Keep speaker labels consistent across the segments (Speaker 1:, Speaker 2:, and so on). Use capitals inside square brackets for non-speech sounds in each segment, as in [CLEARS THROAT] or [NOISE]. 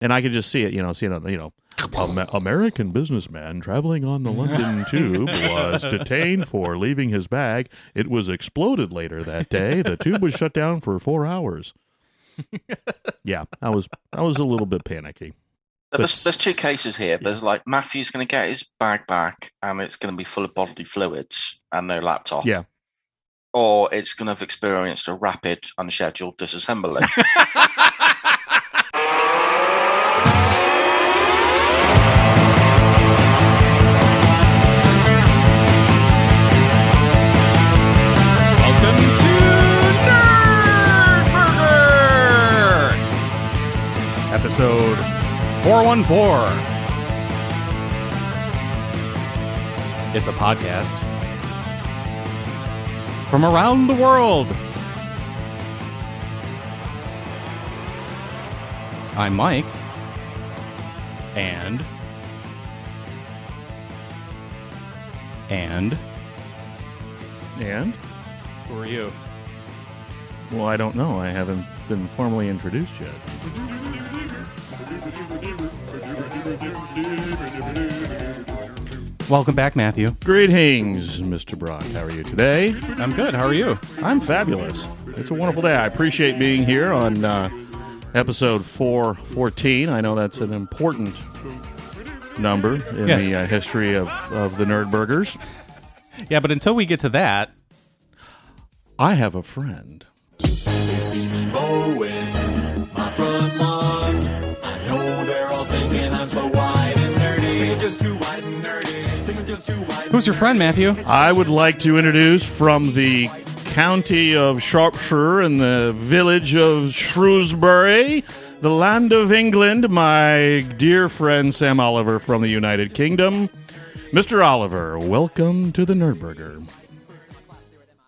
Speaker 1: and I could just see it, you know, seeing a you know, Am- American businessman traveling on the London Tube was detained for leaving his bag. It was exploded later that day. The tube was shut down for four hours. Yeah, I was I was a little bit panicky.
Speaker 2: But
Speaker 1: But-
Speaker 2: there's, there's two cases here. There's like Matthew's going to get his bag back, and it's going to be full of bodily fluids and no laptop.
Speaker 1: Yeah.
Speaker 2: Or it's going to have experienced a rapid,
Speaker 1: [LAUGHS]
Speaker 2: unscheduled disassembly.
Speaker 3: Welcome to Nerd Burger, episode four one four. It's a podcast from around the world. I'm Mike, and and
Speaker 1: And
Speaker 4: Who are you?
Speaker 1: well, I don't know. I haven't been formally introduced yet.
Speaker 3: welcome back, Matthew.
Speaker 1: Greetings, Mr. Brock. How are you today?
Speaker 3: I'm good. How are you?
Speaker 1: I'm fabulous. It's a wonderful day. I appreciate being here on uh, episode 414. I know that's an important number in
Speaker 3: Yes.
Speaker 1: the uh, history of, of the Nerd Burgers.
Speaker 3: Yeah, but until we get to that,
Speaker 1: I have a friend.
Speaker 5: They see me mowing my front lawn. I know they're all thinking I'm so wide and nerdy. Think I'm just too wide and nerdy. Think I'm just too wide.
Speaker 3: who's your friend, Matthew?
Speaker 1: I would like to introduce from the county of Shropshire and the village of Shrewsbury, the land of England, my dear friend Sam Oliver from the United Kingdom. Mr. Oliver, welcome to the Nerdburger.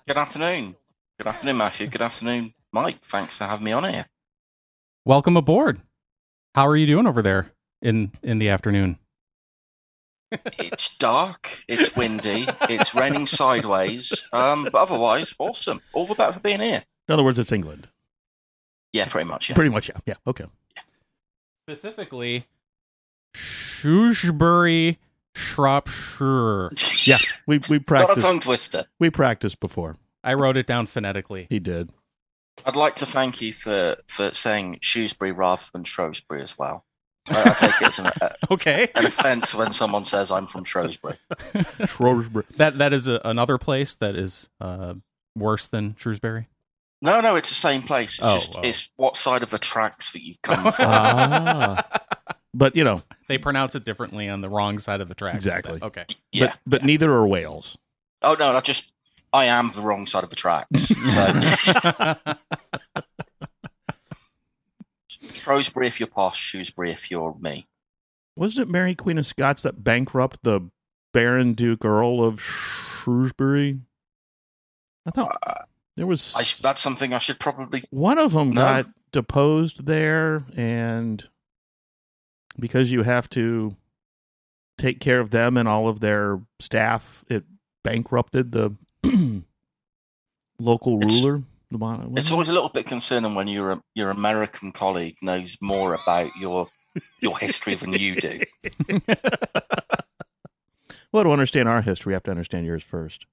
Speaker 2: Good afternoon. Good afternoon, Matthew. Good afternoon, Mike. Thanks for having me on here.
Speaker 3: Welcome aboard. How are you doing over there in in the afternoon?
Speaker 2: It's dark. It's windy. it's raining sideways. Um, but otherwise, awesome. All the better for being here.
Speaker 1: In other words, it's England.
Speaker 2: Yeah, pretty much. Yeah.
Speaker 1: Pretty much, yeah. Yeah, okay.
Speaker 3: Specifically, Shrewsbury, Shropshire.
Speaker 2: [LAUGHS]
Speaker 1: Yeah, we, we
Speaker 2: Not a
Speaker 1: practiced
Speaker 2: tongue twister.
Speaker 1: we practiced before.
Speaker 3: I wrote it down phonetically.
Speaker 1: He did.
Speaker 2: I'd like to thank you for, for saying Shrewsbury rather than Shrewsbury as well. I, I take it as an, a,
Speaker 3: [LAUGHS] Okay,
Speaker 2: an offence when someone says I'm from Shrewsbury.
Speaker 1: Shrewsbury.
Speaker 3: that that is a, another place that is uh, worse than Shrewsbury.
Speaker 2: No, no, it's the same place. It's
Speaker 3: Oh,
Speaker 2: just
Speaker 3: oh.
Speaker 2: it's what side of the tracks that you've come from.
Speaker 1: Ah. but you know,
Speaker 3: They pronounce it differently on the wrong side of the tracks. Is
Speaker 1: Exactly.
Speaker 3: that- Okay.
Speaker 2: yeah.
Speaker 1: but but neither are Wales.
Speaker 2: Oh no, I just I am the wrong side of the tracks. So [LAUGHS]
Speaker 3: [LAUGHS]
Speaker 2: Shrewsbury if you're posh, Shrewsbury if you're me.
Speaker 1: Wasn't it Mary Queen of Scots that bankrupt the Baron Duke Earl of Shrewsbury? I thought
Speaker 2: Uh,
Speaker 1: there was
Speaker 2: I, sh- that's something I should probably.
Speaker 1: one of them
Speaker 2: No.
Speaker 1: got deposed there, and because you have to take care of them and all of their staff, it bankrupted the [CLEARS THROAT] local
Speaker 2: It's-
Speaker 1: ruler. The mon-
Speaker 2: It's always a little bit concerning when your your American colleague knows more about your your history than you do.
Speaker 1: [LAUGHS] well, to understand our history, we have to understand yours first.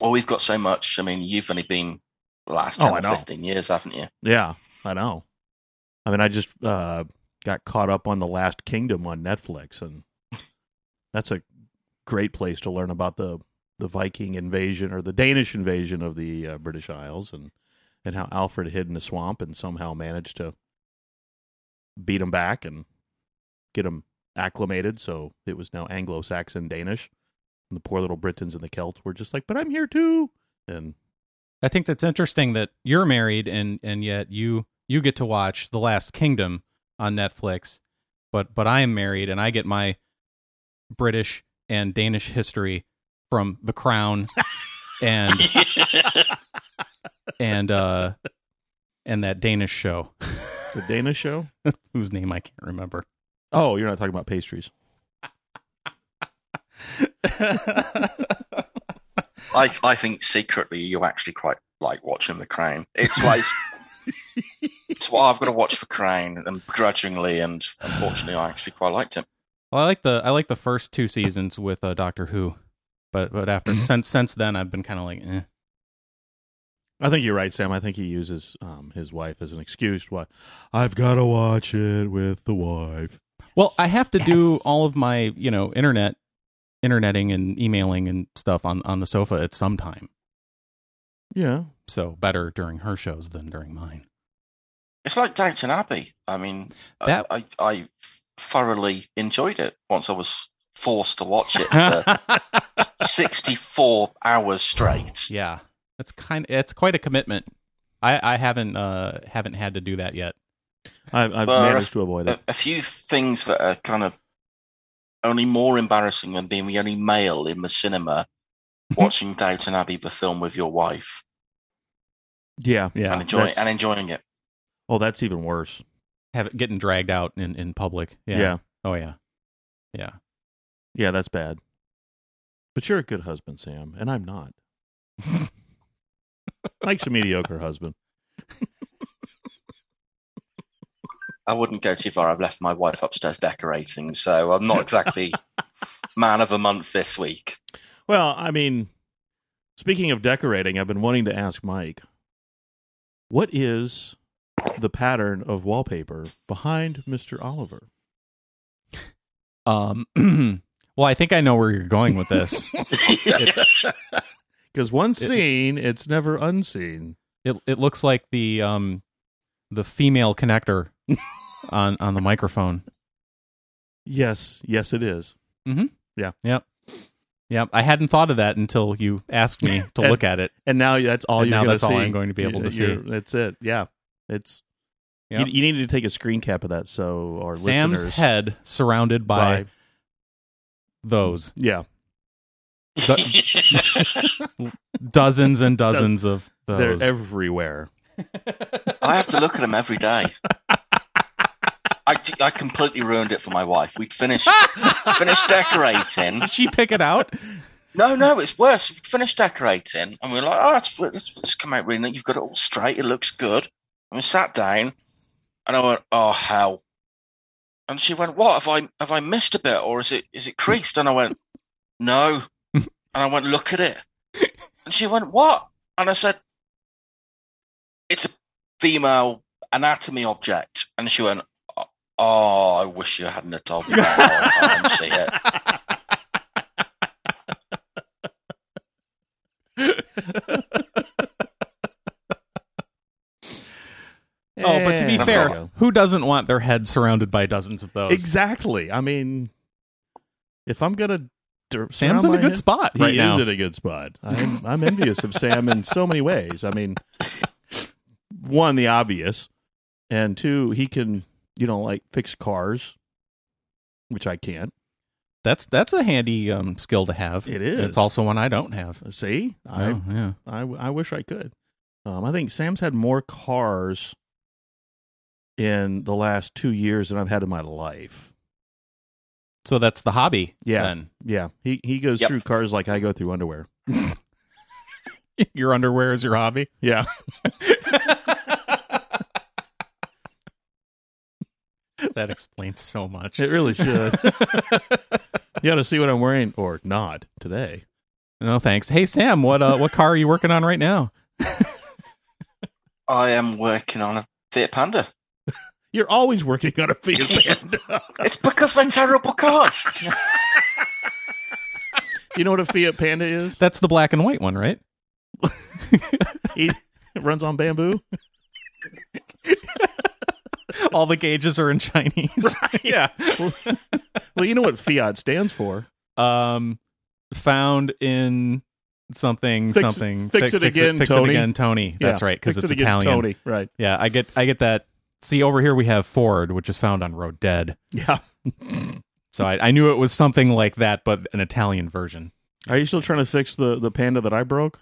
Speaker 2: Well, we've got so much. I mean, you've only been the last
Speaker 1: Oh,
Speaker 2: 10
Speaker 1: I
Speaker 2: or
Speaker 1: know.
Speaker 2: 15 years, haven't you?
Speaker 1: Yeah, I know. I mean, I just uh, got caught up on The Last Kingdom on Netflix, and that's a great place to learn about the the Viking invasion or the Danish invasion of the uh, British Isles, and and how Alfred hid in a swamp and somehow managed to beat him back and get him acclimated. So it was now Anglo-Saxon Danish, and the poor little Britons and the Celts were just like, "But I'm here too," and
Speaker 3: I think that's interesting that you're married and and yet you you get to watch The Last Kingdom on Netflix, but but I am married and I get my British and Danish history from The Crown and and uh and that Danish show
Speaker 1: the Danish show.
Speaker 3: whose name I can't remember.
Speaker 1: Oh, you're not talking about pastries.
Speaker 2: I, I think secretly you actually quite like watching The Crown. It's like It's what I've got to watch for Crane, and grudgingly, and unfortunately, I actually quite liked him.
Speaker 3: Well, I like the I like the first two seasons with uh, Doctor Who, but but after since since then I've been kind of like, eh.
Speaker 1: I think you're right, Sam. I think he uses um, his wife as an excuse. Why I've got to watch it with the wife.
Speaker 3: well, I have to do
Speaker 4: Yes.
Speaker 3: all of my you know internet interneting and emailing and stuff on on the sofa at some time.
Speaker 1: Yeah,
Speaker 3: So better during her shows than during mine. [LAUGHS]
Speaker 2: It's like Downton Abbey. I mean, I-
Speaker 3: That-
Speaker 2: I, I thoroughly enjoyed it once I was forced to watch it for
Speaker 1: [LAUGHS]
Speaker 2: 64 hours straight.
Speaker 3: yeah, that's kind. It's quite a commitment. I I haven't uh haven't had to do that yet.
Speaker 1: I've, I've
Speaker 2: Well,
Speaker 1: managed to avoid
Speaker 2: A,
Speaker 1: it.
Speaker 2: a few things that are kind of only more embarrassing than being the only male in the cinema watching Downton Abbey, the film with your wife,
Speaker 1: Yeah,
Speaker 2: and, enjoy, and enjoying it.
Speaker 1: oh, that's even worse.
Speaker 3: have it getting dragged out in in public.
Speaker 1: Yeah.
Speaker 3: Yeah.
Speaker 1: yeah,
Speaker 3: Oh yeah. Yeah.
Speaker 1: that's bad. But you're a good husband, Sam, and I'm [LAUGHS] not. Mike's a mediocre husband.
Speaker 2: I wouldn't go too far. I've left my wife upstairs decorating, so I'm not exactly man of the month this week.
Speaker 1: Well, I mean, speaking of decorating, I've been wanting to ask Mike, what is the pattern of wallpaper behind Mr. Oliver?
Speaker 3: Um. [CLEARS THROAT] well, I think I know where you're going with this.
Speaker 1: Because once seen, it's never unseen.
Speaker 3: it it looks like the um the female connector on on the microphone.
Speaker 1: Yes, yes, it is.
Speaker 3: Yeah, I hadn't thought of that until you asked me
Speaker 1: [LAUGHS]
Speaker 3: to
Speaker 1: And-
Speaker 3: look at it.
Speaker 1: And now that's all
Speaker 3: And
Speaker 1: you're
Speaker 3: now
Speaker 1: gonna
Speaker 3: that's all
Speaker 1: see.
Speaker 3: I'm going to be able to
Speaker 1: You're- That's it. Yeah, it's. you-
Speaker 3: Yeah.
Speaker 1: You, need to take a screen cap of that so our
Speaker 3: Sam's
Speaker 1: listeners
Speaker 3: head surrounded by,
Speaker 1: by-
Speaker 3: those
Speaker 1: yeah [LAUGHS]
Speaker 3: dozens and dozens of those.
Speaker 1: they're everywhere.
Speaker 2: [LAUGHS] I have to look at them every day. I, I completely ruined it for my wife. We'd finished finished
Speaker 3: [LAUGHS]
Speaker 2: decorating.
Speaker 3: Did she pick
Speaker 1: [LAUGHS]
Speaker 3: it out?
Speaker 2: No, no, it's worse. We'd finished decorating, and we were like, "Oh, it's, it's, it's come out really. neat. You've got it all straight. It looks good." And we sat down, and I went, "Oh hell!" And she went, "What have I have I missed a bit, or is it is it creased?" And I went, "No," and I went, "Look at it." And she went, "What?" And I said, "It's a female anatomy object." And she went, "Oh, I wish you hadn't have told me that. I can't see it."
Speaker 3: Oh, but to be
Speaker 1: Yeah.
Speaker 3: fair, who doesn't want their head surrounded by dozens of those?
Speaker 1: exactly. I mean, if I'm gonna, der-
Speaker 3: Sam's in
Speaker 1: surround
Speaker 3: a
Speaker 1: my
Speaker 3: good
Speaker 1: head-
Speaker 3: spot
Speaker 1: He
Speaker 3: right
Speaker 1: is
Speaker 3: now.
Speaker 1: in a good spot. I'm, I'm envious of Sam in so many ways. I mean, one, the obvious, and two, he can, you know, like fix cars, which I can't.
Speaker 3: That's that's a handy um, skill to have.
Speaker 1: It
Speaker 3: And
Speaker 1: is.
Speaker 3: It's also one I don't have.
Speaker 1: See,
Speaker 3: Oh, yeah.
Speaker 1: I, I, I wish I could. Um, I think Sam's had more cars in the last two years than I've had in my life.
Speaker 3: So that's the hobby.
Speaker 1: Yeah.
Speaker 3: Then [LAUGHS]
Speaker 1: Yeah, he he goes
Speaker 2: Yep.
Speaker 1: through cars like I go through underwear.
Speaker 3: your underwear is your hobby. [LAUGHS]
Speaker 1: Yeah, [LAUGHS]
Speaker 3: That explains so much.
Speaker 1: it really [LAUGHS] should. you got to see what I'm wearing or not today.
Speaker 3: No thanks. Hey Sam, what uh, what car are you working on right now?
Speaker 2: I am working on a Fiat Panda.
Speaker 1: You're always working on a
Speaker 3: [LAUGHS]
Speaker 1: Fiat Panda.
Speaker 2: It's because they're terrible cars.
Speaker 1: you know what a Fiat Panda is?
Speaker 3: That's the black and white one, right?
Speaker 1: [LAUGHS] He it runs on bamboo.
Speaker 3: All the gauges are
Speaker 1: [LAUGHS]
Speaker 3: in Chinese. Yeah.
Speaker 1: Well, you know what Fiat stands for.
Speaker 3: Um, found in something
Speaker 1: Fix-
Speaker 3: something.
Speaker 1: fix it again,
Speaker 3: fix
Speaker 1: Tony.
Speaker 3: it again, Tony. That's
Speaker 1: Yeah,
Speaker 3: right, because
Speaker 1: fix
Speaker 3: it's
Speaker 1: it again,
Speaker 3: Italian.
Speaker 1: Tony, right?
Speaker 3: Yeah, I get I get that. See, over here we have Ford, which is found on Road Dead.
Speaker 1: Yeah.
Speaker 3: So I, I knew it was something like that, but an Italian version.
Speaker 1: Are you still trying to fix the the Panda that I broke?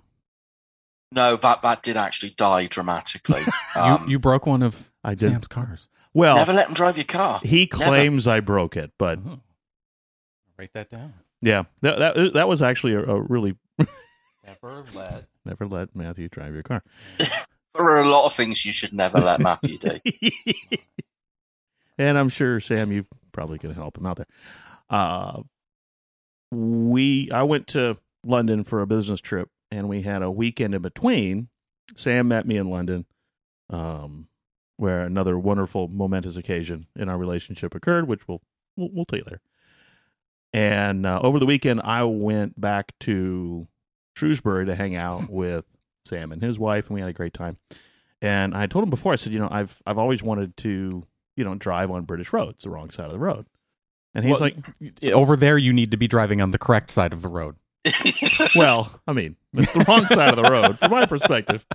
Speaker 2: [LAUGHS] no, that that did actually die dramatically. Um,
Speaker 3: you you broke one of
Speaker 1: Um, I did.
Speaker 3: Sam's cars.
Speaker 1: Well,
Speaker 2: never let them drive your car.
Speaker 1: he
Speaker 2: Never.
Speaker 1: claims I broke it, but
Speaker 3: Oh. Write that down.
Speaker 1: yeah, that that, that was actually a, a really
Speaker 3: Never let.
Speaker 1: never let Matthew drive your car.
Speaker 2: There are a lot of things you should never let Matthew [LAUGHS] do.
Speaker 1: and I'm sure Sam, you probably can help him out there. Uh, we I went to London for a business trip, and we had a weekend in between. Sam met me in London, um, where another wonderful, momentous occasion in our relationship occurred, which we'll we'll, we'll tell you later. And uh, over the weekend, I went back to Shrewsbury to hang out with Sam and his wife, and we had a great time. And I told him before, I said, you know, I've I've always wanted to, you know, drive on British roads, the wrong side of the road. And he's
Speaker 3: Well, [LAUGHS]
Speaker 1: like,
Speaker 3: Over there, you need to be driving on the correct side of the road.
Speaker 1: well, I mean, it's the wrong side of the road from my
Speaker 3: [LAUGHS]
Speaker 1: perspective.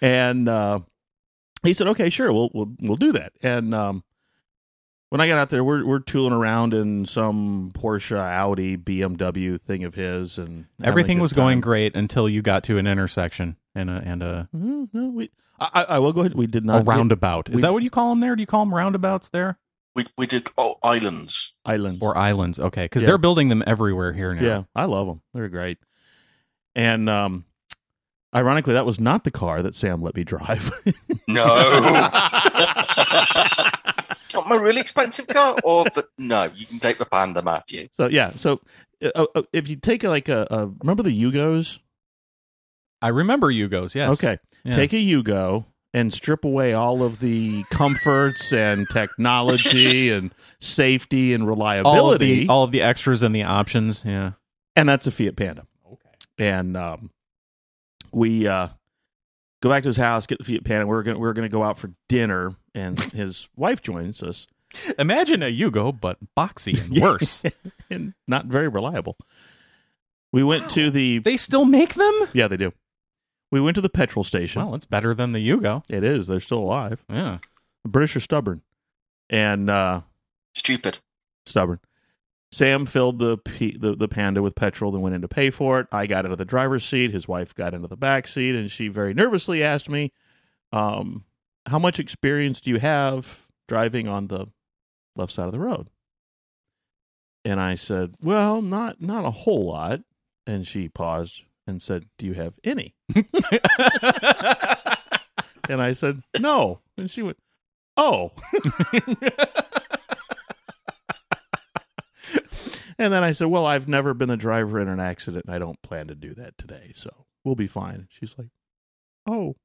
Speaker 1: and uh, he said, "Okay, sure, we'll we'll we'll do that." And um, when I got out there, we're we're tooling around in some Porsche, Audi, BMW thing of his, and having a
Speaker 3: Everything
Speaker 1: good
Speaker 3: was going
Speaker 1: time.
Speaker 3: great until you got to an intersection and a and a,
Speaker 1: Mm, No, we, I, I- I will go ahead. We did
Speaker 3: a
Speaker 1: not
Speaker 3: roundabout. Is
Speaker 1: we-
Speaker 3: that what you call them there? Do you call them roundabouts there
Speaker 2: we we do oh, islands.
Speaker 1: islands
Speaker 3: or islands? Okay, because
Speaker 1: Yeah.
Speaker 3: they're building them everywhere here now.
Speaker 1: Yeah, I love them. They're great. And um, ironically, that was not the car that Sam let me drive.
Speaker 2: No. [LAUGHS] Not my really expensive car, or the, no, you can take the panda, Matthew.
Speaker 1: [LAUGHS] So yeah, so uh, uh, if you take like a, a remember the Yugos,
Speaker 3: I remember Yugos. Yes.
Speaker 1: okay,
Speaker 3: Yeah.
Speaker 1: take a Yugo and strip away all of the comforts and
Speaker 3: [LAUGHS]
Speaker 1: technology and safety and
Speaker 3: all of
Speaker 1: reliability,
Speaker 3: the all of the extras and the options. Yeah.
Speaker 1: and that's a Fiat Panda. Okay, and um, we uh, go back to his house, get the Fiat Panda. We're gonna we're gonna go out for dinner, and [LAUGHS] his wife joins us,
Speaker 3: Imagine a Yugo, but boxy and
Speaker 1: [LAUGHS] Yeah.
Speaker 3: worse.
Speaker 1: and not very reliable. We went to the
Speaker 3: they still make them.
Speaker 1: yeah they do. We went to the petrol station.
Speaker 3: Well, it's better than the Yugo.
Speaker 1: It is. They're still alive.
Speaker 3: Yeah.
Speaker 1: The British are stubborn and uh,
Speaker 2: Stupid.
Speaker 1: stubborn. Sam filled the, p- the the panda with petrol and went in to pay for it. I got into the driver's seat. His wife got into the back seat, and she very nervously asked me, um, "How much experience do you have driving on the left side of the road?" And I said, "Well, not not a whole lot." And she paused and said, "Do you have any?" [LAUGHS] And I said, "No." And she went, "Oh." [LAUGHS] and then I said, "Well, I've never been the driver in an accident, and I don't plan to do that today, so we'll be fine." She's like, "Oh."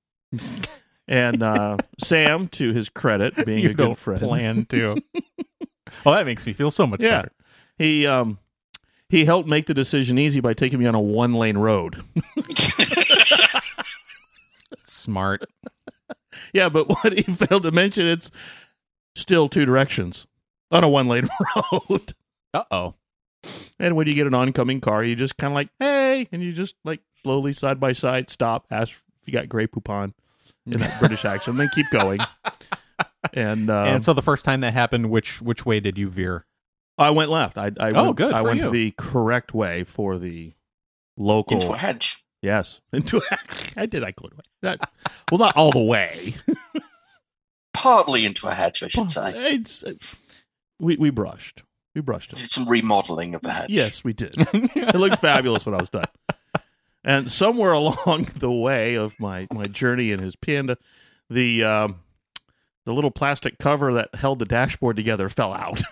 Speaker 1: and uh, Sam, to his credit, being
Speaker 3: you
Speaker 1: a
Speaker 3: don't
Speaker 1: good friend,
Speaker 3: plan
Speaker 1: [LAUGHS]
Speaker 3: to. well, that makes me feel so much
Speaker 1: Yeah.
Speaker 3: better.
Speaker 1: he um he helped make the decision easy by taking me on a one lane road.
Speaker 3: Smart.
Speaker 1: yeah, but [LAUGHS] what he failed to mention, it's still two directions on a one lane [LAUGHS] road.
Speaker 3: Uh oh.
Speaker 1: And when you get an oncoming car, you just kind of like, hey, and you just like slowly side by side stop, ask if you got Grey Poupon in that British accent, then keep
Speaker 3: [LAUGHS]
Speaker 1: going. And, um,
Speaker 3: and so the first time that happened, which which way did you veer?
Speaker 1: I went left. I, I
Speaker 3: Oh,
Speaker 1: went,
Speaker 3: good
Speaker 1: I
Speaker 3: for
Speaker 1: went
Speaker 3: you.
Speaker 1: the correct way for the local.
Speaker 2: [LAUGHS] Into a hedge.
Speaker 1: yes, [LAUGHS] into. I did. I could. Not, well, not all the way.
Speaker 2: Partly into a hedge, I should say.
Speaker 1: It's, uh, we we brushed. We brushed it.
Speaker 2: Did some remodeling of the hedge.
Speaker 1: Yes, we did. it looked fabulous when I was done. And somewhere [LAUGHS] along the way of my my journey in his panda, the um, the little plastic cover that held the dashboard together fell out. [LAUGHS]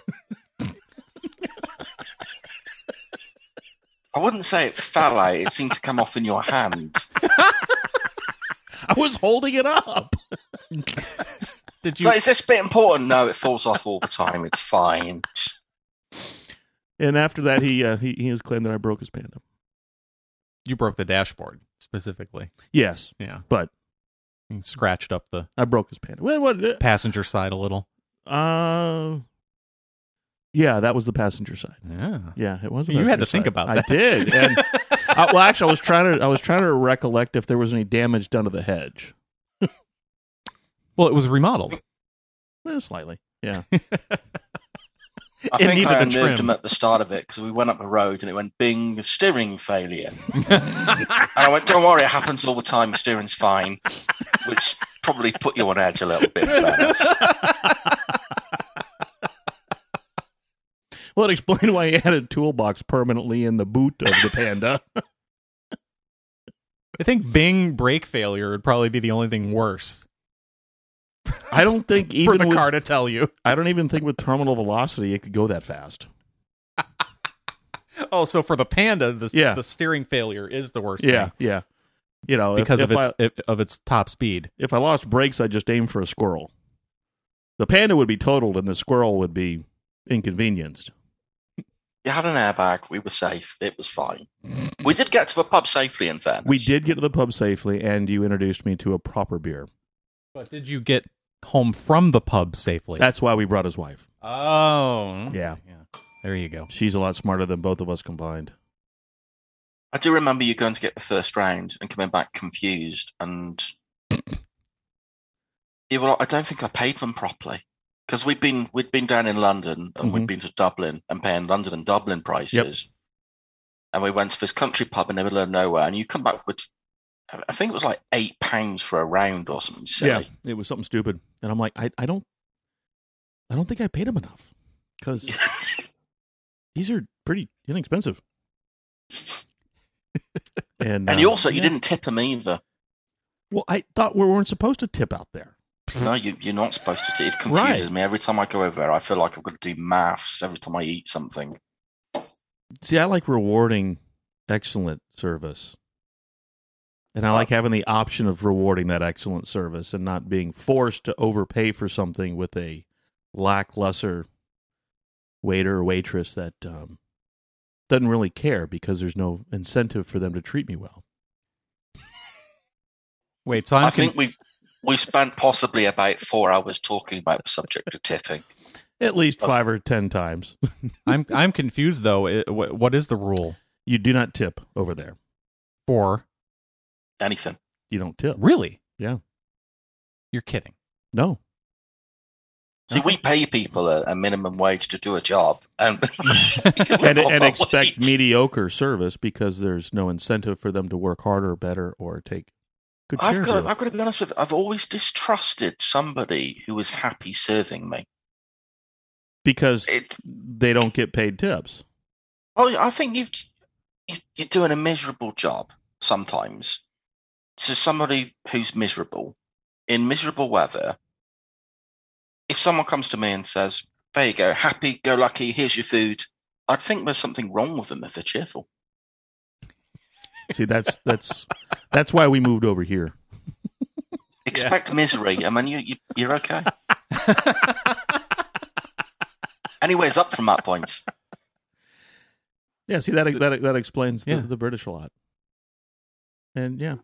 Speaker 2: I wouldn't say it fell out, it seemed to come off in your hand.
Speaker 1: I was holding it up.
Speaker 3: Did
Speaker 2: So is this bit important? No, it falls off all the time. It's fine.
Speaker 1: And after that, he uh, he he has claimed that I broke his panda.
Speaker 3: you broke the dashboard specifically?
Speaker 1: Yes,
Speaker 3: Yeah.
Speaker 1: but
Speaker 3: You scratched up the
Speaker 1: I broke his panda. Well, what?
Speaker 3: passenger side a little.
Speaker 1: Uh, yeah, that was the passenger side.
Speaker 3: Yeah.
Speaker 1: Yeah, it was. the
Speaker 3: You had to
Speaker 1: passenger
Speaker 3: think
Speaker 1: side.
Speaker 3: about
Speaker 1: I
Speaker 3: that.
Speaker 1: did.
Speaker 3: [LAUGHS]
Speaker 1: And I, well, actually, I was trying to I was trying to recollect if there was any damage done to the hedge.
Speaker 3: Well, it was remodeled.
Speaker 1: Eh,
Speaker 3: [LAUGHS]
Speaker 1: slightly. Yeah.
Speaker 2: I
Speaker 3: It
Speaker 2: think
Speaker 3: needed a
Speaker 2: I unnerved
Speaker 3: trim.
Speaker 2: him at the start of it because we went up the road and it went bing,
Speaker 3: [LAUGHS]
Speaker 2: steering failure. and I went, don't worry, it happens all the time. Steering's fine, which probably put you on edge a little bit. in fairness.
Speaker 1: Well, it explained why
Speaker 3: [LAUGHS]
Speaker 1: he had a toolbox permanently in the boot of the panda.
Speaker 3: think Bing brake failure would probably be the only thing worse
Speaker 1: I don't think
Speaker 3: for
Speaker 1: even
Speaker 3: the
Speaker 1: with,
Speaker 3: car to tell you. [LAUGHS]
Speaker 1: I don't even think with terminal velocity it could go that fast.
Speaker 3: Oh, so for the Panda, the
Speaker 1: Yeah.
Speaker 3: the steering failure is the worst.
Speaker 1: Yeah,
Speaker 3: thing
Speaker 1: yeah. You know, if-
Speaker 3: because
Speaker 1: if,
Speaker 3: of
Speaker 1: I,
Speaker 3: its if- of its top speed.
Speaker 1: if I lost brakes, I'd just aim for a squirrel. The panda would be totaled, and the squirrel would be inconvenienced.
Speaker 2: You had an airbag. We were safe. It was fine. We did get to the pub safely, in fairness.
Speaker 1: We did get to the pub safely, and you introduced me to a proper beer.
Speaker 3: But did you get home from the pub safely?
Speaker 1: That's why we brought his wife.
Speaker 3: oh,
Speaker 1: Yeah.
Speaker 3: There you go.
Speaker 1: She's a lot smarter than both of us combined.
Speaker 2: I do remember you going to get the first round and coming back confused, and [CLEARS THROAT] you were like, "I don't think I paid them properly." Because we'd been we'd been down in London and
Speaker 1: Mhm.
Speaker 2: we'd been to Dublin and paying London and Dublin prices, and we went to this country pub in the middle of nowhere, and you come back with, I I think it was like eight pounds for a round or something silly.
Speaker 1: it was something stupid, and I'm like, I, I don't, I don't think I paid him enough
Speaker 2: [LAUGHS]
Speaker 1: because these are pretty inexpensive. And,
Speaker 2: and
Speaker 1: uh,
Speaker 2: you also you
Speaker 1: yeah.
Speaker 2: didn't tip them either.
Speaker 1: Well, I thought we weren't supposed to tip out there.
Speaker 2: No, you, you're not supposed to. It
Speaker 1: Mm-hmm. Right.
Speaker 2: confuses me every time I go over there. I feel like I've got to do maths every time I eat something.
Speaker 1: See, I like rewarding excellent service. And I like having the option of rewarding that excellent service and not being forced to overpay for something with a lackluster waiter or waitress that um, doesn't really care because there's no incentive for them to treat me well.
Speaker 3: Wait, so I'm
Speaker 2: I think
Speaker 3: conf-
Speaker 2: we we spent possibly about four hours talking about the subject of tipping.
Speaker 1: At least
Speaker 2: Awesome.
Speaker 1: five or ten times.
Speaker 3: I'm I'm confused though. It, wh- what is the rule
Speaker 1: You do not tip over there.
Speaker 3: for
Speaker 2: Anything.
Speaker 1: You don't tip.
Speaker 3: really?
Speaker 1: Yeah.
Speaker 3: You're kidding. [LAUGHS]
Speaker 1: No.
Speaker 2: See, we
Speaker 1: Ah.
Speaker 2: pay people a, a minimum wage to do a job, and
Speaker 1: [LAUGHS]
Speaker 2: [LAUGHS]
Speaker 1: and, and expect mediocre service because there's no incentive for them to work harder, better, or take good care
Speaker 2: I've
Speaker 1: of
Speaker 2: got.
Speaker 1: you.
Speaker 2: I've got to be honest with. you, I've always distrusted somebody who is happy serving me.
Speaker 1: because
Speaker 2: It.
Speaker 1: they don't get paid tips.
Speaker 2: Well, I think you've, you you're doing a miserable job sometimes to somebody who's miserable in miserable weather. If someone comes to me and says, "There you go, happy go lucky, here's your food," I'd think there's something wrong with them if they're cheerful.
Speaker 1: See, that's that's that's why we moved over here.
Speaker 2: Expect misery, and then you, you you're okay. Anyways, up from that point.
Speaker 1: Yeah, see that that that explains
Speaker 3: Yeah.
Speaker 1: the, the British a lot. And yeah,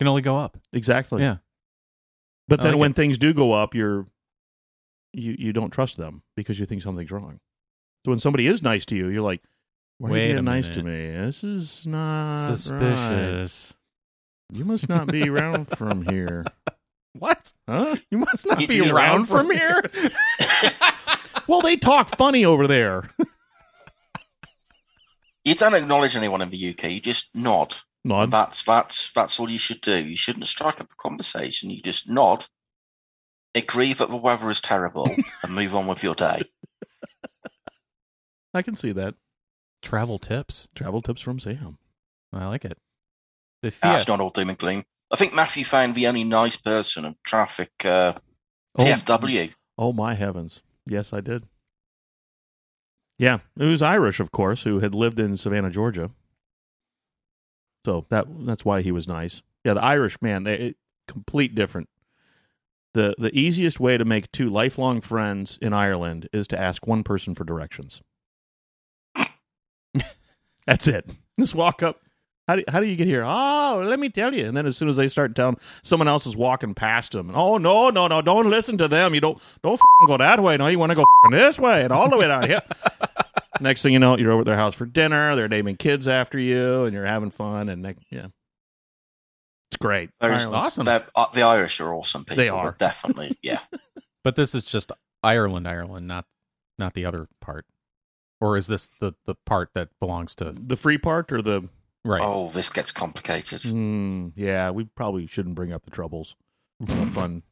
Speaker 3: Can only go up.
Speaker 1: exactly.
Speaker 3: Yeah.
Speaker 1: But
Speaker 3: I
Speaker 1: then
Speaker 3: like
Speaker 1: when things do go up, you're you you don't trust them because you think something's wrong. So when somebody is nice to you, you're like, "Why are
Speaker 3: Wait
Speaker 1: you
Speaker 3: a
Speaker 1: being nice to me? This is not right.
Speaker 3: Suspicious.
Speaker 1: You must not be
Speaker 3: [LAUGHS]
Speaker 1: around from here.
Speaker 3: What?
Speaker 1: Huh?
Speaker 3: You must not
Speaker 2: You-
Speaker 3: be
Speaker 2: you're
Speaker 1: around
Speaker 3: around
Speaker 1: from
Speaker 3: from here.
Speaker 1: Well, they talk funny over there.
Speaker 2: You don't acknowledge anyone in the UK. You just nod.
Speaker 1: Nod.
Speaker 2: That's that's that's all you should do. You shouldn't strike up a conversation. You just nod, agree that the weather
Speaker 1: [LAUGHS]
Speaker 2: is terrible, and move on with your day.
Speaker 1: I can see that.
Speaker 3: [LAUGHS] Travel tips.
Speaker 1: Travel tips from Sam.
Speaker 3: I like it. The
Speaker 2: That's
Speaker 3: Fiat.
Speaker 2: not all doom and gloom. I think Matthew found the only nice person of traffic uh,
Speaker 1: Oh.
Speaker 2: TFW.
Speaker 1: Oh my heavens! Yes, I did. Yeah, it was Irish, of course, who had lived in Savannah, Georgia. So that that's why he was nice. Yeah, the Irish man, they it, complete different. the The easiest way to make two lifelong friends in Ireland is to ask one person for directions. that's it. Just walk up. How do, how do you get here? Oh, let me tell you. And then as soon as they start down, someone else is walking past them. And, oh no, no, no! Don't listen to them. You don't don't fing go that way. No, you want to go fing this way and all the way down here. [LAUGHS] Next thing you know, you're over at their house for dinner. They're naming kids after you, and you're having fun. And next, yeah, it's great.
Speaker 2: Very
Speaker 1: Ireland's-
Speaker 3: awesome.
Speaker 2: They're- uh, the Irish are awesome people.
Speaker 1: They
Speaker 2: They're
Speaker 1: are. [LAUGHS]
Speaker 2: definitely yeah.
Speaker 3: But this is just Ireland, Ireland, not not the other part. Or is this the the part that belongs to
Speaker 1: The free part or the
Speaker 3: right?
Speaker 2: Oh, this gets complicated.
Speaker 1: Mm, yeah, we probably shouldn't bring up the troubles. in a fun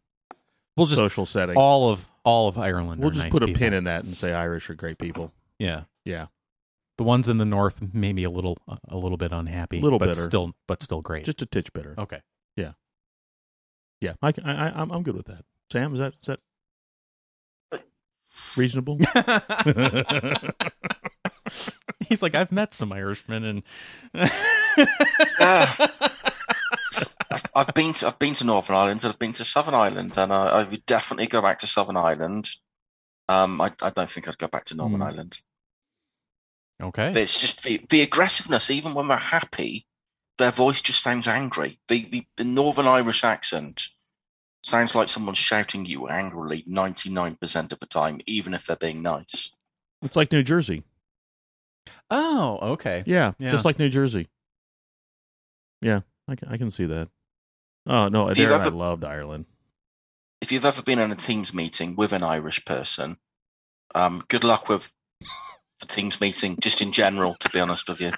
Speaker 3: we'll just
Speaker 1: social setting.
Speaker 3: all of all of Ireland.
Speaker 1: we'll
Speaker 3: are
Speaker 1: just
Speaker 3: nice
Speaker 1: put a
Speaker 3: people.
Speaker 1: pin in that and say Irish are great people.
Speaker 3: Yeah.
Speaker 1: Yeah.
Speaker 3: The ones in the north maybe a little uh, a little bit unhappy,
Speaker 1: Little
Speaker 3: but
Speaker 1: bitter.
Speaker 3: still but still great.
Speaker 1: Just a titch bitter. [LAUGHS]
Speaker 3: okay. [LAUGHS]
Speaker 1: Yeah, I, can- I, I, I'm I'm good with that. Sam, is that is that reasonable?
Speaker 3: He's like, I've met some Irishmen and
Speaker 2: Uh,
Speaker 1: [LAUGHS]
Speaker 2: I've, I've been to, I've been to Northern Ireland and I've been to Southern Ireland, and I, I would definitely go back to Southern Ireland. Um, I, I don't think I'd go back to Northern
Speaker 1: Hmm.
Speaker 2: Ireland.
Speaker 3: [LAUGHS] Okay.
Speaker 2: But it's just the, the aggressiveness. Even when they're happy, their voice just sounds angry. The, the, the Northern Irish accent sounds like someone's shouting at you angrily ninety nine percent of the time, even if they're being nice.
Speaker 1: it's like New Jersey.
Speaker 3: oh, okay.
Speaker 1: Yeah,
Speaker 3: Yeah.
Speaker 1: just like New Jersey. Yeah, I can, I can see that. Oh no,
Speaker 2: Do you
Speaker 1: there I
Speaker 2: have a-
Speaker 1: loved Ireland.
Speaker 2: If you've ever been in a Teams meeting with an Irish person, um, good luck with the Teams meeting. Just in general, to be honest with you,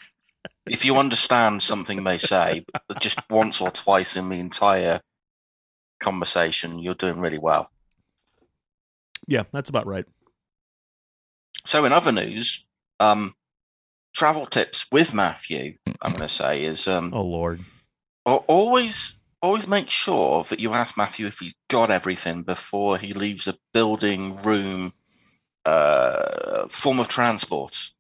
Speaker 2: if you understand something they say, but just once or twice in the entire conversation, you're doing really well.
Speaker 1: Yeah, that's about right.
Speaker 2: So, in other news, um, travel tips with Matthew, I'm going to say, is um,
Speaker 1: Oh Lord,
Speaker 2: al- always always make sure that you ask Matthew if he's got everything before he leaves a building, room, uh, form of transport.
Speaker 1: Oh.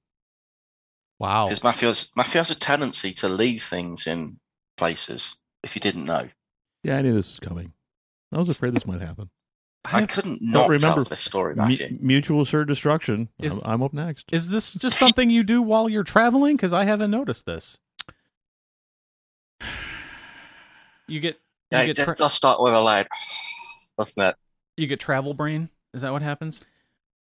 Speaker 3: Wow.
Speaker 2: Because Matthew, has, Matthew has a tendency to leave things in places, if you didn't know.
Speaker 1: yeah, I knew this was coming. I was afraid this might happen.
Speaker 2: I,
Speaker 3: I have-
Speaker 2: couldn't not
Speaker 1: remember-
Speaker 2: tell this story,
Speaker 1: Mu-
Speaker 2: Matthew.
Speaker 1: mutual assured destruction.
Speaker 3: Is-
Speaker 1: I'm, I'm up next.
Speaker 3: Is this just something you do while you're traveling? Because I haven't noticed this. You get you
Speaker 2: yeah, it
Speaker 3: get tra-
Speaker 2: does does start with a loud, doesn't it?
Speaker 3: you get travel brain. Is that what happens?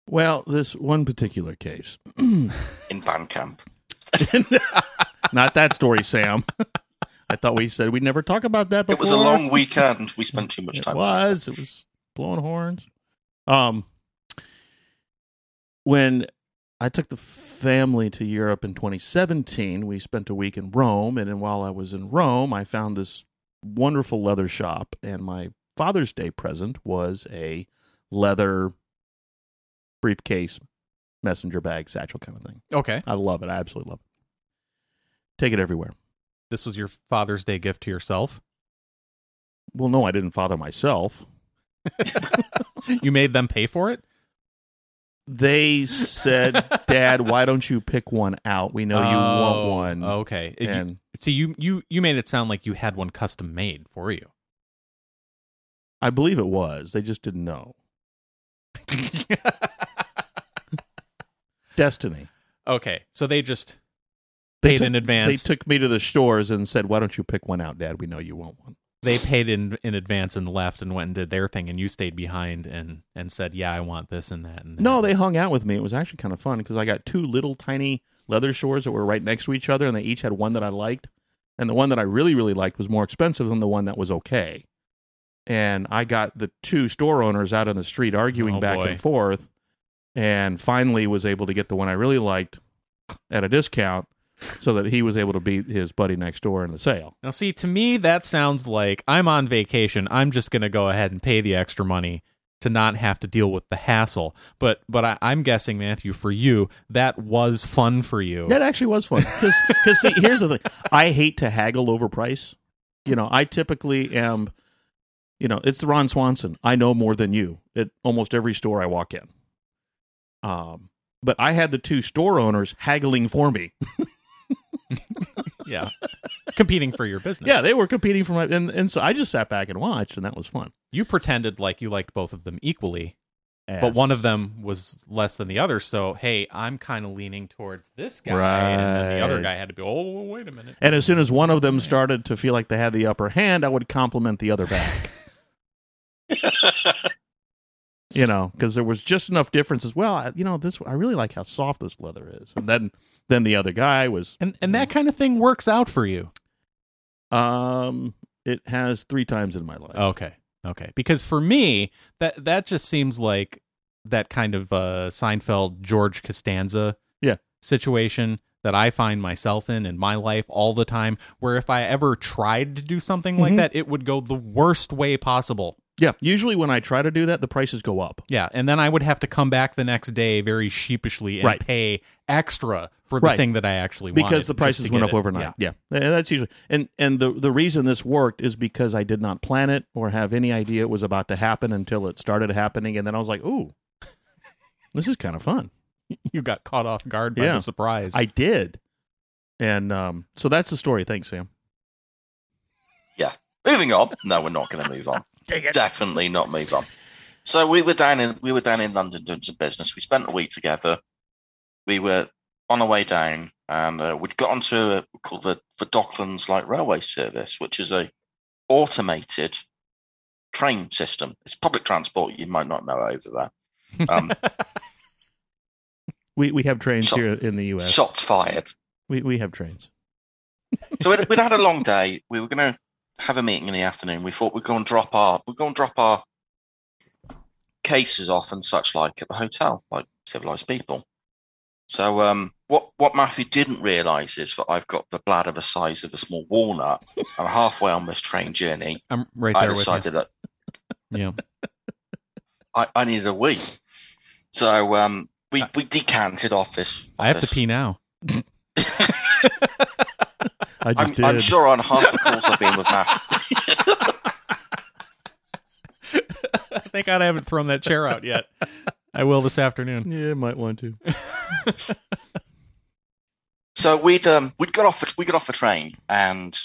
Speaker 1: Well, this one particular case, [CLEARS THROAT]
Speaker 2: In Bandcamp.
Speaker 1: not that story, Sam. I thought we said we'd never talk about that before.
Speaker 2: It was
Speaker 1: [LAUGHS]
Speaker 2: a long weekend. We spent too much
Speaker 1: It
Speaker 2: time.
Speaker 1: was. It was blowing horns. Um, when I took the family to Europe in 2017, we spent a week in Rome, and then while I was in Rome, I found this wonderful leather shop, and my Father's Day present was a leather briefcase, messenger bag, satchel kind of thing.
Speaker 3: Okay.
Speaker 1: I love it. I absolutely love it. Take it everywhere.
Speaker 3: This was your Father's Day gift to yourself.
Speaker 1: Well, no, I didn't father myself.
Speaker 3: You made them pay for it.
Speaker 1: they
Speaker 3: [LAUGHS]
Speaker 1: said, "Dad, why don't you pick one out? We know you
Speaker 3: Oh,
Speaker 1: want one."
Speaker 3: Okay. It- you-
Speaker 1: and
Speaker 3: see, you you you made it sound like you had one custom made for you.
Speaker 1: I believe it was. They just didn't
Speaker 3: [LAUGHS]
Speaker 1: know. Destiny.
Speaker 3: okay. So they just
Speaker 1: They
Speaker 3: paid
Speaker 1: took,
Speaker 3: in advance.
Speaker 1: They took me to the stores and said, "Why don't you pick one out, Dad? We know you want one."
Speaker 3: they paid in in advance and left and went and did their thing and you stayed behind and and said yeah i want this and that and that.
Speaker 1: No, they hung out with me. It was actually kind of fun because I got two little tiny leather shorts that were right next to each other, and they each had one that I liked, and the one that I really really liked was more expensive than the one that was okay. And I got the two store owners out on the street arguing
Speaker 3: Oh,
Speaker 1: back
Speaker 3: boy.
Speaker 1: and forth, and finally was able to get the one I really liked at a discount, so that he was able to beat his buddy next door in the sale.
Speaker 3: now see to me that sounds like i'm on vacation i'm just gonna go ahead and pay the extra money to not have to deal with the hassle but but I, i'm guessing matthew for you that was fun for you
Speaker 1: Oh. That actually was fun because see, here's the thing: I hate to haggle over price. You know, I typically am. You know, it's Ron Swanson. I know more than you at almost every store I walk in. Um, but I had the two store owners haggling for me.
Speaker 3: yeah competing for your business
Speaker 1: [LAUGHS] Yeah, they were competing for my, and and so I just sat back and watched, and that was fun.
Speaker 3: you pretended like you liked both of them equally but one of them was less than the other so hey i'm kind of leaning towards this guy and then the other
Speaker 1: Right.
Speaker 3: guy had to be oh wait a minute
Speaker 1: and as soon as one of them started to feel like they had the upper hand, I would compliment the other back.
Speaker 2: [LAUGHS]
Speaker 1: you know, because there was just enough difference as well. I, you know, this I really like how soft this leather is, and then then the other guy was,
Speaker 3: and and that kind of thing works out for you.
Speaker 1: um, it has three times in my life.
Speaker 3: Okay, okay. Because for me, that that just seems like that kind of uh, Seinfeld George Costanza
Speaker 1: Yeah.
Speaker 3: situation that I find myself in in my life all the time. Where if I ever tried to do something like
Speaker 1: Mhm.
Speaker 3: that, it would go the worst way possible.
Speaker 1: Yeah. Usually when I try to do that, the prices go up.
Speaker 3: Yeah, and then I would have to come back the next day very sheepishly and
Speaker 1: Right.
Speaker 3: pay extra for the
Speaker 1: Right.
Speaker 3: thing that I actually wanted
Speaker 1: because the
Speaker 3: just
Speaker 1: prices
Speaker 3: to
Speaker 1: went
Speaker 3: get
Speaker 1: up
Speaker 3: it.
Speaker 1: overnight. Yeah. and that's usually and and the the reason this worked is because I did not plan it or have any idea it was about to happen until it started happening, and then I was like, "Ooh, this is kind of fun."
Speaker 3: Yeah. [LAUGHS] you got caught off guard by
Speaker 1: Yeah.
Speaker 3: the surprise.
Speaker 1: I did, and um, so that's the story. Thanks, Sam.
Speaker 2: Moving on. No, we're not going to move on. Definitely not move on. So we were down in we were down in London doing some business. We spent a week together. We were on our way down, and uh, we'd got onto a, called the the Docklands Light Railway Service, which is a automated train system. It's public transport. You might not know over there. Um,
Speaker 1: We we have trains
Speaker 2: Shot-
Speaker 1: here in the U.S.
Speaker 2: shots fired.
Speaker 1: We we have trains.
Speaker 2: So we'd, we'd had a long day. We were going to have a meeting in the afternoon. We thought we'd go and drop our we'd go and drop our cases off and such like at the hotel, like civilized people. So um, what what Matthew didn't realise is that I've got the bladder the size of a small
Speaker 3: [LAUGHS]
Speaker 2: walnut. I'm halfway on this train journey.
Speaker 3: I'm right
Speaker 2: I
Speaker 3: there with you.
Speaker 2: decided that
Speaker 3: Yeah.
Speaker 2: I, I needed a wee. So um, we we decanted off this.
Speaker 1: [LAUGHS]
Speaker 3: I have to
Speaker 2: this-
Speaker 3: pee now.
Speaker 1: I just
Speaker 2: I'm,
Speaker 1: did.
Speaker 2: I'm sure on half the calls I've
Speaker 3: [LAUGHS]
Speaker 2: been with Matthew.
Speaker 3: Thank God I haven't thrown that chair out yet. I will this afternoon.
Speaker 1: Yeah, might want to.
Speaker 2: So we'd um we'd got off the, we got off the train and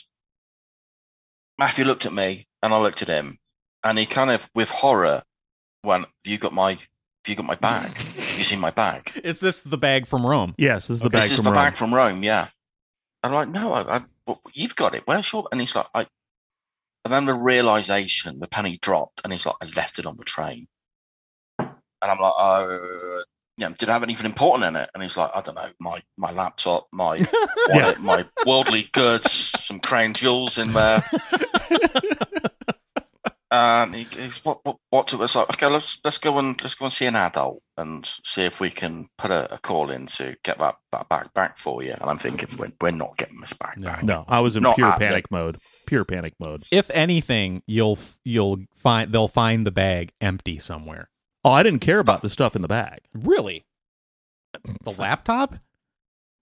Speaker 2: Matthew looked at me and I looked at him and he kind of with horror went, "Have you got my have you got my bag? Have you seen my bag?
Speaker 3: Is this the bag from Rome?
Speaker 1: Yes, this is the
Speaker 2: this
Speaker 1: bag
Speaker 2: is
Speaker 1: from
Speaker 2: the
Speaker 1: Rome.
Speaker 2: bag from Rome, yeah." I'm like, "No, I, I but you've got it. Where's your?" And he's like, "I." And then the realization, the penny dropped, and he's like, "I left it on the train." And I'm like, "Oh, yeah. Did I have anything important in it?" And he's like, "I don't know. My my laptop,
Speaker 3: [LAUGHS]
Speaker 2: my." wallet, my worldly goods, some crown jewels
Speaker 3: [LAUGHS]
Speaker 2: in there. Um, he, he's what what what to us like? Okay, let's let's go and let's go and see an adult and see if we can put a, a call in to get that, that back back for you. And I'm thinking we're, we're not getting this back
Speaker 3: No.
Speaker 2: back.
Speaker 1: No, I was in
Speaker 2: Not
Speaker 1: pure
Speaker 2: happening.
Speaker 1: panic mode. Pure panic mode.
Speaker 3: If anything, you'll you'll find they'll find the bag empty somewhere.
Speaker 1: Oh, I didn't care about the stuff in the bag.
Speaker 3: Really? The laptop?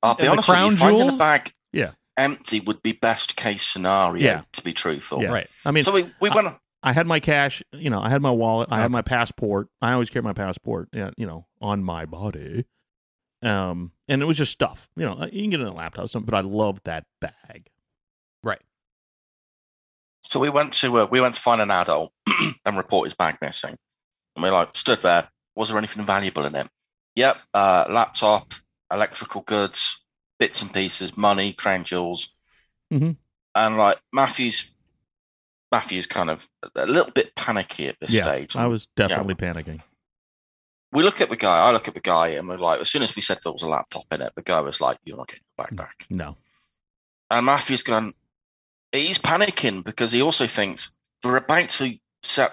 Speaker 2: I'll be
Speaker 3: And the
Speaker 2: honest, with you,
Speaker 3: crown
Speaker 2: finding
Speaker 3: jewels?
Speaker 2: a bag
Speaker 1: Yeah.
Speaker 2: empty would be best case scenario.
Speaker 1: Yeah.
Speaker 2: to be truthful.
Speaker 1: Yeah.
Speaker 3: Right.
Speaker 1: I mean,
Speaker 2: so we, we
Speaker 1: I-
Speaker 2: went
Speaker 1: I had my cash, you know, I had my wallet, I had my passport. I always carry my passport, yeah, you know, on my body. Um, and it was just stuff, you know, uh, you can get it in a laptop, or something, but I loved that bag.
Speaker 2: So we went to uh, we went to find an adult [CLEARS THROAT] and report his bag missing. And we like stood there. Was there anything valuable in it? Yep, uh, laptop, electrical goods, bits and pieces, money, crown jewels,
Speaker 1: Mhm.
Speaker 2: and like Matthews. Matthews kind of a little bit panicky at this
Speaker 1: yeah,
Speaker 2: stage.
Speaker 1: I was definitely panicking.
Speaker 2: we look at the guy. I look at the guy, and we're like, as soon as we said there was a laptop in it, the guy was like, "You're not getting your bag back."
Speaker 1: No,
Speaker 2: And Matthew's gone, he's panicking because he also thinks they're about to set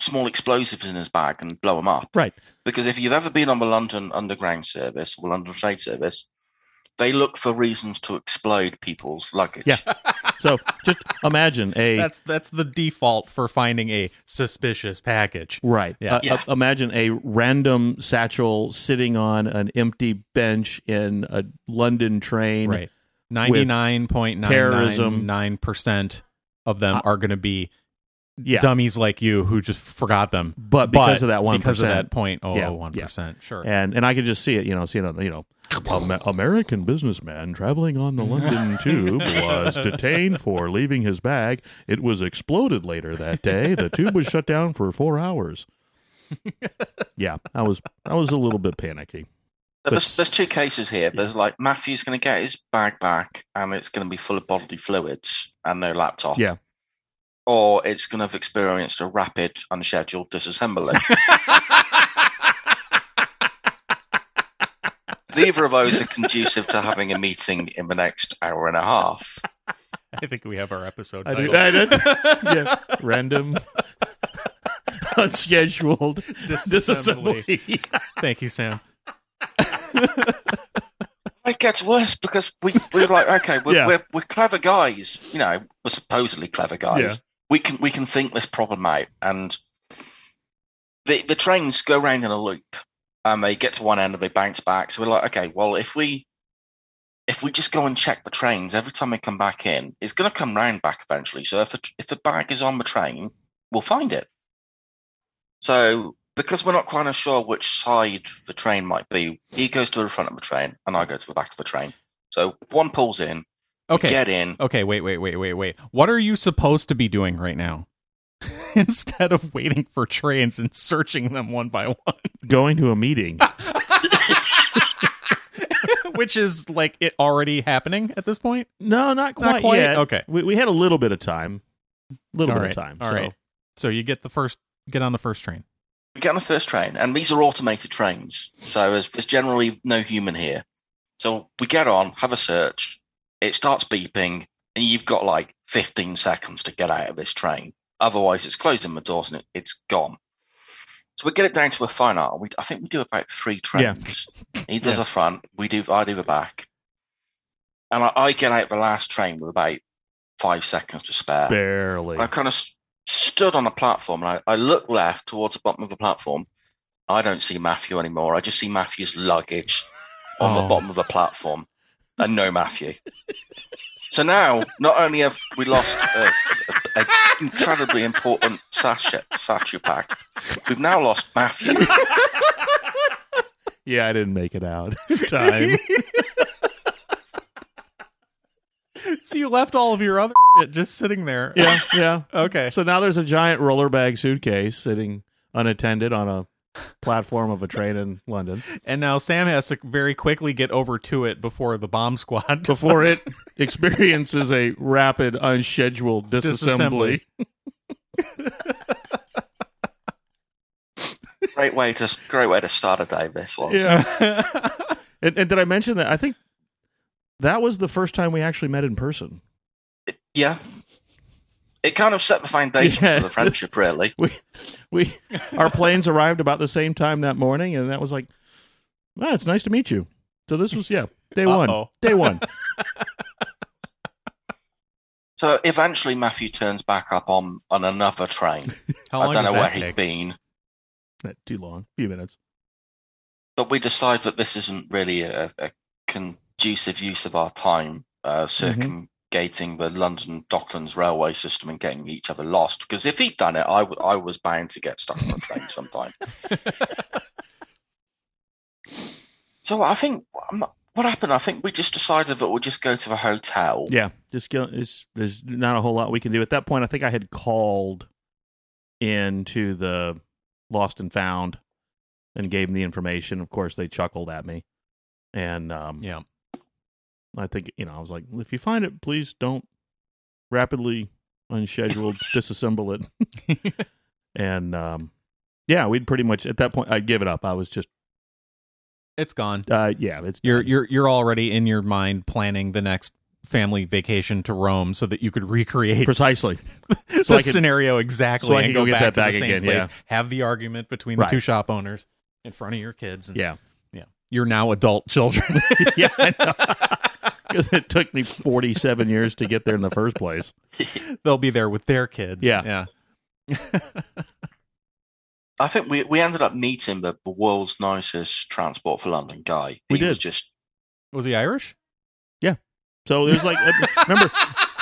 Speaker 2: small explosives in his bag and blow them up.
Speaker 1: Right.
Speaker 2: Because if you've ever been on the London Underground Service or London Trade Service, they look for reasons to explode people's luggage.
Speaker 1: Yeah. so just imagine
Speaker 2: [LAUGHS]
Speaker 1: a
Speaker 3: That's that's the default for finding a suspicious package.
Speaker 1: right.
Speaker 3: Yeah.
Speaker 1: uh,
Speaker 2: Yeah.
Speaker 1: uh, imagine a random satchel sitting on an empty bench in a London train.
Speaker 3: Right. Ninety nine point nine nine percent of them
Speaker 1: Uh,
Speaker 3: are gonna be
Speaker 1: Yeah,
Speaker 3: dummies like you who just forgot them.
Speaker 1: but because of that one
Speaker 3: because of that point oh
Speaker 1: Yeah,
Speaker 3: one percent. Sure.
Speaker 1: and and I could just see it, you know, seeing a you know, Amer- American businessman traveling on the
Speaker 3: [LAUGHS]
Speaker 1: London Tube was detained for leaving his bag. It was exploded later that day. The tube was shut down for four
Speaker 3: [LAUGHS]
Speaker 1: hours. Yeah, I was I was a little bit
Speaker 3: [LAUGHS]
Speaker 1: panicky. But
Speaker 2: But there's, there's two
Speaker 1: s-
Speaker 2: cases here. There's like Matthew's going to get his bag back and it's going to be full of bodily fluids and no laptop.
Speaker 1: Yeah.
Speaker 2: Or it's going to have experienced a rapid, unscheduled disassembly. Neither of those are conducive to having a meeting in the next hour and a half.
Speaker 3: I think we have our episode
Speaker 1: I do-
Speaker 3: title.
Speaker 1: [LAUGHS] I- Yeah,
Speaker 3: [LAUGHS]
Speaker 1: random, [LAUGHS] unscheduled
Speaker 3: Disassembly.
Speaker 1: disassembly.
Speaker 3: Thank you, Sam.
Speaker 2: It gets worse because we, we were like, okay, we're,
Speaker 1: Yeah.
Speaker 2: we're, we're clever guys. You know, we're supposedly clever guys.
Speaker 1: Yeah.
Speaker 2: we can we can think this problem out, and the the trains go round in a loop, and they get to one end and they bounce back. So we're like, okay, well if we if we just go and check the trains every time they come back in, it's going to come round back eventually. So if a, if a bag is on the train, we'll find it. So because we're not quite sure which side the train might be, he goes to the front of the train and I go to the back of the train. So one pulls in, we
Speaker 3: Okay.
Speaker 2: get in.
Speaker 3: Okay, wait, wait, wait, wait, wait. What are you supposed to be doing right now? [LAUGHS] Instead of waiting for trains and searching them one by one,
Speaker 1: [LAUGHS]
Speaker 3: [LAUGHS]
Speaker 1: Going to a meeting.
Speaker 3: Ah. which is like it already happening at this point.
Speaker 1: No, not quite,
Speaker 3: quite?
Speaker 1: yet.
Speaker 3: Okay.
Speaker 1: we, we had a little bit of time, little
Speaker 3: All
Speaker 1: bit
Speaker 3: right,
Speaker 1: of time.
Speaker 3: all
Speaker 1: so
Speaker 3: right. So you get the first get on the first train.
Speaker 2: We get on the first train, and these are automated trains, so there's, there's generally no human here. So we get on, have a search. It starts beeping, and you've got like 15 seconds to get out of this train. Otherwise, it's closing the doors and it, it's gone. So we get it down to a fine art. We, I think we do about three
Speaker 1: Yeah.
Speaker 2: trains. He does
Speaker 3: Yeah.
Speaker 2: the front, we do, I do the back, and I, I get out the last train with about five seconds to spare.
Speaker 1: barely.
Speaker 2: I kind of s- stood on a platform and I, I look left towards the bottom of the platform. I don't see Matthew anymore. I just see Matthew's luggage on
Speaker 3: Oh.
Speaker 2: the bottom of the platform and no Matthew. so now, not only have we lost an incredibly important sachet, satchel pack, we've now lost Matthew.
Speaker 1: Yeah, I didn't make it
Speaker 3: [LAUGHS]
Speaker 1: out [LAUGHS] in time.
Speaker 3: [LAUGHS] so you left all of your other [LAUGHS] shit just sitting there.
Speaker 1: yeah, yeah.
Speaker 3: Okay.
Speaker 1: So now there's a giant roller bag suitcase sitting unattended on a platform of a train in London.
Speaker 3: [LAUGHS] And now Sam has to very quickly get over to it before the bomb squad. [LAUGHS] does.
Speaker 1: Before it experiences a rapid, unscheduled disassembly.
Speaker 3: Disassembly.
Speaker 2: Great way to great way to start a day. This was.
Speaker 1: And, and did I mention that? I think that was the first time we actually met in person. [LAUGHS]
Speaker 2: Yeah. It kind of set the foundation
Speaker 1: Yeah.
Speaker 2: for the friendship, really.
Speaker 1: we we our planes arrived about the same time that morning and that was like ah, it's nice to meet you so this was yeah day one
Speaker 3: Uh-oh.
Speaker 1: day one [LAUGHS]
Speaker 2: So eventually, Matthew turns back up on, on another train.
Speaker 3: [LAUGHS] How
Speaker 2: I
Speaker 3: long
Speaker 2: don't
Speaker 3: does
Speaker 2: know
Speaker 3: that
Speaker 2: where
Speaker 3: take?
Speaker 2: he'd been,
Speaker 1: Not too long few minutes
Speaker 2: but we decide that this isn't really a, a conducive use of our time, uh,
Speaker 1: Mm-hmm.
Speaker 2: circumgating the London Docklands railway system and getting each other lost. Because if he'd done it, I, w- I was bound to get stuck on a
Speaker 1: [LAUGHS]
Speaker 2: train sometime. so I think um, what happened, I think we just decided that we'll just go to the hotel.
Speaker 1: yeah just go it's, there's not a whole lot we can do at that point i think i had called into the lost and found and gave them the information of course they chuckled at me and um
Speaker 3: Yeah.
Speaker 1: i think you know i was like if you find it please don't rapidly unscheduled disassemble it
Speaker 3: [LAUGHS]
Speaker 1: and um yeah we'd pretty much at that point i'd give it up i was just
Speaker 3: It's gone.
Speaker 1: uh yeah it's
Speaker 3: You're you're you're already in your mind planning the next family vacation to Rome so that you could [LAUGHS] recreate [LAUGHS]
Speaker 1: precisely
Speaker 3: the
Speaker 1: so I could-
Speaker 3: scenario exactly
Speaker 1: so I can
Speaker 3: and
Speaker 1: go get
Speaker 3: back
Speaker 1: that
Speaker 3: to the
Speaker 1: bag
Speaker 3: same
Speaker 1: again,
Speaker 3: place,
Speaker 1: yeah.
Speaker 3: Have the argument between
Speaker 1: Right.
Speaker 3: the two shop owners in front of your kids. And
Speaker 1: yeah
Speaker 3: You're now adult [LAUGHS] children.
Speaker 1: [LAUGHS] yeah [LAUGHS] because it took me 47 years to get there in the first place
Speaker 3: They'll be there with their kids.
Speaker 1: Yeah.
Speaker 3: Yeah.
Speaker 2: I think we, we ended up meeting the, the world's nicest transport for London guy.
Speaker 1: We
Speaker 2: he was
Speaker 1: did.
Speaker 2: just
Speaker 3: Was he Irish?
Speaker 1: so there's like uh, remember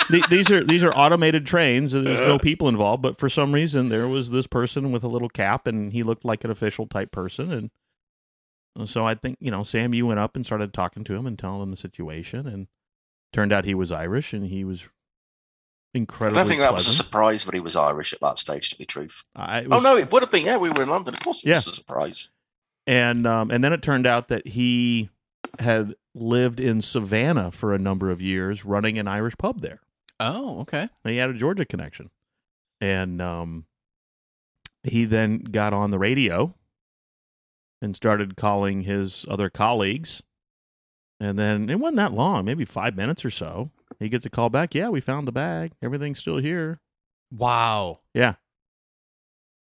Speaker 1: the- these are these are automated trains and there's no people involved but for some reason there was this person with a little cap and he looked like an official type person and and so i think you know sam you went up and started talking to him and telling him the situation and turned out he was irish and he was
Speaker 2: I
Speaker 1: incredibly
Speaker 2: don't think that was a
Speaker 1: pleasant.
Speaker 2: surprise that he was Irish at that stage, to be truth.
Speaker 1: I- it
Speaker 2: Oh
Speaker 1: was-
Speaker 2: no, it would have been. Yeah, we were in London. Of course, it was a surprise.
Speaker 1: and um, and then it turned out that he had lived in Savannah for a number of years, running an Irish pub there.
Speaker 3: Oh, okay.
Speaker 1: And he had a Georgia connection, and um, he then got on the radio and started calling his other colleagues. And then it wasn't that long, maybe five minutes or so. He gets a call back. Yeah, we found the bag. Everything's still here.
Speaker 3: Wow.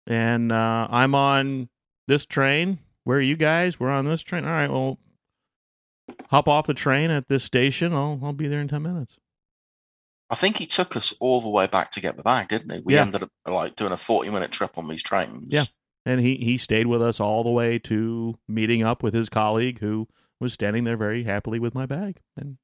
Speaker 1: and uh, I'm on this train. Where are you guys? We're on this train. All right, well, hop off the train at this station. I'll I'll be there in ten minutes.
Speaker 2: I think he took us all the way back to get the bag, didn't he? We
Speaker 1: Yeah.
Speaker 2: ended up like doing a forty-minute trip on these trains.
Speaker 1: Yeah. And he, he stayed with us all the way to meeting up with his colleague who was standing there very happily with my bag. And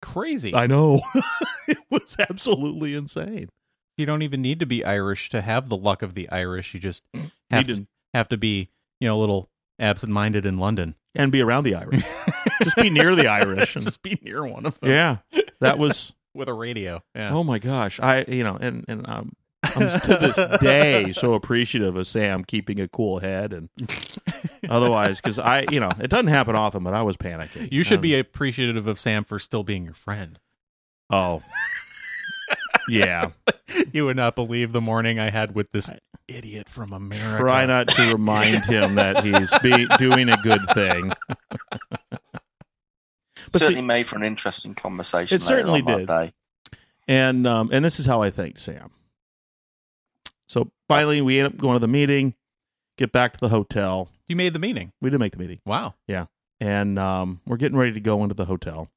Speaker 3: Crazy.
Speaker 1: I know [LAUGHS] it was absolutely insane.
Speaker 3: you don't even need to be Irish to have the luck of the Irish.
Speaker 1: [CLEARS THROAT]
Speaker 3: You just
Speaker 1: He
Speaker 3: have to,
Speaker 1: didn't,
Speaker 3: have to be, you know, a little absent-minded
Speaker 1: [LAUGHS]
Speaker 3: in London.
Speaker 1: and be around the
Speaker 3: [LAUGHS]
Speaker 1: Irish. Just be near the Irish. and-
Speaker 3: just be near one of them.
Speaker 1: yeah. That was,
Speaker 3: with a radio. [LAUGHS] Yeah.
Speaker 1: oh my gosh. I, you know, and, and um, I'm to this day so appreciative of Sam keeping a cool head and otherwise, because I, you know, it doesn't happen often, but I was panicking.
Speaker 3: [LAUGHS] you should
Speaker 1: Um,
Speaker 3: be appreciative of Sam for still being your friend.
Speaker 1: Oh. Yeah.
Speaker 3: [LAUGHS] You would not believe the morning I had with this idiot from America.
Speaker 1: Try not to remind him that he's be doing a good thing. But see-
Speaker 2: certainly made for an interesting conversation.
Speaker 1: It
Speaker 2: later
Speaker 1: certainly
Speaker 2: on that
Speaker 1: did.
Speaker 2: day.
Speaker 1: And um and this is how I thanked Sam. So finally we end up going to the meeting, get back to the hotel.
Speaker 3: You made the meeting.
Speaker 1: We did make the meeting.
Speaker 3: Wow.
Speaker 1: And um we're getting ready to go into the hotel.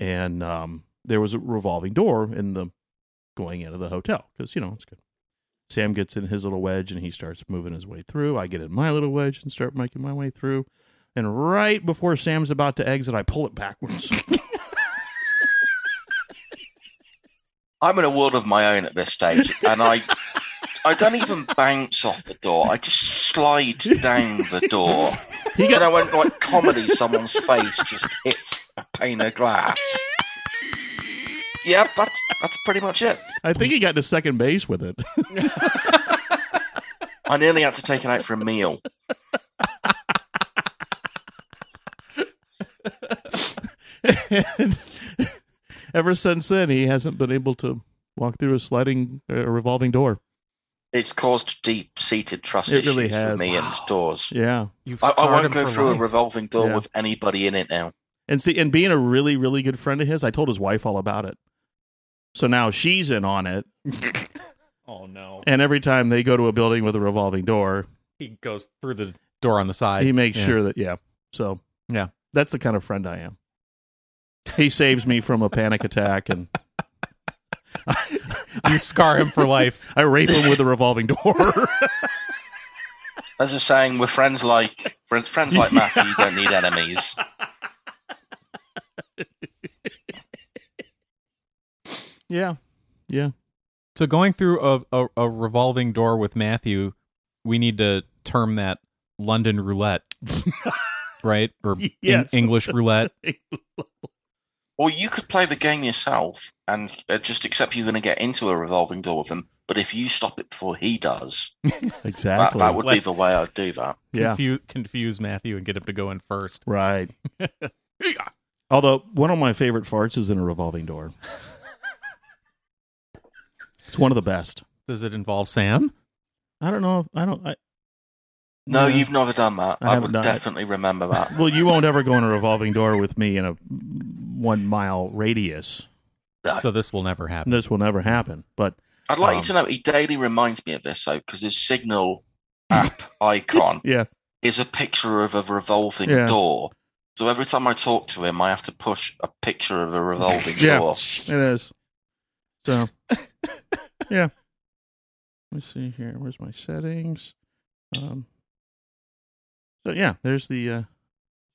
Speaker 1: And um there was a revolving door in the going into the hotel because you know it's good. Sam gets in his little wedge and he starts moving his way through. I get in my little wedge and start making my way through. And right before Sam's about to exit, I pull it backwards.
Speaker 2: I'm in a world of my own at this stage, and I, I don't even bounce off the door. I
Speaker 1: [LAUGHS]
Speaker 2: just slide down the door.
Speaker 1: He
Speaker 2: You
Speaker 1: got
Speaker 2: know, when like comedy, someone's face just hits a pane of glass. Yep, that's that's pretty much it.
Speaker 1: I think he got to second base with it. [LAUGHS]
Speaker 2: I nearly had to take it out for a meal.
Speaker 1: and ever since then, he hasn't been able to walk through a sliding, uh, revolving door.
Speaker 2: It's caused deep-seated trust
Speaker 1: It
Speaker 2: issues
Speaker 1: really has.
Speaker 2: with me and doors.
Speaker 1: Yeah,
Speaker 3: You've
Speaker 2: I, I
Speaker 3: scarred
Speaker 2: won't
Speaker 3: him
Speaker 2: go
Speaker 3: for
Speaker 2: through
Speaker 3: life.
Speaker 2: a revolving door
Speaker 1: Yeah.
Speaker 2: with anybody in it now.
Speaker 1: and see, and being a really, really good friend of his, I told his wife all about it. So now she's in on it,
Speaker 3: Oh no.
Speaker 1: and every time they go to a building with a revolving door,
Speaker 3: He goes through the door on the side.
Speaker 1: he makes
Speaker 3: Yeah.
Speaker 1: sure that yeah. So
Speaker 3: Yeah.
Speaker 1: that's the kind of friend I am. He saves me from a panic attack, and
Speaker 3: [LAUGHS] you scar him for life.
Speaker 1: I rape him with a revolving door.
Speaker 3: [LAUGHS]
Speaker 2: As I'm saying, we're friends like friends, friends like Matthew. You
Speaker 1: [LAUGHS]
Speaker 2: don't need enemies.
Speaker 1: yeah,
Speaker 3: So going through a, a, a revolving door with Matthew, we need to term that London [LAUGHS] roulette. right? [LAUGHS] Or Eng-
Speaker 1: Yes.
Speaker 3: English [LAUGHS] roulette.
Speaker 2: Or you could play the game yourself and uh, just accept you're going to get into a revolving door with him. But if you stop it before he does, that,
Speaker 1: [LAUGHS] exactly.
Speaker 2: that would be
Speaker 3: Like-
Speaker 2: the way I'd do that.
Speaker 1: yeah,
Speaker 3: Confu- confuse Matthew and get him to go in first. [LAUGHS]
Speaker 1: Right. Although one of my favorite farts is in a revolving
Speaker 3: [LAUGHS]
Speaker 1: door. it's one of the best.
Speaker 3: Does it involve Sam?
Speaker 1: I don't know. If, I don't. I,
Speaker 2: No,
Speaker 1: Yeah.
Speaker 2: you've never done that.
Speaker 1: I
Speaker 2: I,
Speaker 1: haven't
Speaker 2: would
Speaker 1: done it.
Speaker 2: definitely remember that.
Speaker 1: Well, you won't ever go in a revolving door with me in a one mile radius.
Speaker 2: No.
Speaker 3: So this will never happen.
Speaker 1: This will never happen. But
Speaker 2: I'd like
Speaker 1: Um,
Speaker 2: you to know he daily reminds me of this though, because his signal app icon
Speaker 1: yeah,
Speaker 2: is a picture of a revolving
Speaker 1: Yeah.
Speaker 2: door. So every time I talk to him, I have to push a picture of a revolving
Speaker 1: [LAUGHS] Yeah.
Speaker 2: door.
Speaker 1: it is. So, yeah. Let me see here. Where's my settings? Um. So yeah, there's the uh,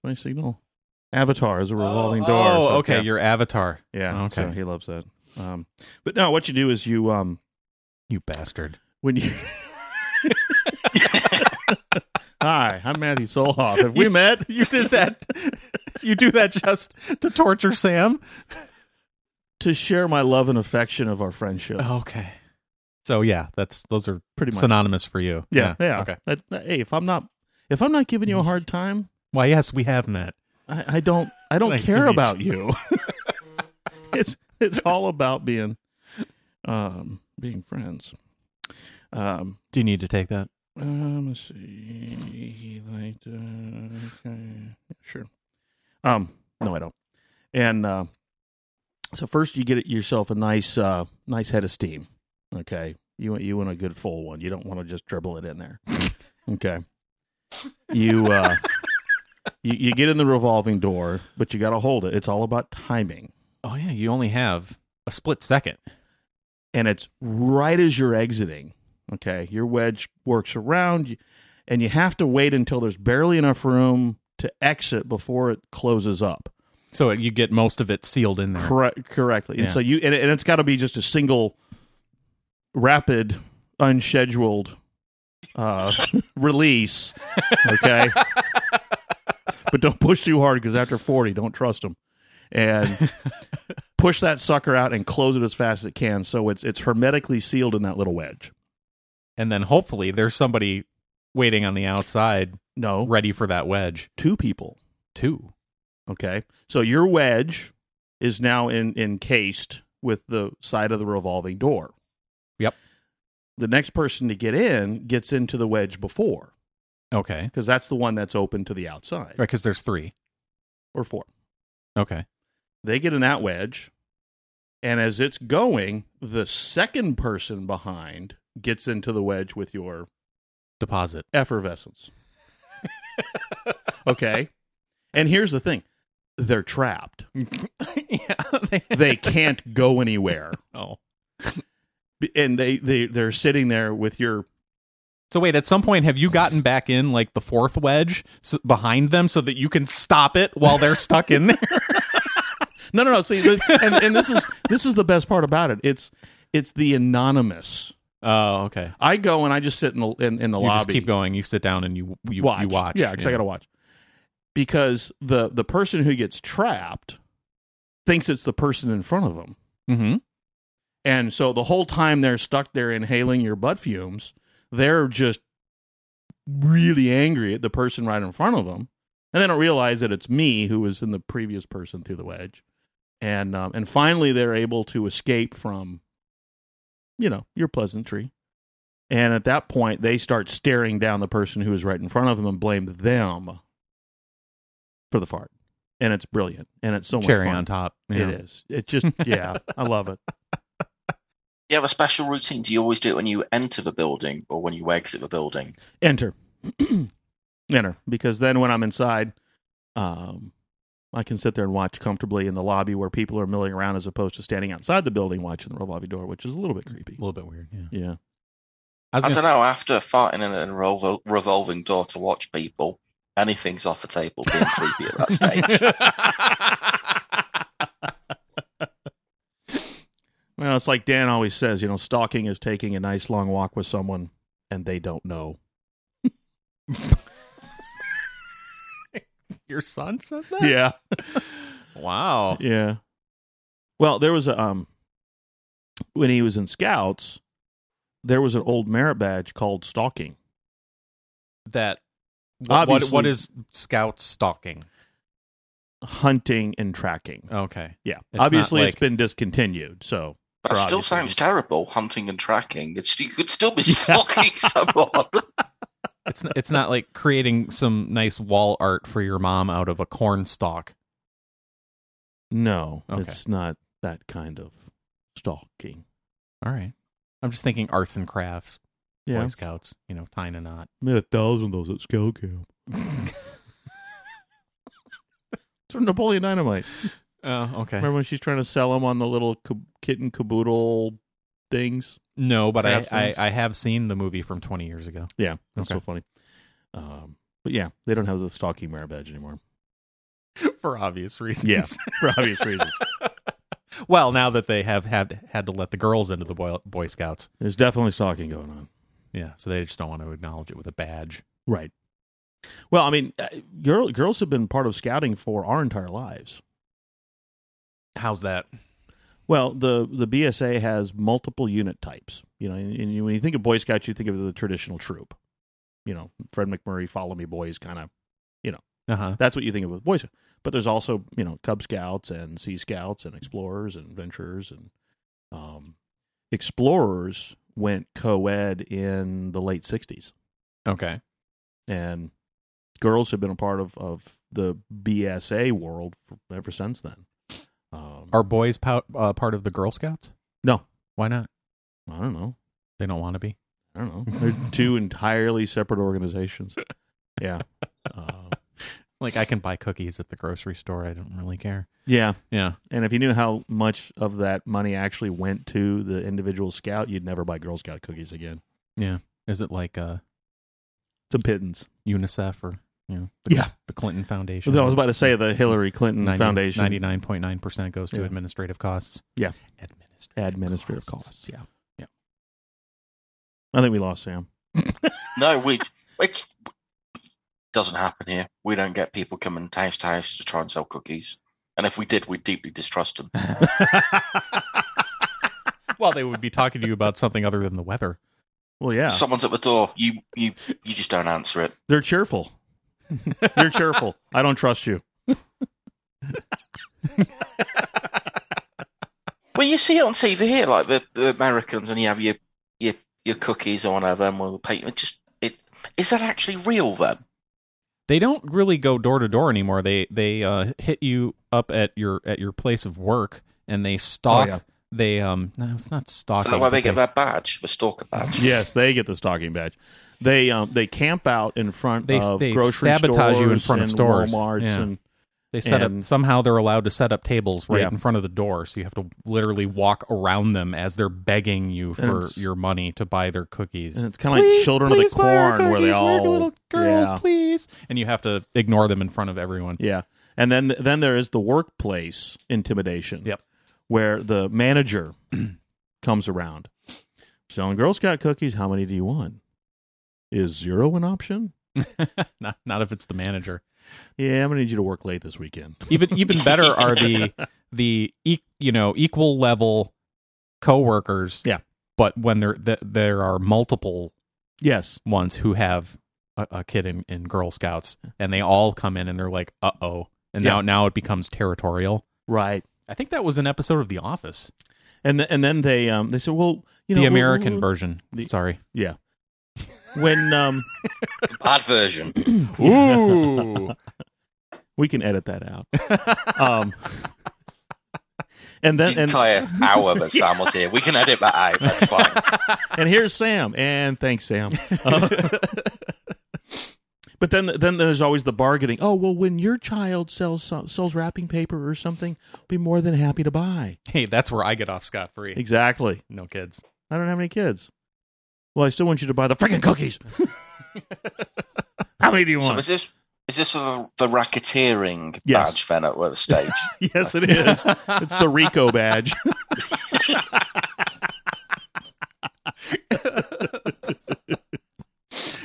Speaker 1: my signal. Avatar is a revolving door.
Speaker 3: Oh,
Speaker 1: so,
Speaker 3: okay.
Speaker 1: yeah.
Speaker 3: Your avatar.
Speaker 1: Yeah.
Speaker 3: Okay.
Speaker 1: so he loves that. Um, but no, what you do is you um
Speaker 3: You bastard.
Speaker 1: when you. [LAUGHS] Hi, I'm Matthew Solhoff. Have we met?
Speaker 3: [LAUGHS] You did that. you do that just to torture Sam.
Speaker 1: To share my love and affection of our friendship.
Speaker 3: Okay. So yeah, that's those are
Speaker 1: Oh, pretty much.
Speaker 3: synonymous for you.
Speaker 1: yeah, yeah.
Speaker 3: Okay.
Speaker 1: That- that- hey, if I'm not if I'm not [LAUGHS] giving you a hard time,
Speaker 3: Why? Yes, we have met.
Speaker 1: I, I don't I don't
Speaker 3: Nice to
Speaker 1: care
Speaker 3: meet
Speaker 1: about you. [LAUGHS] it's it's all about being um being friends. Um
Speaker 3: Do you need to take that?
Speaker 1: Um, let's see. Like, uh, okay. Sure. Um, no, I don't. And uh, so first, you get yourself a nice, uh, nice head of steam. Okay, you want you want a good full one. You don't want to just dribble it in there. Okay. You uh, you you get in the revolving door, but you got to hold it. It's all about timing.
Speaker 3: Oh yeah, you only have a split second.
Speaker 1: and it's right as you're exiting. Okay, your wedge works around, you- and you have to wait until there's barely enough room to exit before it closes up
Speaker 3: So you get most of it sealed in there.
Speaker 1: correct correctly. And
Speaker 3: Yeah.
Speaker 1: so you and, and it's got to be just a single, rapid, unscheduled uh, [LAUGHS] release.
Speaker 3: [LAUGHS]
Speaker 1: Okay, but don't push too hard because after forty, don't trust them.
Speaker 3: [LAUGHS]
Speaker 1: And push that sucker out and close it as fast as it can, so it's it's hermetically sealed in that little wedge.
Speaker 3: And then hopefully there's somebody waiting on the outside
Speaker 1: No,
Speaker 3: ready for that wedge,
Speaker 1: two people.
Speaker 3: too.
Speaker 1: Okay, so your wedge is now in, encased with the side of the revolving door.
Speaker 3: Yep.
Speaker 1: The next person to get in gets into the wedge before
Speaker 3: Okay.
Speaker 1: because that's the one that's open to the outside
Speaker 3: Right, because there's three.
Speaker 1: or four.
Speaker 3: Okay.
Speaker 1: They get in that wedge, and as it's going, the second person behind gets into the wedge with your
Speaker 3: Deposit.
Speaker 1: effervescence. okay. And here's the thing they're trapped,
Speaker 3: [LAUGHS] yeah. They,
Speaker 1: they can't go anywhere.
Speaker 3: oh.
Speaker 1: B- and they they they're sitting there with your
Speaker 3: So wait, at some point, have you gotten back in like the fourth wedge s behind them so that you can stop it while they're stuck
Speaker 1: [LAUGHS]
Speaker 3: in there?
Speaker 1: no no no see the, and and this is this is the best part about it it's it's the anonymous
Speaker 3: Oh, okay.
Speaker 1: i go and i just sit in the in, in the
Speaker 3: You just
Speaker 1: lobby
Speaker 3: keep going. You sit down and you you
Speaker 1: watch.
Speaker 3: you watch.
Speaker 1: yeah because i gotta watch because the the person who gets trapped thinks it's the person in front of them
Speaker 3: Mm-hmm.
Speaker 1: and so the whole time they're stuck there inhaling your butt fumes they're just really angry at the person right in front of them and they don't realize that it's me who was in the previous person through the wedge and um, and finally they're able to escape from you know your pleasantry and at that point they start staring down the person who is right in front of them and blame them for the fart and it's brilliant and it's so
Speaker 3: Cherry
Speaker 1: much fun
Speaker 3: on top.
Speaker 1: it is it just yeah i love it
Speaker 2: Do you have a special routine? Do you always do it when you enter the building or when you exit the building?
Speaker 1: enter [CLEARS THROAT] enter because then when i'm inside um i can sit there and watch comfortably in the lobby where people are milling around as opposed to standing outside the building watching the revolving door which is a little bit creepy
Speaker 3: A little bit weird. Yeah.
Speaker 1: yeah
Speaker 3: I was
Speaker 2: I
Speaker 3: gonna
Speaker 2: don't know. After farting in a revol- revolving door to watch people, anything's off the table being creepy at that
Speaker 1: [LAUGHS]
Speaker 2: stage.
Speaker 1: well it's like dan always says you know stalking is taking a nice long walk with someone and they don't
Speaker 3: [LAUGHS]
Speaker 1: know
Speaker 3: [LAUGHS] Your son says that?
Speaker 1: yeah
Speaker 3: Wow.
Speaker 1: Yeah. Well, there was a um when he was in scouts, there was an old merit badge called stalking.
Speaker 3: That. What, what,
Speaker 1: Obviously-
Speaker 3: what is scout stalking?
Speaker 1: Hunting and tracking.
Speaker 3: Okay.
Speaker 1: Yeah.
Speaker 3: Oh, It's
Speaker 1: Obviously
Speaker 3: not
Speaker 1: it's
Speaker 3: like-
Speaker 1: been discontinued, so
Speaker 2: But
Speaker 1: For
Speaker 2: it still
Speaker 1: obvious
Speaker 2: sounds
Speaker 1: reasons.
Speaker 2: terrible. Hunting and tracking. It's, you
Speaker 1: [LAUGHS]
Speaker 2: could still be stalking someone.
Speaker 3: It's n- it's not like creating some nice wall art for your mom out of a corn stalk.
Speaker 1: no,
Speaker 3: Okay.
Speaker 1: it's not that kind of stalking.
Speaker 3: All right. I'm just thinking arts and crafts,
Speaker 1: Yeah.
Speaker 3: Boy Scouts, you know, tying a knot.
Speaker 1: Made a thousand of those at scout [LAUGHS] camp. It's from Napoleon Dynamite.
Speaker 3: Oh, okay.
Speaker 1: Remember when she's trying to sell them on the little cab- kitten caboodle things?
Speaker 3: No, but I,
Speaker 1: Crafts
Speaker 3: I,
Speaker 1: things?
Speaker 3: I have seen the movie from 20
Speaker 1: [LAUGHS]
Speaker 3: years ago.
Speaker 1: Yeah, that's
Speaker 3: Okay.
Speaker 1: so funny. Um, but yeah, they don't have the stalking merit badge [LAUGHS] anymore
Speaker 3: For obvious reasons.
Speaker 1: for [LAUGHS] obvious reasons.
Speaker 3: well, now that they have had, had to let the girls into the Boy, Boy Scouts.
Speaker 1: There's definitely stalking going on.
Speaker 3: Yeah. So they just don't want to acknowledge it with a badge.
Speaker 1: Right. Well, I mean, uh, girl, girls have been part of scouting for our entire lives.
Speaker 3: How's that?
Speaker 1: Well, the the BSA has multiple unit types. You know, and, and you- when you think of Boy Scouts, you think of the traditional troop. You know, Fred McMurray, Follow Me Boys, kind of.
Speaker 3: Uh huh.
Speaker 1: That's what you think of with Boy Scouts. But there's also you know Cub Scouts and Sea Scouts and Explorers and Adventurers and um, Explorers went co-ed in the late '60s,
Speaker 3: Okay.
Speaker 1: and girls have been a part of of the BSA world for, ever since then. Um,
Speaker 3: Are boys pow- uh, part of the Girl Scouts?
Speaker 1: no,
Speaker 3: Why not?
Speaker 1: I don't know.
Speaker 3: They don't want to be.
Speaker 1: I [LAUGHS] don't know. They're two entirely separate organizations. Yeah. Uh,
Speaker 3: Like I can buy cookies at the grocery store. I don't really care.
Speaker 1: Yeah.
Speaker 3: Yeah.
Speaker 1: And if you knew how much of that money actually went to the individual scout, you'd never buy Girl Scout cookies again.
Speaker 3: Is it like uh
Speaker 1: It's a pittance.
Speaker 3: UNICEF or you know the,
Speaker 1: Yeah.
Speaker 3: the Clinton Foundation?
Speaker 1: I was about to say the Hillary Clinton Foundation
Speaker 3: Ninety nine point nine percent goes to
Speaker 1: Yeah.
Speaker 3: administrative costs.
Speaker 1: Yeah.
Speaker 3: Administrative,
Speaker 1: administrative costs. Yeah.
Speaker 2: [LAUGHS]
Speaker 1: Yeah. I think we lost Sam.
Speaker 2: No, we it doesn't happen here. We don't get people coming house to house to try and sell cookies. And if we did, we deeply distrust them.
Speaker 3: well, they would be talking to you about something other than the weather.
Speaker 1: Well, yeah.
Speaker 2: Someone's at the door. You you you just don't answer it.
Speaker 1: They're
Speaker 3: [LAUGHS]
Speaker 1: cheerful. You're cheerful. I don't trust you.
Speaker 2: Well, you see it on TV here, like the, the Americans, and you have your your your cookies or whatever, and we'll pay you. It Just it is that actually real then?
Speaker 3: They don't really go door to door anymore. They they uh, hit you up at your at your place of work and they stalk.
Speaker 1: Oh, yeah.
Speaker 3: They um no, it's not
Speaker 2: Is
Speaker 3: stalking.
Speaker 2: that why
Speaker 3: but
Speaker 2: they get that badge, the stalker badge?
Speaker 1: Yes, they get the stocking badge. They um they camp out in front
Speaker 3: They-
Speaker 1: of
Speaker 3: they
Speaker 1: grocery
Speaker 3: sabotage
Speaker 1: stores
Speaker 3: you in front of
Speaker 1: and
Speaker 3: stores.
Speaker 1: Walmarts
Speaker 3: Yeah.
Speaker 1: and
Speaker 3: They set
Speaker 1: And-
Speaker 3: up somehow they're allowed to set up tables right
Speaker 1: Yeah.
Speaker 3: in front of the door, so you have to literally walk around them as they're begging you for
Speaker 1: it's-
Speaker 3: your money to buy their cookies.
Speaker 1: and it's kind of like Children of the Corn where they all
Speaker 3: little girls,
Speaker 1: yeah,
Speaker 3: please, and you have to ignore them in front of everyone.
Speaker 1: yeah. And then then there is the workplace intimidation.
Speaker 3: Yep.
Speaker 1: Where the manager [CLEARS THROAT] comes around selling Girl Scout cookies. How many do you want? Is zero an option?
Speaker 3: [LAUGHS] not, not if it's the manager.
Speaker 1: Yeah, I'm gonna need you to work late this weekend. [LAUGHS]
Speaker 3: Even even better are the the e- you know equal level coworkers.
Speaker 1: Yeah.
Speaker 3: but when there th- there are multiple
Speaker 1: Yes.
Speaker 3: ones who have a, a kid in, in Girl Scouts, and they all come in and they're like, "Uh oh," and now
Speaker 1: Yeah.
Speaker 3: now it becomes territorial.
Speaker 1: Right.
Speaker 3: I think that was an episode of The Office,
Speaker 1: And th- and then they um they said, well, you know,
Speaker 3: the
Speaker 1: we'll-
Speaker 3: American
Speaker 1: we'll-
Speaker 3: version.
Speaker 1: the-
Speaker 3: Sorry.
Speaker 1: Yeah. When um
Speaker 2: The bad
Speaker 1: [LAUGHS]
Speaker 2: version.
Speaker 3: [LAUGHS] Ooh.
Speaker 1: we can edit that out.
Speaker 3: [LAUGHS]
Speaker 1: Um And then
Speaker 2: The
Speaker 1: and,
Speaker 2: entire hour that Sam was here. We can edit that
Speaker 1: [LAUGHS]
Speaker 2: out. That's fine.
Speaker 1: and here's Sam and thanks [LAUGHS] Sam. Uh, but then then there's always the bargaining. Oh, well when your child sells some- sells wrapping paper or something, I'll be more than happy to buy.
Speaker 3: hey, that's where I get off scot free.
Speaker 1: Exactly.
Speaker 3: No
Speaker 1: [LAUGHS]
Speaker 3: kids.
Speaker 1: I don't have any kids. Well, I still want you to buy the freaking cookies. [LAUGHS] How many do you
Speaker 2: So
Speaker 1: want?
Speaker 2: is this is this sort of the racketeering
Speaker 1: Yes.
Speaker 2: badge then at the stage?
Speaker 1: yes, it is. It's the Rico badge. [LAUGHS]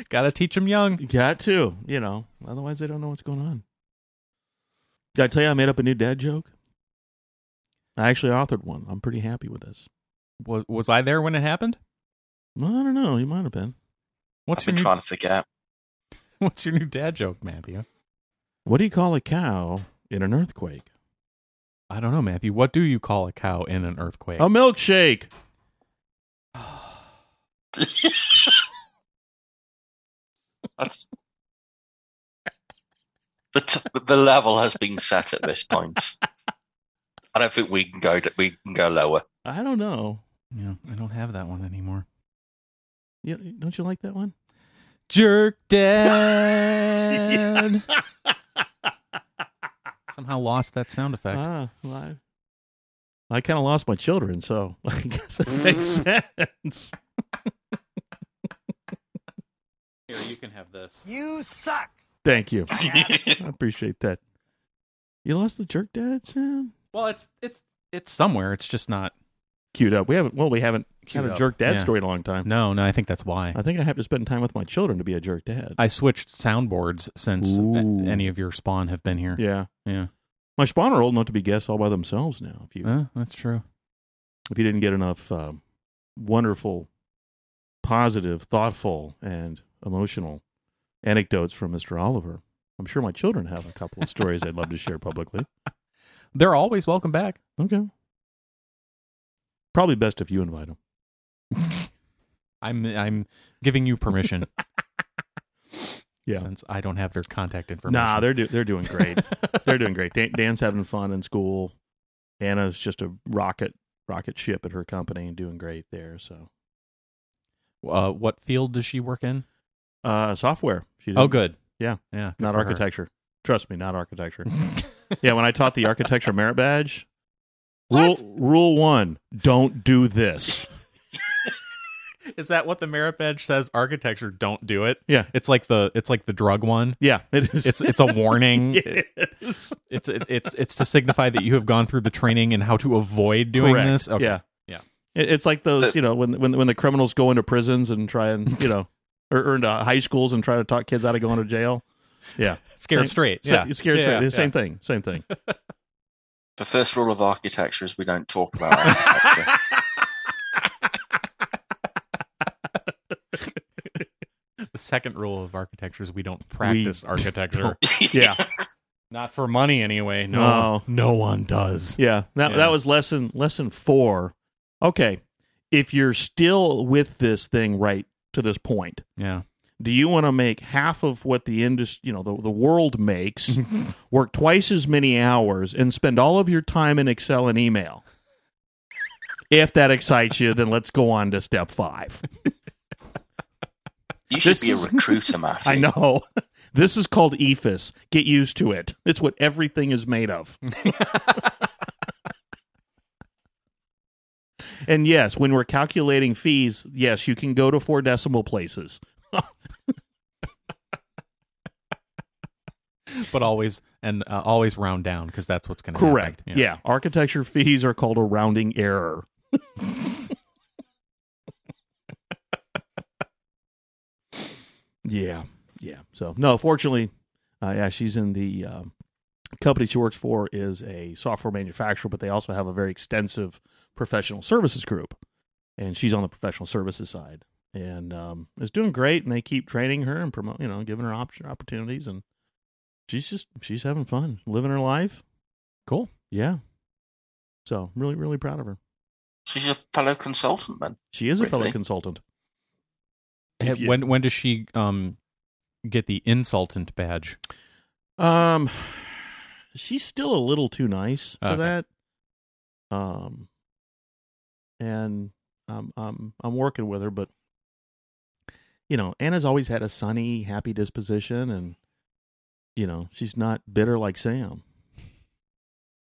Speaker 3: Got to teach them young.
Speaker 1: You Got to, you know. Otherwise, they don't know what's going on. Did I tell you I made up a new dad joke? I actually authored one. I'm pretty happy with this.
Speaker 3: Was, was I there when it happened?
Speaker 1: Well, I don't know. You might have been.
Speaker 3: What's
Speaker 2: I've
Speaker 3: your
Speaker 2: been
Speaker 3: new,
Speaker 2: trying to forget.
Speaker 3: [LAUGHS] What's your new dad joke, Matthew?
Speaker 1: What do you call a cow in an earthquake?
Speaker 3: I don't know, Matthew. What do you call a cow in an earthquake?
Speaker 1: A milkshake.
Speaker 2: That's the t- the level has been set at this point. I don't think we can go d- we can go
Speaker 1: [LAUGHS]
Speaker 2: lower.
Speaker 1: I don't know.
Speaker 3: yeah, I don't have that one anymore.
Speaker 1: You, don't you like that one?
Speaker 3: [LAUGHS] Jerk dad. [LAUGHS] Somehow lost that sound effect.
Speaker 1: Ah, well, I, I kind of lost my children, so [LAUGHS] I guess it [LAUGHS] makes sense.
Speaker 3: Here, you can have this.
Speaker 4: You suck.
Speaker 1: Thank you. I appreciate that. You lost the jerk dad, Sam?
Speaker 3: Well, it's it's it's somewhere. It's just not.
Speaker 1: Queued up. We haven't, well, we haven't
Speaker 3: Queued
Speaker 1: had a
Speaker 3: up.
Speaker 1: jerk dad
Speaker 3: Yeah.
Speaker 1: story in a long time.
Speaker 3: No, no, I think that's why.
Speaker 1: I think I have to spend time with my children to be a jerk dad.
Speaker 3: I switched soundboards since
Speaker 1: Ooh.
Speaker 3: a- any of your spawn have been here.
Speaker 1: yeah.
Speaker 3: Yeah.
Speaker 1: My spawn are old enough to be guests all by themselves now. If you
Speaker 3: Huh, that's true.
Speaker 1: if you didn't get enough um, wonderful, positive, thoughtful, and emotional anecdotes from Mr. Oliver, I'm sure my children have a couple of stories they'd love to share publicly.
Speaker 3: They're always welcome back.
Speaker 1: Okay. Probably best if you invite them.
Speaker 3: I'm I'm giving you [LAUGHS] permission.
Speaker 1: Yeah.
Speaker 3: Since I don't have their contact information.
Speaker 1: Nah, they're do- they're doing [LAUGHS] great. they're doing great. Dan- Dan's having fun in school. Anna's just a rocket rocket ship at her company and doing great there. So
Speaker 3: uh, what field does she work in?
Speaker 1: uh, software. She
Speaker 3: Oh, good.
Speaker 1: Yeah.
Speaker 3: Yeah.
Speaker 1: Not
Speaker 3: for her.
Speaker 1: architecture. Trust me, not
Speaker 3: [LAUGHS]
Speaker 1: architecture. yeah, when I taught the architecture merit badge, rule
Speaker 3: What?
Speaker 1: rule one: don't do this.
Speaker 3: Is that what the merit badge says? Architecture, don't do it.
Speaker 1: Yeah.
Speaker 3: It's like the it's like the drug one.
Speaker 1: Yeah, it is. [LAUGHS]
Speaker 3: It's it's a warning.
Speaker 1: It is.
Speaker 3: It's it, it's it's to signify that you have gone through the training and how to avoid doing
Speaker 1: Correct.
Speaker 3: this. Okay.
Speaker 1: Yeah,
Speaker 3: Yeah.
Speaker 1: It- it's like those,
Speaker 2: But-
Speaker 1: you know, when when when the criminals go into prisons and try and you know, or, or into high schools and try to talk kids out of going to jail. Yeah,
Speaker 3: Scared
Speaker 1: Same-
Speaker 3: straight.
Speaker 1: So-
Speaker 3: Yeah.
Speaker 1: you're scared
Speaker 3: Yeah,
Speaker 1: straight.
Speaker 3: yeah. [LAUGHS]
Speaker 1: Same thing. Same thing.
Speaker 2: The first rule of architecture is we don't talk about
Speaker 1: [LAUGHS]
Speaker 2: architecture.
Speaker 3: The second rule of architecture is we don't practice architecture.
Speaker 1: don't. Yeah,
Speaker 3: Not for money anyway. No.
Speaker 1: No.
Speaker 3: no one does.
Speaker 1: yeah. That
Speaker 3: Yeah.
Speaker 1: that was lesson lesson four. Okay, if you're still with this thing right to this point,
Speaker 3: Yeah.
Speaker 1: do you want to make half of what the industry, you know, the, the world makes, work twice as many hours, and spend all of your time in Excel and email? If that excites you, then let's go on to step five.
Speaker 2: You should
Speaker 1: This
Speaker 2: be a
Speaker 1: is-
Speaker 2: recruiter, Matthew.
Speaker 1: I know. [LAUGHS] This is called E EFIS. Get used to it. It's what everything is made of. and yes, when we're calculating fees, yes, you can go to four decimal places.
Speaker 3: But always and uh, always round down because that's what's going to
Speaker 1: Correct. Yeah. Architecture fees are called a rounding error. yeah. Yeah. So, no, fortunately, uh, yeah, she's in the um, company she works for is a software manufacturer, but they also have a very extensive professional services group. And she's on the professional services side and um, is doing great. And they keep training her and promote, you know, giving her option opportunities. And she's just, she's having fun, living her life.
Speaker 3: Cool.
Speaker 1: Yeah. So really, really proud of her.
Speaker 2: She's a fellow consultant then.
Speaker 1: She is a fellow
Speaker 2: Really?
Speaker 1: consultant.
Speaker 3: Hey,
Speaker 1: If you-
Speaker 3: When when does she um get the insultant badge?
Speaker 1: Um, she's still a little too nice for
Speaker 3: Okay.
Speaker 1: that. Um, and um, um, I'm working with her, but you know, Anna's always had a sunny, happy disposition, and you know, she's not bitter like Sam.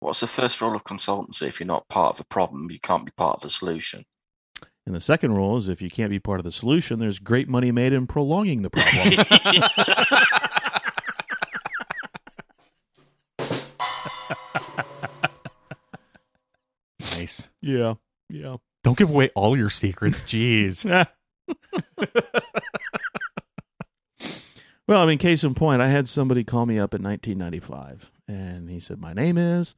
Speaker 2: What's the first rule of consultancy? If you're not part of a problem, you can't be part of
Speaker 1: [LAUGHS]
Speaker 2: a solution.
Speaker 1: And the second rule is if you can't be part of the solution, there's great money made in prolonging the problem.
Speaker 3: [LAUGHS] Nice.
Speaker 1: yeah. Yeah.
Speaker 3: Don't give away all your [LAUGHS] secrets. Jeez.
Speaker 1: Well, I mean, case in point, I had somebody call me up in 1995, and he said, "My name is.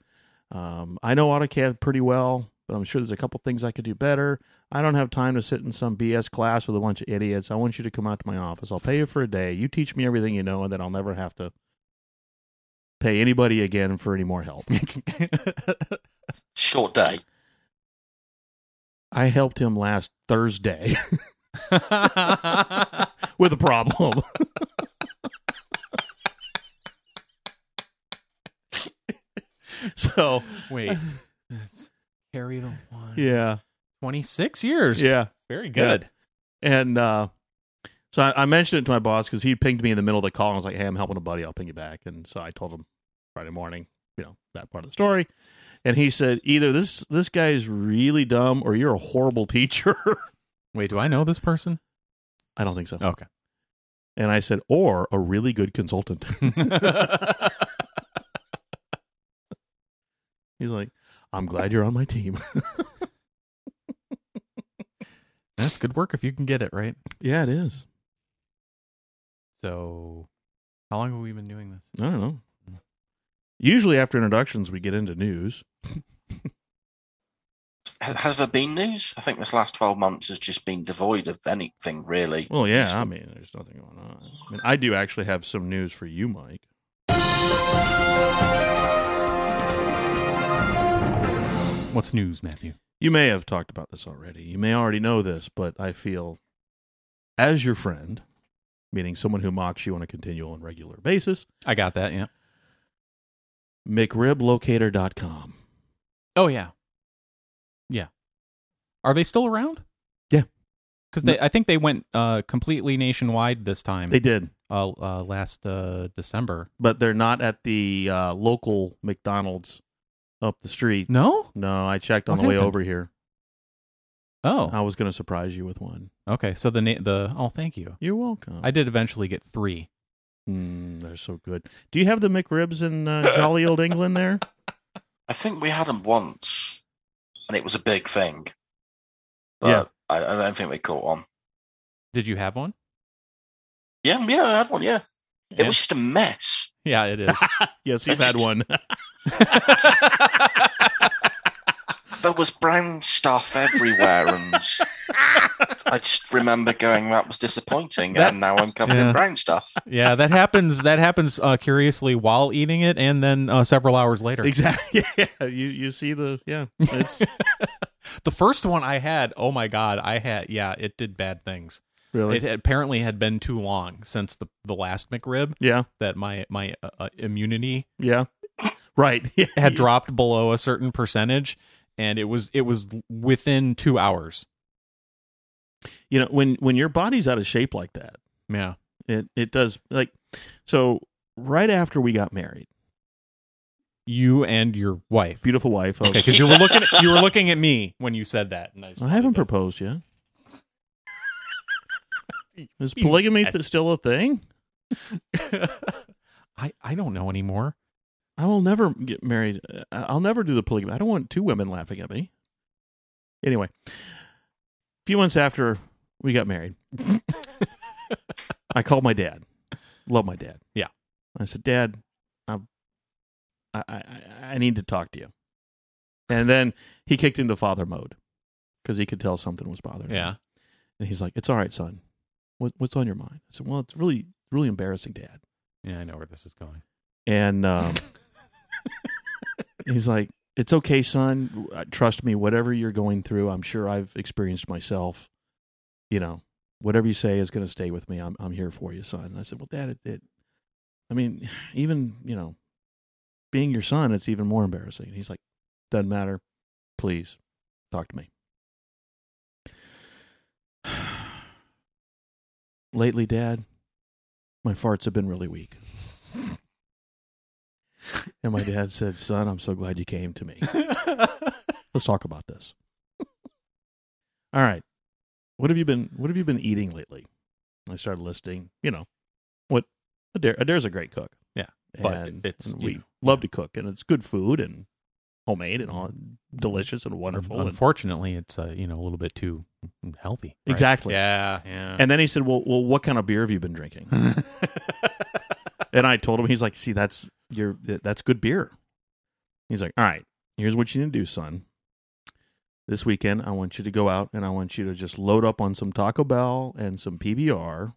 Speaker 1: Um, I know AutoCAD pretty well, but I'm sure there's a couple things I could do better. I don't have time to sit in some BS class with a bunch of idiots. I want you to come out to my office. I'll pay you for a day. You teach me everything you know, and then I'll never have to pay anybody again for any more help."
Speaker 2: Short day.
Speaker 1: I helped him last [LAUGHS] Thursday with a problem. so
Speaker 3: Wait. Carry the one.
Speaker 1: yeah,
Speaker 3: 26 years.
Speaker 1: yeah,
Speaker 3: Very
Speaker 1: Yeah.
Speaker 3: good.
Speaker 1: and uh, so I, I mentioned it to my boss because he pinged me in the middle of the call. and I was like, "Hey, I'm helping a buddy. I'll ping you back." And so I told him Friday morning, you know, that part of the story, and he said, "Either this this guy is really dumb, or you're a horrible teacher." [LAUGHS]
Speaker 3: Wait, do I know this person?
Speaker 1: I don't think so.
Speaker 3: Okay.
Speaker 1: And I said, "Or a really good [LAUGHS] consultant." He's like, "I'm glad you're on my team." [LAUGHS]
Speaker 3: That's good work if you can get it, right?
Speaker 1: yeah, it is.
Speaker 3: So, how long have we been doing this?
Speaker 1: I don't know. Usually after introductions, we get into news.
Speaker 2: Ha- Has there been news? I think this last 12 months has just been devoid of anything, really.
Speaker 1: Well, yeah, I mean, there's nothing going on. I mean, I do actually have some news for you, Mike.
Speaker 3: What's news, Matthew?
Speaker 1: You may have talked about this already. You may already know this, but I feel as your friend, meaning someone who mocks you on a continual and regular basis,
Speaker 3: I got that, yeah.
Speaker 1: McRibLocator.com.
Speaker 3: Oh, yeah. Yeah. Are they still around?
Speaker 1: Yeah.
Speaker 3: because they I think they went uh, completely nationwide this time.
Speaker 1: They did,
Speaker 3: uh, uh, last uh, December.
Speaker 1: but they're not at the uh, local McDonald's up the street.
Speaker 3: No.
Speaker 1: No, I checked on
Speaker 3: What
Speaker 1: the way
Speaker 3: happened?
Speaker 1: over here.
Speaker 3: Oh.
Speaker 1: I was going to surprise you with one.
Speaker 3: Okay. So the na- the oh, thank you.
Speaker 1: You're welcome.
Speaker 3: I did eventually get three.
Speaker 1: Mm, they're so good. Do you have the McRibs in
Speaker 3: [LAUGHS]
Speaker 1: uh, jolly old England there?
Speaker 2: I think we had them once, and it was a big thing. But
Speaker 1: Yeah.
Speaker 2: I, I don't think we caught on.
Speaker 3: Did you have one?
Speaker 2: Yeah, yeah, I had one. Yeah, it
Speaker 3: Yeah.
Speaker 2: was just a mess.
Speaker 3: Yeah, it is.
Speaker 1: yes, you've had one.
Speaker 2: There was brown stuff everywhere, and
Speaker 3: [LAUGHS]
Speaker 2: I just remember going, "That was disappointing."
Speaker 3: That-
Speaker 2: and now I'm covered
Speaker 3: Yeah.
Speaker 2: in brown stuff.
Speaker 3: yeah, that happens. That happens uh, curiously while eating it, and then uh, several hours later.
Speaker 1: [LAUGHS] exactly. [LAUGHS] Yeah, you you see the yeah. It's
Speaker 3: The first one I had, oh my god, I had yeah, it did bad things.
Speaker 1: really
Speaker 3: It had, apparently had been too long since the the last McRib
Speaker 1: yeah
Speaker 3: that my my uh, uh, immunity
Speaker 1: yeah right [LAUGHS]
Speaker 3: had dropped below a certain percentage, and it was it was within two hours.
Speaker 1: You know when when your body's out of shape like that,
Speaker 3: Yeah,
Speaker 1: it it does like so. Right after we got married,
Speaker 3: you and your wife.
Speaker 1: beautiful wife. I, was-
Speaker 3: Okay, because you were looking at, you were looking at me when you said that. And I,
Speaker 1: I haven't proposed
Speaker 3: [LAUGHS]
Speaker 1: yet. Is polygamy th- still a thing?
Speaker 3: [LAUGHS] I I don't know anymore.
Speaker 1: I will never get married. Uh, I'll never do the polygamy. I don't want two women laughing at me. Anyway, a few months after we got
Speaker 3: [LAUGHS]
Speaker 1: married, I called my dad. Love my dad.
Speaker 3: Yeah.
Speaker 1: I said, Dad, I'm, I, I I- I need to talk to you. And then he kicked into father mode because he could tell something was bothering him.
Speaker 3: Yeah.
Speaker 1: And he's like, "It's all right, son. What, what's on your mind?" I said, "Well, it's really really embarrassing, Dad."
Speaker 3: Yeah, I know where this is going.
Speaker 1: And um, he's like, "It's okay, son. Uh, Trust me. Whatever you're going through, I'm sure I've experienced myself. You know, whatever you say is going to stay with me. I'm I'm here for you, son." And I said, "Well, Dad, it, it I mean, [SIGHS] even you know, being your son, it's even more embarrassing." And he's like, "Doesn't matter. Please talk to me." [SIGHS] Lately, Dad, my farts have been really weak. [LAUGHS] And my dad said, Son, I'm so glad you came to me. Let's talk about
Speaker 3: [LAUGHS]
Speaker 1: this. All right. What have you been what have you been eating lately? I started listing, you know, what Adair Adair's a great cook.
Speaker 3: Yeah, but
Speaker 1: And,
Speaker 3: it's,
Speaker 1: and
Speaker 3: you
Speaker 1: we
Speaker 3: know,
Speaker 1: love to cook and it's good food and homemade and all delicious and [LAUGHS] wonderful. and-
Speaker 3: Unfortunately, it's uh, you know a little bit too healthy. right?
Speaker 1: Exactly.
Speaker 3: Yeah. Yeah.
Speaker 1: And then he said, Well well, what kind of beer have you been drinking? And I told him, he's like, see, that's your that's good beer. He's like, all right, here's what you need to do, son. This weekend, I want you to go out and I want you to just load up on some Taco Bell and some PBR,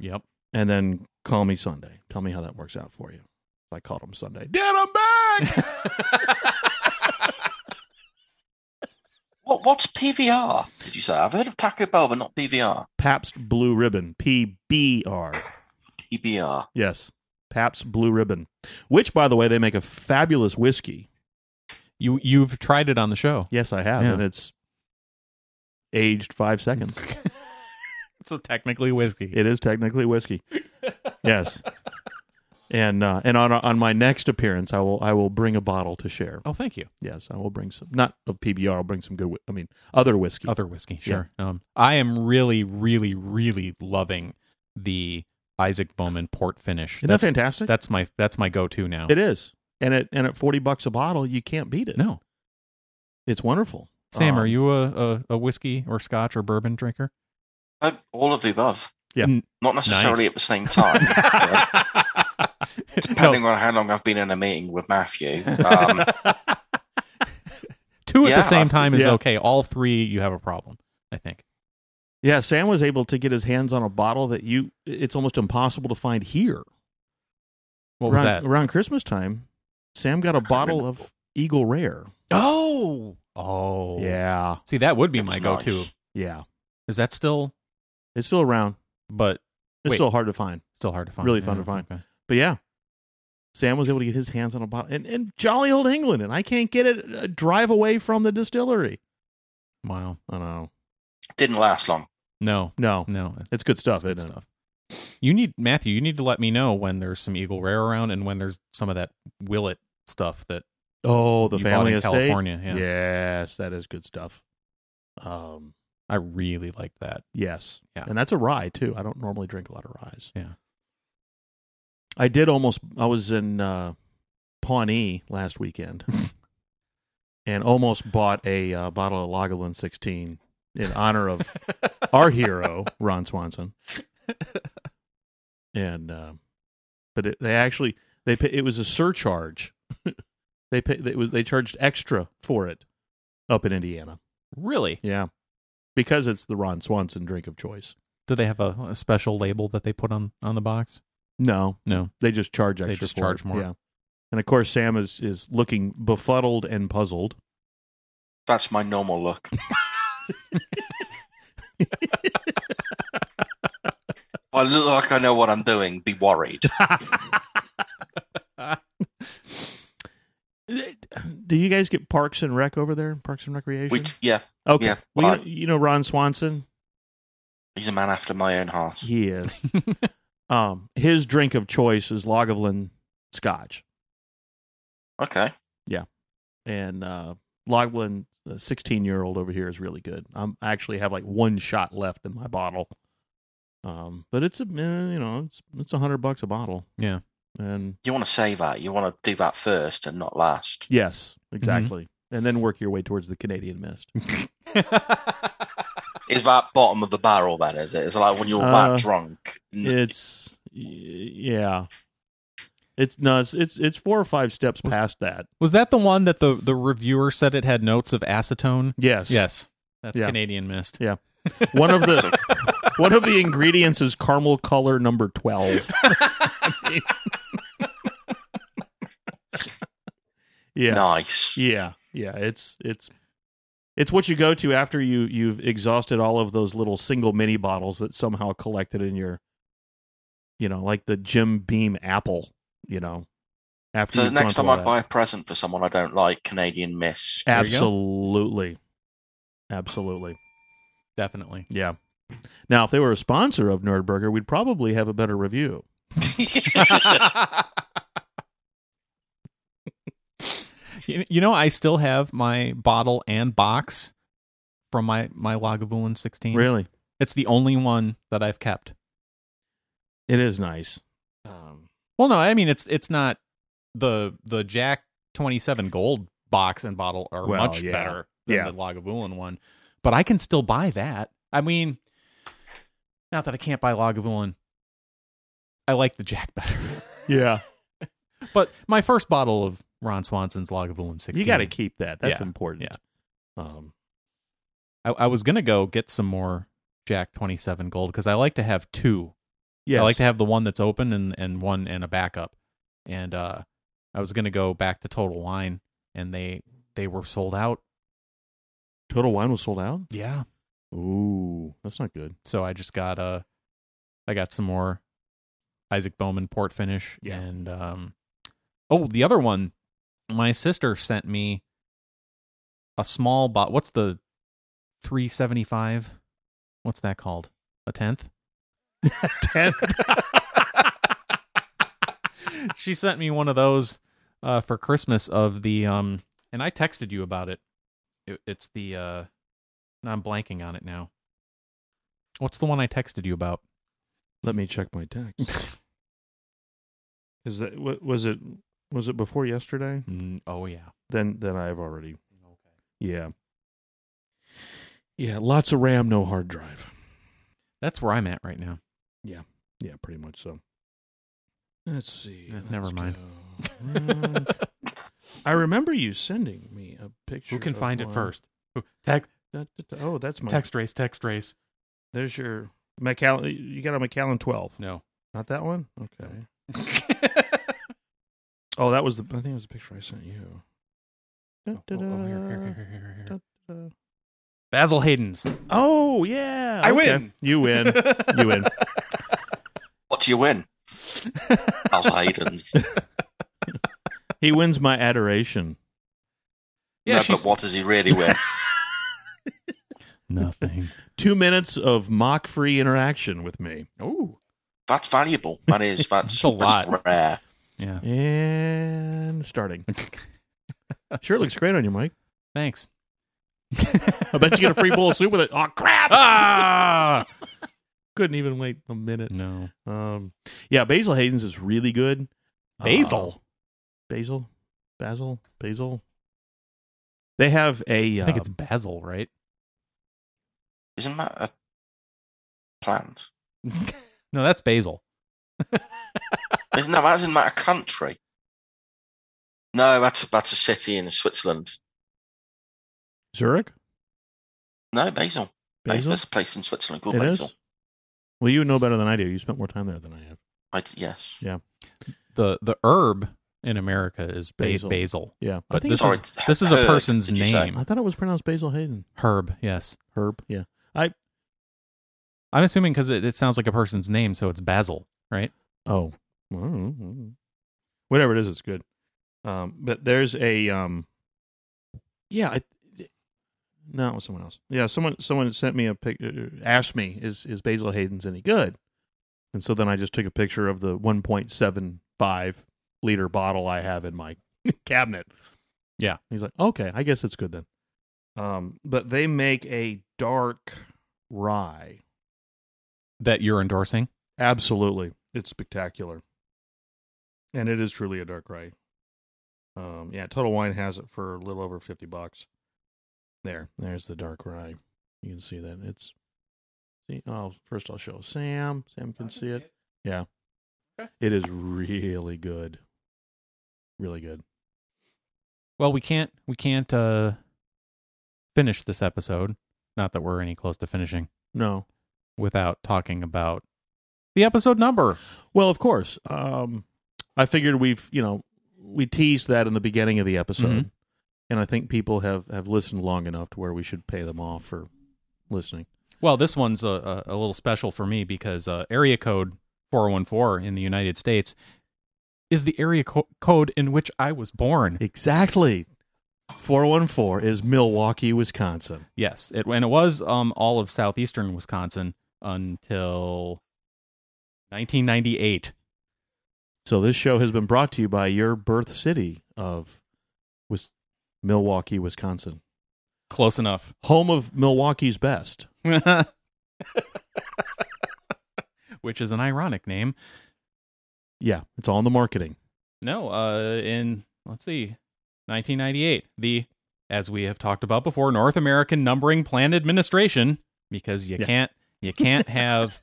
Speaker 3: yep.
Speaker 1: and then call me Sunday. Tell me how that works out for you. I called him Sunday. Dad, I'm back.
Speaker 3: [LAUGHS]
Speaker 2: What? What's PVR? Did you say? I've heard of Taco Bell, but not PVR.
Speaker 1: Pabst Blue Ribbon, PBR.
Speaker 2: PBR.
Speaker 1: Yes, Pabst Blue Ribbon. Which, by the way, they make a fabulous whiskey.
Speaker 3: [LAUGHS] You you've tried it on the show.
Speaker 1: Yes, I have,
Speaker 3: Yeah.
Speaker 1: and it's aged five seconds.
Speaker 3: [LAUGHS] So technically whiskey.
Speaker 1: It is technically whiskey. yes. And uh, and on on my next appearance, I will I will bring a bottle to share.
Speaker 3: oh, thank you.
Speaker 1: Yes, I will bring some not of PBR. I'll bring some good. whi- I mean, other whiskey.
Speaker 3: Other whiskey. Sure. Um, I am really, really, really loving the Isaac Bowman port finish.
Speaker 1: Isn't that
Speaker 3: that's
Speaker 1: fantastic?
Speaker 3: that's my that's my go to now.
Speaker 1: it is. And at and at forty bucks a bottle, you can't beat it.
Speaker 3: No,
Speaker 1: it's wonderful.
Speaker 3: Sam,
Speaker 1: Um,
Speaker 3: are you a, a a whiskey or Scotch or bourbon
Speaker 2: [LAUGHS]
Speaker 3: drinker?
Speaker 2: Uh, All of the above.
Speaker 1: Yeah.
Speaker 3: Mm.
Speaker 2: Not necessarily
Speaker 3: Nice.
Speaker 2: at the same
Speaker 3: [LAUGHS]
Speaker 2: time. but
Speaker 3: No,
Speaker 2: depending on how long I've been in a meeting
Speaker 3: [LAUGHS]
Speaker 2: with Matthew. Um,
Speaker 3: two at
Speaker 2: Yeah.
Speaker 3: the same time is
Speaker 1: Yeah.
Speaker 3: okay. All three, you have a problem. I think.
Speaker 1: Yeah, Sam was able to get his hands on a bottle that you. It's almost impossible to find here.
Speaker 3: What was
Speaker 1: around,
Speaker 3: that?
Speaker 1: Around Christmas time, Sam got a bottle of Eagle Rare.
Speaker 3: Oh, oh,
Speaker 1: Yeah,
Speaker 3: See, that would be
Speaker 2: It
Speaker 3: my
Speaker 2: was
Speaker 3: go-to.
Speaker 2: nice.
Speaker 1: yeah.
Speaker 3: Is that still?
Speaker 1: It's still around.
Speaker 3: But
Speaker 1: It's
Speaker 3: Wait.
Speaker 1: still hard to find.
Speaker 3: still hard to find.
Speaker 1: Really fun to find.
Speaker 3: okay.
Speaker 1: But yeah, Sam was able to get his hands on a bottle, and, and jolly old uh, England, and I can't get it a drive away from the distillery.
Speaker 3: Wow.
Speaker 1: I know.
Speaker 2: Didn't last long.
Speaker 3: No,
Speaker 1: No,
Speaker 3: no, it's
Speaker 1: it's good stuff,
Speaker 3: good
Speaker 1: isn't it?
Speaker 3: stuff. You need Matthew. You need to let me know when there's some Eagle Rare around and when there's some of that Willet stuff that
Speaker 1: Oh, the
Speaker 3: you bought
Speaker 1: family
Speaker 3: in
Speaker 1: estate.
Speaker 3: California. Yeah.
Speaker 1: Yes, that is good stuff. Um,
Speaker 3: I really like that. [LAUGHS]
Speaker 1: yes,
Speaker 3: Yeah.
Speaker 1: and that's a rye too. I don't normally drink a lot of ryes.
Speaker 3: Yeah.
Speaker 1: I did almost. I was in uh, Pawnee last
Speaker 3: [LAUGHS]
Speaker 1: weekend, and almost bought a uh, bottle of Lagavulin 16 in honor of our hero Ron Swanson. And uh, but it, they actually they pay, it was a surcharge. [LAUGHS] they pay, it was they charged extra for it up in Indiana.
Speaker 3: Really?
Speaker 1: Yeah, because it's the Ron Swanson drink of choice.
Speaker 3: Do they have a, a special label that they put on on the box?
Speaker 1: No,
Speaker 3: No.
Speaker 1: They just charge
Speaker 3: They
Speaker 1: extra.
Speaker 3: just
Speaker 1: for
Speaker 3: charge
Speaker 1: it.
Speaker 3: more.
Speaker 1: Yeah. And of course, Sam is is looking befuddled and puzzled.
Speaker 2: That's my normal
Speaker 1: [LAUGHS]
Speaker 2: look. I look like I know what I'm doing. Be
Speaker 1: [LAUGHS]
Speaker 2: worried.
Speaker 1: Do you guys get Parks and Rec over there? Parks and Recreation.
Speaker 2: We, yeah,
Speaker 1: okay.
Speaker 2: yeah, Uh,
Speaker 1: Well, you,
Speaker 2: well,
Speaker 1: know, you know Ron Swanson.
Speaker 2: he's a man after my own heart.
Speaker 1: He is. um, his drink of choice is Lagavulin Scotch,
Speaker 2: Okay.
Speaker 1: and uh, Lagavulin, the sixteen-year-old over here, is really good. I'm, I actually have like one shot left in my bottle. Um, but it's a eh, you know it's it's a hundred bucks a bottle.
Speaker 3: Yeah.
Speaker 1: and
Speaker 2: You want to say that. You want to do that first and not last.
Speaker 1: Yes, exactly. And then work your way towards the Canadian mist.
Speaker 2: Is that bottom of the barrel then, is it? Is it like when you're
Speaker 1: Uh,
Speaker 2: that drunk? N-
Speaker 1: It's y- yeah. It's no, it's it's, it's four or five steps
Speaker 3: Was-
Speaker 1: past that.
Speaker 3: Was that the one that the the reviewer said it had notes of acetone?
Speaker 1: Yes.
Speaker 3: Yes. That's
Speaker 1: Yeah.
Speaker 3: Canadian mist.
Speaker 1: One of
Speaker 2: [LAUGHS] So-
Speaker 1: the one of the ingredients is caramel color number
Speaker 3: [LAUGHS]
Speaker 1: 12. I mean- [LAUGHS] yeah.
Speaker 2: Nice.
Speaker 1: Yeah. Yeah, it's it's it's what you go to after you you've exhausted all of those little single mini bottles that somehow collected in your you know, like the Jim Beam apple, you know. After
Speaker 2: So
Speaker 1: you've
Speaker 2: next
Speaker 1: gone
Speaker 2: time
Speaker 1: through all
Speaker 2: I
Speaker 1: that.
Speaker 2: buy a present for someone I don't like, Canadian Miss.
Speaker 3: There you go.
Speaker 1: Absolutely. Absolutely. [LAUGHS]
Speaker 3: Definitely.
Speaker 1: Yeah. Now, if they were a sponsor of Nerdburger, we'd probably have a better review. [LAUGHS]
Speaker 3: You, you know, I still have my bottle and box from my my Lagavulin 16.
Speaker 1: Really?
Speaker 3: It's the only one that I've kept.
Speaker 1: It is nice. Um,
Speaker 3: Well, no, I mean it's it's not the the Jack 27 gold box and bottle are
Speaker 1: Well,
Speaker 3: much
Speaker 1: yeah.
Speaker 3: better than
Speaker 1: Yeah.
Speaker 3: the Lagavulin one, but I can still buy that. I mean, not that I can't buy Lagavulin. I like the Jack [LAUGHS] better.
Speaker 1: yeah.
Speaker 3: but my first bottle of Ron Swanson's Lagavulin 16.
Speaker 1: You got to keep that. That's
Speaker 3: Yeah.
Speaker 1: important.
Speaker 3: Yeah.
Speaker 1: Um,
Speaker 3: I, I was gonna go get some more Jack 27 gold because I like to have two.
Speaker 1: yes.
Speaker 3: I like to have the one that's open and and one and a backup. And uh, I was gonna go back to Total Wine, and they they were sold out.
Speaker 1: Total Wine was sold out?
Speaker 3: Yeah.
Speaker 1: Ooh, that's not good.
Speaker 3: So I just got uh, I got some more Isaac Bowman port finish,
Speaker 1: Yeah.
Speaker 3: and um, oh, the other one, my sister sent me a small bot. What's the three seventy five? What's that called? A tenth?
Speaker 1: Ten.
Speaker 3: [LAUGHS] she sent me one of those uh, for Christmas of the um, and I texted you about it. it it's the uh, now I'm blanking on it now. What's the one I texted you about?
Speaker 1: Let me check my text. [LAUGHS] Is that wa- was it was it before yesterday?
Speaker 3: Mm, oh yeah.
Speaker 1: Then then I've already yeah. Yeah, lots of RAM, no hard drive.
Speaker 3: That's where I'm at right now.
Speaker 1: Yeah, pretty much so. Let's see.
Speaker 3: Eh, never
Speaker 1: Let's
Speaker 3: mind.
Speaker 1: go. [LAUGHS] I remember you sending me a picture.
Speaker 3: [LAUGHS] Who can
Speaker 1: of
Speaker 3: find it
Speaker 1: one.
Speaker 3: first? Who- Text,
Speaker 1: Da- da- da- Oh, that's my
Speaker 3: text race, text race.
Speaker 1: There's your McAllen. You got a McAllen 12.
Speaker 3: [LAUGHS] No. oh,
Speaker 1: Not that one? Okay. Oh, that was the. I think it was the picture I sent you.
Speaker 3: Oh,
Speaker 1: Da- da- da- da- da.
Speaker 3: Basil [LAUGHS] Hayden's.
Speaker 1: Oh yeah,
Speaker 3: I
Speaker 1: okay.
Speaker 3: win.
Speaker 1: You
Speaker 3: [LAUGHS]
Speaker 1: win. you win.
Speaker 2: [LAUGHS] What do
Speaker 1: [LAUGHS]
Speaker 2: you win? Al Hayden's.
Speaker 1: He wins my adoration.
Speaker 3: Yeah,
Speaker 2: no,
Speaker 3: she's-
Speaker 2: but what does he really win?
Speaker 3: Nothing.
Speaker 1: Two minutes of mock free interaction with me.
Speaker 3: oh,
Speaker 2: That's valuable. That is. That's,
Speaker 3: It's a
Speaker 2: that's
Speaker 3: lot.
Speaker 2: rare.
Speaker 3: yeah. [LAUGHS]
Speaker 1: And starting. Sure looks great on you, Mike.
Speaker 3: [LAUGHS] Thanks.
Speaker 1: I bet you get a free bowl of soup with it. Oh crap!
Speaker 3: ah!
Speaker 1: [LAUGHS] Couldn't even wait a minute.
Speaker 3: No.
Speaker 1: Um, yeah, Basil Hayden's is really good. Uh,
Speaker 3: Basil.
Speaker 1: Basil, Basil, Basil. They have a.
Speaker 3: I think
Speaker 1: uh,
Speaker 3: it's Basil, right? [LAUGHS]
Speaker 2: Isn't that a plant?
Speaker 3: no, that's Basil.
Speaker 2: Isn't that, isn't that a country? No, that's that's a city in Switzerland.
Speaker 1: Zurich.
Speaker 2: No, Basel. Basel.
Speaker 1: Basil.
Speaker 2: There's a place in Switzerland called
Speaker 1: It
Speaker 2: Basel.
Speaker 1: is. Well, you know better than I do. You spent more time there than I have.
Speaker 2: I d yes.
Speaker 3: The the herb in America is ba-
Speaker 1: Basil.
Speaker 3: basil.
Speaker 1: Yeah, I
Speaker 3: But
Speaker 1: think
Speaker 3: this
Speaker 1: it's-
Speaker 2: Sorry,
Speaker 3: is this is a
Speaker 2: herb,
Speaker 3: person's
Speaker 2: did you say?
Speaker 3: name.
Speaker 1: I thought it was pronounced Basil Hayden.
Speaker 3: Herb, yes.
Speaker 1: Herb. Yeah.
Speaker 3: I'm assuming because it, it sounds like a person's name, so it's Basil, right?
Speaker 1: Oh, I don't know. whatever it is, it's good. Um, but there's a um, yeah, I, no, it was someone else. Yeah, someone someone sent me a picture, asked me, is is Basil Hayden's any good? And so then I just took a picture of the 1.75 liter bottle I have in my [LAUGHS] cabinet.
Speaker 3: Yeah.
Speaker 1: he's like, okay, I guess it's good then. Um, but they make a dark rye.
Speaker 3: That you're endorsing.
Speaker 1: Absolutely. It's spectacular. And it is truly a dark rye. Um, yeah, Total Wine has it for a little over 50 bucks. There. There's the dark rye. You can see that. It's See, oh, first I'll show Sam. Sam can, see, it. Yeah. It is really good. Really good.
Speaker 3: Well, we can't we can't uh finish this episode. Not that we're any close to finishing
Speaker 1: No.
Speaker 3: without talking about the episode number.
Speaker 1: Well, of course. Um, I figured we've, you know, we teased that in the beginning of the episode, and I think people have have listened long enough to where we should pay them off for listening.
Speaker 3: Well, this one's a, a, a little special for me because uh, area code 414 in the United States is the area co- code in which I was born.
Speaker 1: Exactly. Four one four is Milwaukee, Wisconsin.
Speaker 3: Yes, it and it was um all of southeastern Wisconsin until 1998.
Speaker 1: So this show has been brought to you by your birth city of Wis- Milwaukee, Wisconsin,
Speaker 3: Close enough.
Speaker 1: home of Milwaukee's best.
Speaker 3: [LAUGHS] Which is an ironic name.
Speaker 1: Yeah, it's all in the marketing.
Speaker 3: No, uh in let's see 1998, the as we have talked about before, North American Numbering Plan Administration because you
Speaker 1: Yeah.
Speaker 3: can't
Speaker 1: [LAUGHS]
Speaker 3: you can't have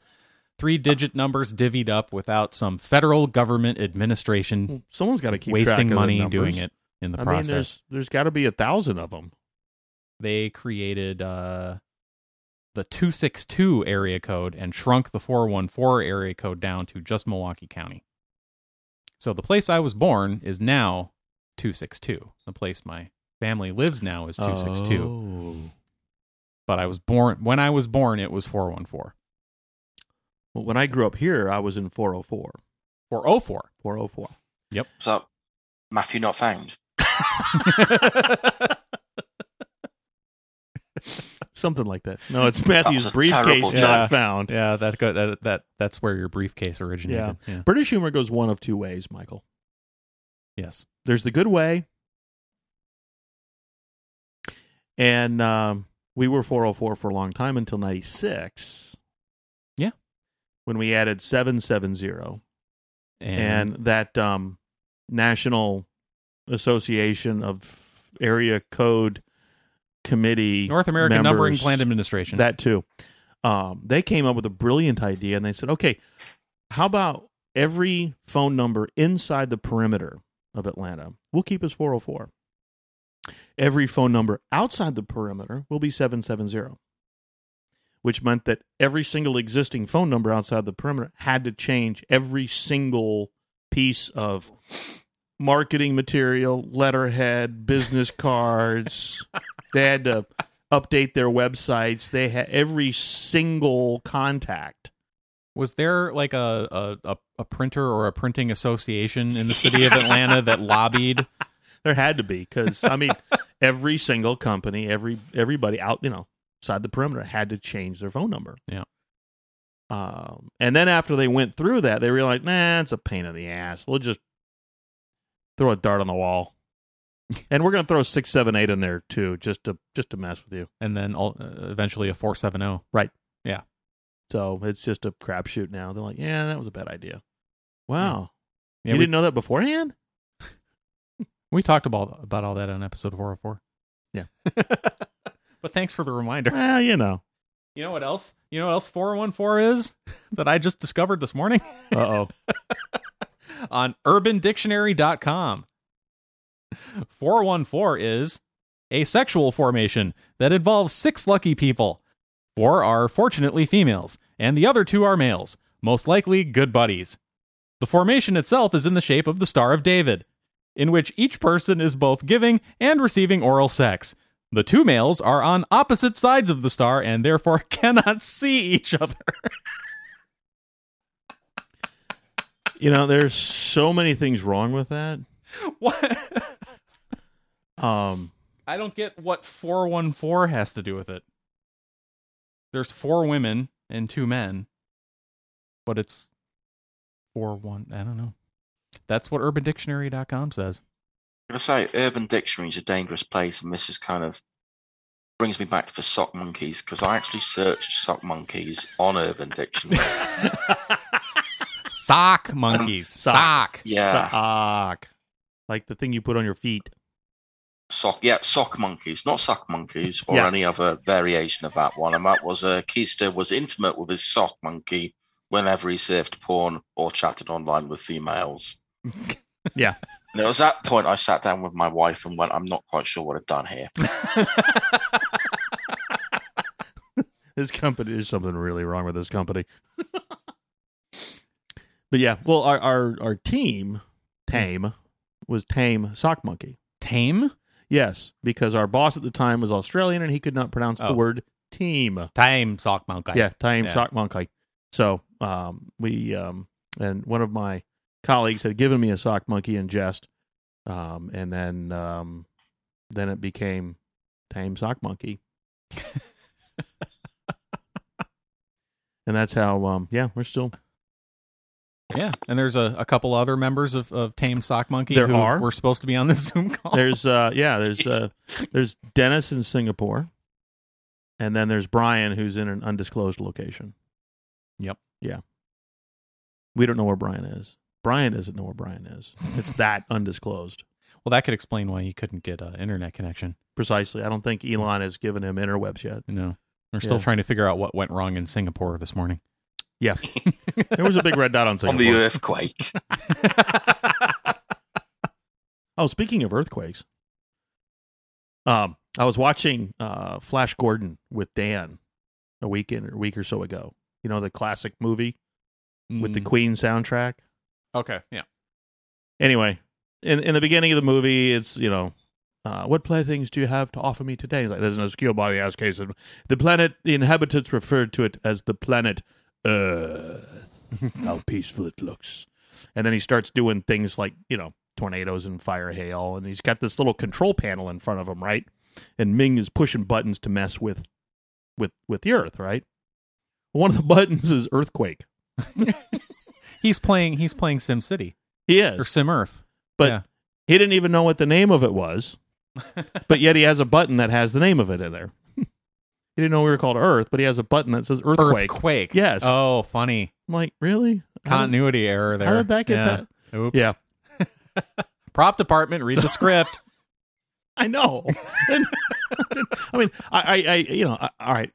Speaker 3: three digit numbers divvied up without some federal government administration
Speaker 1: Well, someone's got to keep track of
Speaker 3: wasting
Speaker 1: the
Speaker 3: money doing
Speaker 1: numbers.
Speaker 3: it in the
Speaker 1: I
Speaker 3: process.
Speaker 1: mean, there's there's got to be a thousand of them.
Speaker 3: they created uh, the 262 area code and shrunk the 414 area code down to just Milwaukee County. So the place I was born is now 262. The place my family lives now is 262.
Speaker 1: Oh.
Speaker 3: But I was born when I was born it was 414.
Speaker 1: Well, when I grew up here, I was in 404. [LAUGHS]
Speaker 3: 404.
Speaker 1: 404.
Speaker 2: So, Matthew not found.
Speaker 1: Something like that. No, it's
Speaker 2: That was
Speaker 1: Matthew's
Speaker 2: a terrible
Speaker 1: briefcase
Speaker 3: joke. Yeah.
Speaker 1: not found.
Speaker 3: [LAUGHS] yeah, that go that, that that's where your briefcase originated. yeah.
Speaker 1: British humor goes one of two ways, Michael.
Speaker 3: Yes.
Speaker 1: There's the good way. And um, we were 404 for a long time until 96.
Speaker 3: Yeah.
Speaker 1: When we added 770. and that um, National Association of Area Code Committee
Speaker 3: North American Numbering
Speaker 1: members,
Speaker 3: Plan Administration.
Speaker 1: that too. Um, they came up with a brilliant idea, and they said, "Okay, how about every phone number inside the perimeter of Atlanta? We'll keep as 404. Every phone number outside the perimeter will be 770." Which meant that every single existing phone number outside the perimeter had to change every single piece of marketing material, letterhead, business cards. they had to update their websites. They had every single contact.
Speaker 3: Was there like a, a, a, a printer or a printing association in the city of
Speaker 1: [LAUGHS]
Speaker 3: Atlanta that lobbied? [LAUGHS]
Speaker 1: There had to be because I mean, every single company, every everybody out, you know, outside the perimeter had to change their phone number.
Speaker 3: Yeah.
Speaker 1: Um, and then after they went through that, they realized, nah, it's a pain in the ass. We'll just throw a dart on the
Speaker 3: [LAUGHS]
Speaker 1: wall, and we're gonna throw six, seven, eight in there too, just to just to mess with you.
Speaker 3: and then all, uh, eventually a oh? 470.
Speaker 1: So it's just a crapshoot now. They're like, yeah, that was a bad idea. Wow,
Speaker 3: Yeah,
Speaker 1: you
Speaker 3: we,
Speaker 1: didn't know that
Speaker 3: [LAUGHS]
Speaker 1: beforehand.
Speaker 3: we talked about about all that on episode 404.
Speaker 1: Yeah.
Speaker 3: [LAUGHS] but thanks for the reminder.
Speaker 1: Well, you know.
Speaker 3: You know what else? You know what else 414 is that I just discovered this morning
Speaker 1: Uh oh.
Speaker 3: on urbandictionary.com. 414 is a sexual formation that involves six lucky people. Four are fortunately females, and the other two are males, most likely good buddies. The formation itself is in the shape of the Star of David, in which each person is both giving and receiving oral sex. The two males are on opposite sides of the star and therefore [LAUGHS] cannot see each other. [LAUGHS]
Speaker 1: you know, there's so many things wrong with that.
Speaker 3: what?
Speaker 1: Um,
Speaker 3: I don't get what 414 has to do with it. There's four women and two men, but it's four one. I don't know. That's what UrbanDictionary.com says.
Speaker 2: I'm gonna say Urban Dictionary is a dangerous place, and this is kind of brings me back to the sock monkeys because I actually searched sock monkeys on Urban Dictionary.
Speaker 3: Sock monkeys. [LAUGHS] Sock.
Speaker 1: Sock.
Speaker 2: Yeah.
Speaker 1: sock, like the thing you put on your feet.
Speaker 2: sock, yeah, sock monkeys, not sock monkeys or
Speaker 1: Yeah.
Speaker 2: any other variation of that one. And that was uh, Keister was intimate with his sock monkey whenever he surfed porn or chatted online with females.
Speaker 1: Yeah.
Speaker 2: And it was that point I sat down with my wife and went, "I'm not quite sure what I've done here."
Speaker 1: This company there's something really wrong with this company. but yeah, well, our our our team tame was tame sock monkey.
Speaker 3: Tame?
Speaker 1: Yes, because our boss at the time was Australian and he could not pronounce
Speaker 3: Oh.
Speaker 1: the word team.
Speaker 3: Tame sock monkey.
Speaker 1: Yeah, tame
Speaker 3: Yeah.
Speaker 1: sock monkey. So um, we um, and one of my colleagues had given me a sock monkey in jest, um, and then um, then it became tame sock monkey. and that's how um, yeah we're still
Speaker 3: Yeah. And there's a, a couple other members of, of Tame Sock Monkey
Speaker 1: There
Speaker 3: who
Speaker 1: are.
Speaker 3: were supposed to be on this [LAUGHS] Zoom
Speaker 1: [LAUGHS]
Speaker 3: call.
Speaker 1: there's uh, yeah there's uh, there's Dennis in Singapore, and then there's Brian who's in an undisclosed location.
Speaker 3: Yep.
Speaker 1: Yeah. We don't know where Brian is. Brian doesn't know where Brian is. It's
Speaker 3: [LAUGHS]
Speaker 1: that undisclosed.
Speaker 3: well, that could explain why you couldn't get an internet connection.
Speaker 1: Precisely. I don't think Elon has given him interwebs yet.
Speaker 3: You know, they're still
Speaker 1: Yeah.
Speaker 3: trying to figure out what went wrong in Singapore this morning. [LAUGHS]
Speaker 1: Yeah. There was a big red dot on
Speaker 2: On the
Speaker 1: Singapore.
Speaker 2: earthquake, [LAUGHS]
Speaker 1: Oh, speaking of earthquakes, um, I was watching uh, Flash Gordon with Dan a weekend or week or so ago. You know the classic movie with the
Speaker 3: Mm,
Speaker 1: Queen soundtrack.
Speaker 3: okay, yeah.
Speaker 1: anyway, in in the beginning of the movie, it's you know, uh, what playthings do you have to offer me today? He's like, there's an obscure body ass case. of- The planet, the inhabitants referred to it as the planet Earth. How peaceful it looks. And then he starts doing things like you know tornadoes and fire hail, and he's got this little control panel in front of him, right? And Ming is pushing buttons to mess with with with the Earth, right? One of the [LAUGHS] buttons is earthquake.
Speaker 3: He's playing. He's playing Sim City
Speaker 1: He
Speaker 3: or
Speaker 1: is.
Speaker 3: Sim Earth.
Speaker 1: But
Speaker 3: Yeah.
Speaker 1: he didn't even know what the name of it
Speaker 3: [LAUGHS]
Speaker 1: was. but yet he has a button that has the name of it in there. he didn't know we were called Earth, but he has a button that says Earthquake.
Speaker 3: Earthquake.
Speaker 1: Yes.
Speaker 3: Oh, funny
Speaker 1: I'm like, really? How did-
Speaker 3: continuity error there.
Speaker 1: How did that get
Speaker 3: yeah.
Speaker 1: that?
Speaker 3: Oops.
Speaker 1: Yeah.
Speaker 3: [LAUGHS] Prop department, read the script.
Speaker 1: I
Speaker 3: [LAUGHS]
Speaker 1: know. [LAUGHS] And- I mean, I, I, I you know, I, all right.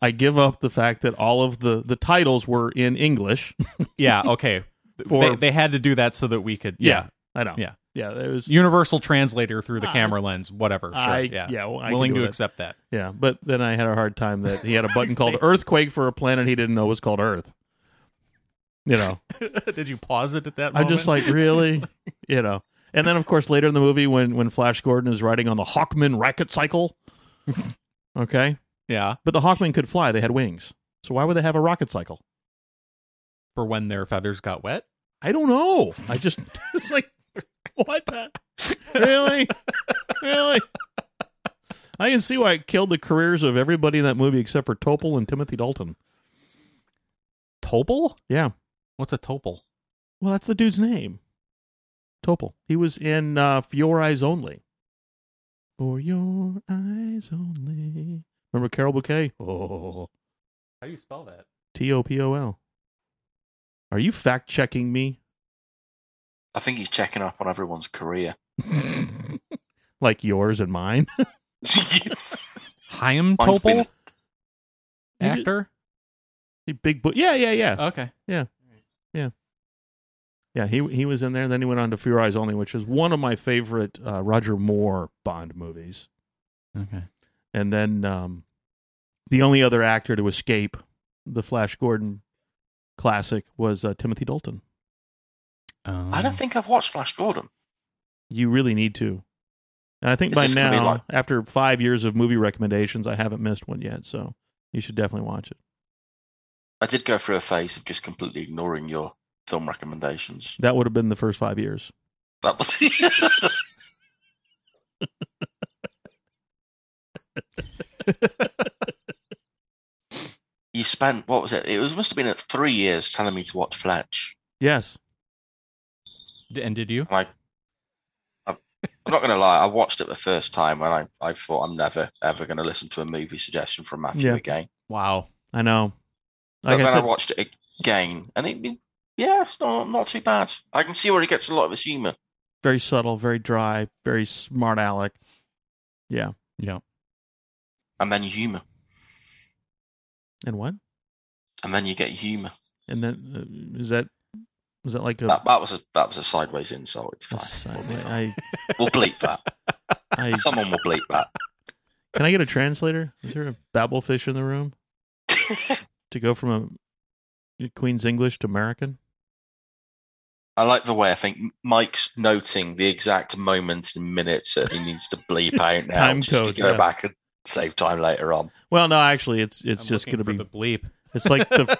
Speaker 1: I give up the fact that all of the the titles were in English.
Speaker 3: [LAUGHS] yeah. Okay.
Speaker 1: For
Speaker 3: they, they had to do that so that we could. Yeah.
Speaker 1: I know.
Speaker 3: Yeah.
Speaker 1: yeah. There was.
Speaker 3: Universal translator through the
Speaker 1: I-
Speaker 3: camera lens. Whatever. Sure.
Speaker 1: I,
Speaker 3: yeah.
Speaker 1: yeah, well, I can
Speaker 3: Willing
Speaker 1: do
Speaker 3: to
Speaker 1: that.
Speaker 3: accept that.
Speaker 1: Yeah, but then I had a hard time that he had a
Speaker 3: [LAUGHS]
Speaker 1: button called Earthquake for a planet he didn't know was called Earth. You know,
Speaker 3: Did you pause it at that?
Speaker 1: I'm just like,
Speaker 3: moment?
Speaker 1: really? you know. And then of course later in the movie when when Flash Gordon is riding on the Hawkman racket cycle. okay?
Speaker 3: yeah.
Speaker 1: But the Hawkman could fly, they had wings. So why would they have a rocket cycle?
Speaker 3: For when their feathers got wet.
Speaker 1: I don't know. I just [LAUGHS] it's like what the- Really? really? I can see why it killed the careers of everybody in that movie except for Topol and Timothy Dalton.
Speaker 3: Topol?
Speaker 1: Yeah.
Speaker 3: What's a Topol?
Speaker 1: Well, that's the dude's name. Topol. He was in uh, For Your Eyes Only. For Your Eyes Only. Remember Carol Bouquet? Oh,
Speaker 3: How do you spell that?
Speaker 1: T O P O L. Are you fact checking me?
Speaker 2: I think he's checking up on everyone's career. [LAUGHS]
Speaker 1: [LAUGHS] like yours and mine? [LAUGHS]
Speaker 3: Chaim
Speaker 2: Mine's
Speaker 3: Topol?
Speaker 2: been-
Speaker 1: You ju-
Speaker 3: Actor?
Speaker 1: He Big book. Yeah, yeah, yeah.
Speaker 3: Okay.
Speaker 1: Yeah, he he was in there. Then he went on to For Your Eyes Only, which is one of my favorite uh, Roger Moore Bond movies.
Speaker 3: Okay.
Speaker 1: And then um, the only other actor to escape the Flash Gordon classic was uh, Timothy Dalton.
Speaker 3: Um,
Speaker 2: I don't think I've watched Flash Gordon.
Speaker 1: You really need to. And I think
Speaker 2: This
Speaker 1: by
Speaker 2: is gonna be
Speaker 1: now,
Speaker 2: like-
Speaker 1: after five years of movie recommendations, I haven't missed one yet. So you should definitely watch it.
Speaker 2: I did go through a phase of just completely ignoring your film recommendations.
Speaker 1: That would have been the first five years.
Speaker 2: That was. [LAUGHS] you spent what was it? It was must have been at three years telling me to watch Fletch.
Speaker 1: Yes.
Speaker 3: D- And did you?
Speaker 2: Like, I'm I'm not going to lie. I watched it the first time, and I, I thought I'm never ever going to listen to a movie suggestion from Matthew
Speaker 1: Yeah.
Speaker 2: again.
Speaker 3: Wow.
Speaker 1: I know.
Speaker 2: But
Speaker 1: Like I
Speaker 2: then I,
Speaker 1: said,
Speaker 2: watched it again, and it, it- yeah, it's not not too bad. I can see where he gets a lot of his humour.
Speaker 1: very subtle, very dry, very smart aleck. Yeah.
Speaker 2: and then humor,
Speaker 1: And what?
Speaker 2: and then you get humor.
Speaker 1: And then uh, is that was that like a,
Speaker 2: That, that was a that was a sideways insult. It's
Speaker 1: a
Speaker 2: Oh, fine. We'll move on. [LAUGHS]
Speaker 1: I,
Speaker 2: We'll bleep that.
Speaker 1: I, I-
Speaker 2: Someone will bleep that.
Speaker 1: can I get a translator? Is there a babblefish in the room
Speaker 2: [LAUGHS]
Speaker 1: to go from a Queen's English to American?
Speaker 2: I like the way I think Mike's noting the exact moment and minutes that he needs to
Speaker 1: [LAUGHS]
Speaker 2: bleep out now,
Speaker 1: Time
Speaker 2: just
Speaker 1: code,
Speaker 2: to go
Speaker 1: yeah.
Speaker 2: back and save time later on.
Speaker 1: Well, no, actually, it's it's
Speaker 3: I'm
Speaker 1: just
Speaker 3: looking
Speaker 1: going to be
Speaker 3: for the bleep.
Speaker 1: [LAUGHS] it's like
Speaker 3: [LAUGHS]
Speaker 1: the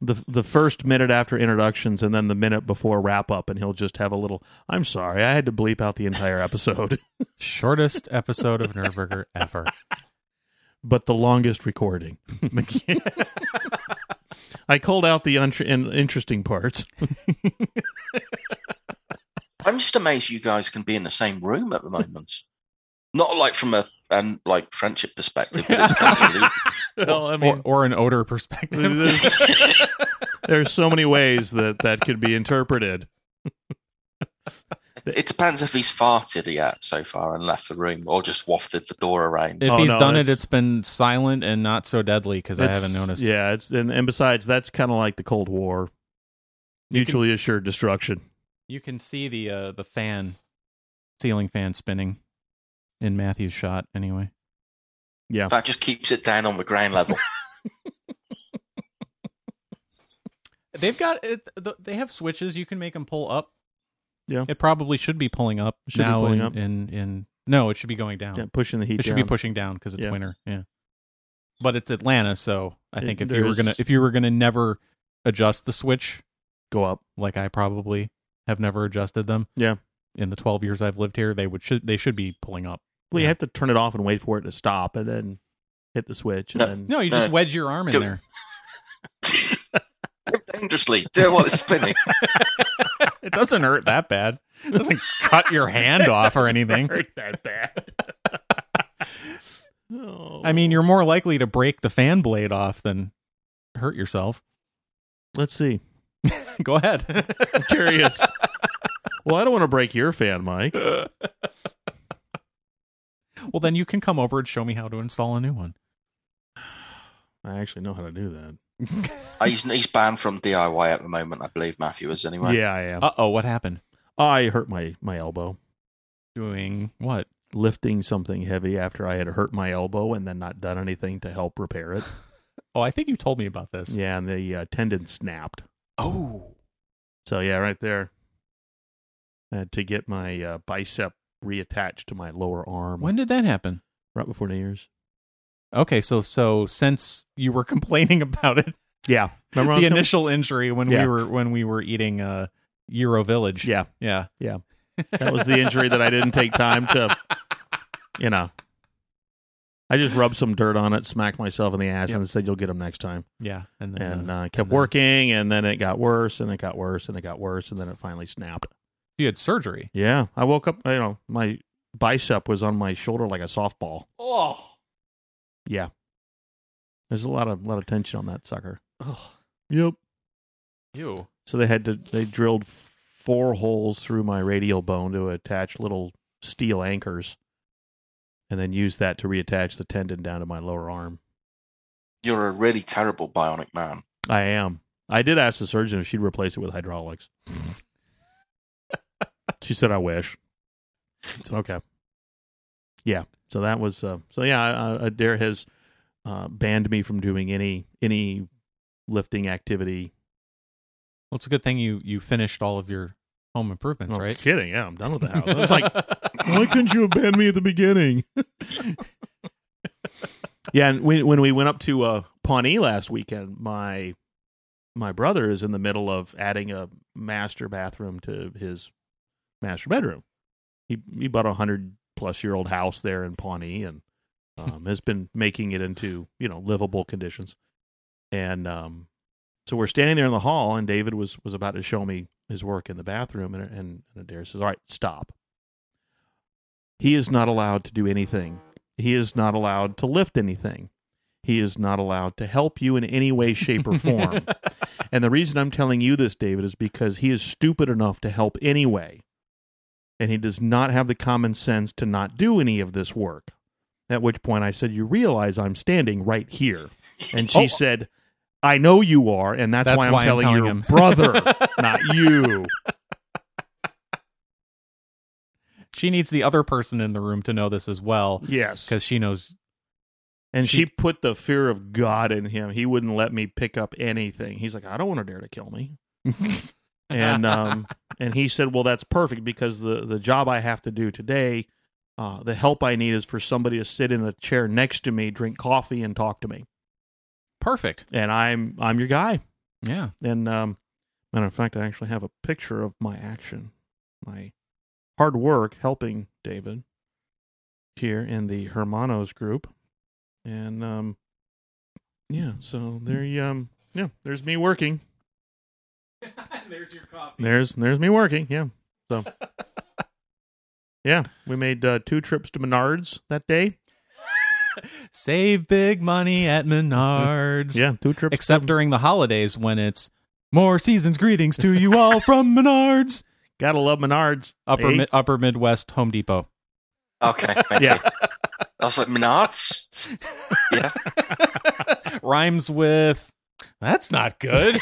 Speaker 1: the the first minute after introductions, and then the minute before wrap up, and he'll just have a little. I'm sorry, I had to bleep out the entire episode,
Speaker 3: Shortest episode of Nerdburger
Speaker 1: [LAUGHS]
Speaker 3: ever.
Speaker 1: but the longest recording. [LAUGHS] I called out the un- in- interesting parts. [LAUGHS]
Speaker 2: I'm just amazed you guys can be in the same room at the moment. Not like from a and like friendship perspective, but it's kind
Speaker 1: [LAUGHS]
Speaker 2: of really-
Speaker 1: Well, I
Speaker 3: or, or an odor [LAUGHS] perspective.
Speaker 1: there's, there's so many ways that that could be interpreted.
Speaker 2: it depends if he's farted yet so far and left the room, or just wafted the door around.
Speaker 3: If
Speaker 1: Oh,
Speaker 3: he's
Speaker 1: no,
Speaker 3: done it,
Speaker 1: that's-
Speaker 3: it's been silent and not so deadly because I
Speaker 1: It's-
Speaker 3: haven't noticed.
Speaker 1: Yeah, it's and, and besides, that's kind of like the Cold War,
Speaker 3: You can-
Speaker 1: mutually assured destruction.
Speaker 3: You can see the uh, the fan, ceiling fan spinning in Matthew's shot. Anyway,
Speaker 1: Yeah,
Speaker 2: That just keeps it down on the ground level. [LAUGHS]
Speaker 3: they've got it. th- They have switches. You can make them pull up.
Speaker 1: Yeah.
Speaker 3: it probably should be pulling up
Speaker 1: It should be
Speaker 3: now.
Speaker 1: pulling
Speaker 3: in,
Speaker 1: up.
Speaker 3: in in no, it should be going down.
Speaker 1: yeah, pushing the heat.
Speaker 3: it should
Speaker 1: down.
Speaker 3: be pushing down because it's
Speaker 1: Yeah.
Speaker 3: winter. Yeah, but it's Atlanta, so I
Speaker 1: It-
Speaker 3: think if
Speaker 1: there
Speaker 3: you were
Speaker 1: is-
Speaker 3: gonna if you were gonna never adjust the switch,
Speaker 1: Go up.
Speaker 3: like I probably have never adjusted them.
Speaker 1: Yeah.
Speaker 3: In the 12 years I've lived here, they would should they should be pulling up.
Speaker 1: Well, you
Speaker 3: Yeah.
Speaker 1: have to turn it off and wait for it to stop, and then hit the switch. And
Speaker 2: No.
Speaker 1: then,
Speaker 3: No, you just
Speaker 2: No.
Speaker 3: wedge your arm in
Speaker 2: Do-
Speaker 3: there.
Speaker 2: dangerously. Do it while it's
Speaker 1: [LAUGHS]
Speaker 2: spinning.
Speaker 3: It doesn't hurt that bad. It doesn't cut your hand off or anything.
Speaker 1: hurt that bad. [LAUGHS] oh.
Speaker 3: I mean, you're more likely to break the fan blade off than hurt yourself. [LAUGHS]
Speaker 1: let's see.
Speaker 3: Go ahead. [LAUGHS]
Speaker 1: Curious. [LAUGHS] well, I don't want to break your fan, Mike.
Speaker 3: well, then you can come over and show me how to install a new one.
Speaker 1: I actually know how to do that.
Speaker 2: Uh, He's, he's banned from DIY at the moment, I believe Matthew is anyway.
Speaker 1: Yeah, I am.
Speaker 3: Uh oh, what happened?
Speaker 1: I hurt my my elbow
Speaker 3: Doing what?
Speaker 1: lifting something heavy after I had hurt my elbow and then not done anything to help repair it.
Speaker 3: Oh, I think you told me about this.
Speaker 1: Yeah, and the uh, tendon snapped.
Speaker 3: Oh,
Speaker 1: So yeah, right there. I had to get my uh, bicep reattached to my lower arm
Speaker 3: when did that happen?
Speaker 1: right before New Year's.
Speaker 3: Okay, so so since you were [LAUGHS] complaining about it,
Speaker 1: Yeah, remember I
Speaker 3: the
Speaker 1: was gonna-
Speaker 3: initial injury when
Speaker 1: Yeah.
Speaker 3: we were when we were eating uh Euro Village.
Speaker 1: Yeah,
Speaker 3: Yeah.
Speaker 1: that was the injury that I didn't take time to you know. I just rubbed some dirt on it, smacked myself in the ass, and said, "You'll get them next time."
Speaker 3: Yeah, and then
Speaker 1: And
Speaker 3: uh,
Speaker 1: uh, kept
Speaker 3: then-
Speaker 1: working, and then it got worse, and it got worse, and it got worse, and then it finally snapped.
Speaker 3: you had surgery.
Speaker 1: Yeah, I woke up. You know, my bicep was on my shoulder like a softball.
Speaker 3: Oh,
Speaker 1: Yeah, there's a lot of lot of tension on that sucker. Yep.
Speaker 3: you.
Speaker 1: So they had to they drilled f- four holes through my radial bone to attach little steel anchors, and then used that to reattach the tendon down to my lower arm.
Speaker 2: You're a really terrible bionic man.
Speaker 1: I am. I did ask the surgeon if she'd replace it with hydraulics. she said, "I wish." I said, "Okay." Yeah. So that was. Uh, so yeah, I- I- Adair has uh, banned me from doing any any lifting activity.
Speaker 3: Well, it's a good thing you you finished all of your home improvements,
Speaker 1: No
Speaker 3: right?
Speaker 1: kidding. Yeah, I'm done with the house.
Speaker 3: [LAUGHS]
Speaker 1: It's like Why couldn't you have banned me at the beginning? yeah, and when when we went up to uh, Pawnee last weekend, my my brother is in the middle of adding a master bathroom to his master bedroom. He he bought a hundred plus year old house there in Pawnee, and um, has been making it into you know livable conditions. And um, so we're standing there in the hall, and David was was about to show me his work in the bathroom, and and, and Adair says, "All right, stop." He is not allowed to do anything. He is not allowed to lift anything. He is not allowed to help you in any way, shape,
Speaker 3: [LAUGHS]
Speaker 1: or [LAUGHS] form. and the reason I'm telling you this, David, is because he is stupid enough to help anyway. And he does not have the common sense to not do any of this work. At which point I said, You realize I'm standing right here. And she
Speaker 3: Oh.
Speaker 1: said, I know you are, and that's,
Speaker 3: That's
Speaker 1: why I'm
Speaker 3: why I'm
Speaker 1: telling,
Speaker 3: telling
Speaker 1: your
Speaker 3: him."
Speaker 1: brother, [LAUGHS] not you.
Speaker 3: she needs the other person in the room to know this as well
Speaker 1: Yes.
Speaker 3: because she knows
Speaker 1: [LAUGHS] And she,
Speaker 3: She-
Speaker 1: put the fear of God in him. He wouldn't let me pick up anything. He's like, I don't want to dare to kill me.
Speaker 3: [LAUGHS]
Speaker 1: and
Speaker 3: uh,
Speaker 1: um, and he said, Well, that's perfect because the the job I have to do today, uh, the help I need is for somebody to sit in a chair next to me, drink coffee, and talk to me.
Speaker 3: perfect.
Speaker 1: And I'm I'm your guy.
Speaker 3: Yeah,
Speaker 1: And um, matter of fact, I actually have a picture of my action, my hard work helping David here in the Hermanos group, and um, yeah. So there, you, um, yeah. There's me working.
Speaker 3: [LAUGHS] there's your coffee.
Speaker 1: There's there's me working. Yeah. So [LAUGHS] yeah, we made uh, two trips to Menards that day.
Speaker 3: Save big money
Speaker 1: [LAUGHS]
Speaker 3: at Menards.
Speaker 1: Yeah, two trips.
Speaker 3: except during the holidays when it's more seasons greetings to you
Speaker 1: [LAUGHS]
Speaker 3: all from Menards,
Speaker 1: [LAUGHS] Gotta love Menards.
Speaker 3: upper
Speaker 1: Eh?
Speaker 3: mi- upper Midwest Home Depot.
Speaker 2: Okay, thank
Speaker 1: Yeah.
Speaker 2: you. I was like, [LAUGHS] Menards?
Speaker 3: Rhymes with that's
Speaker 1: [LAUGHS]
Speaker 3: not good.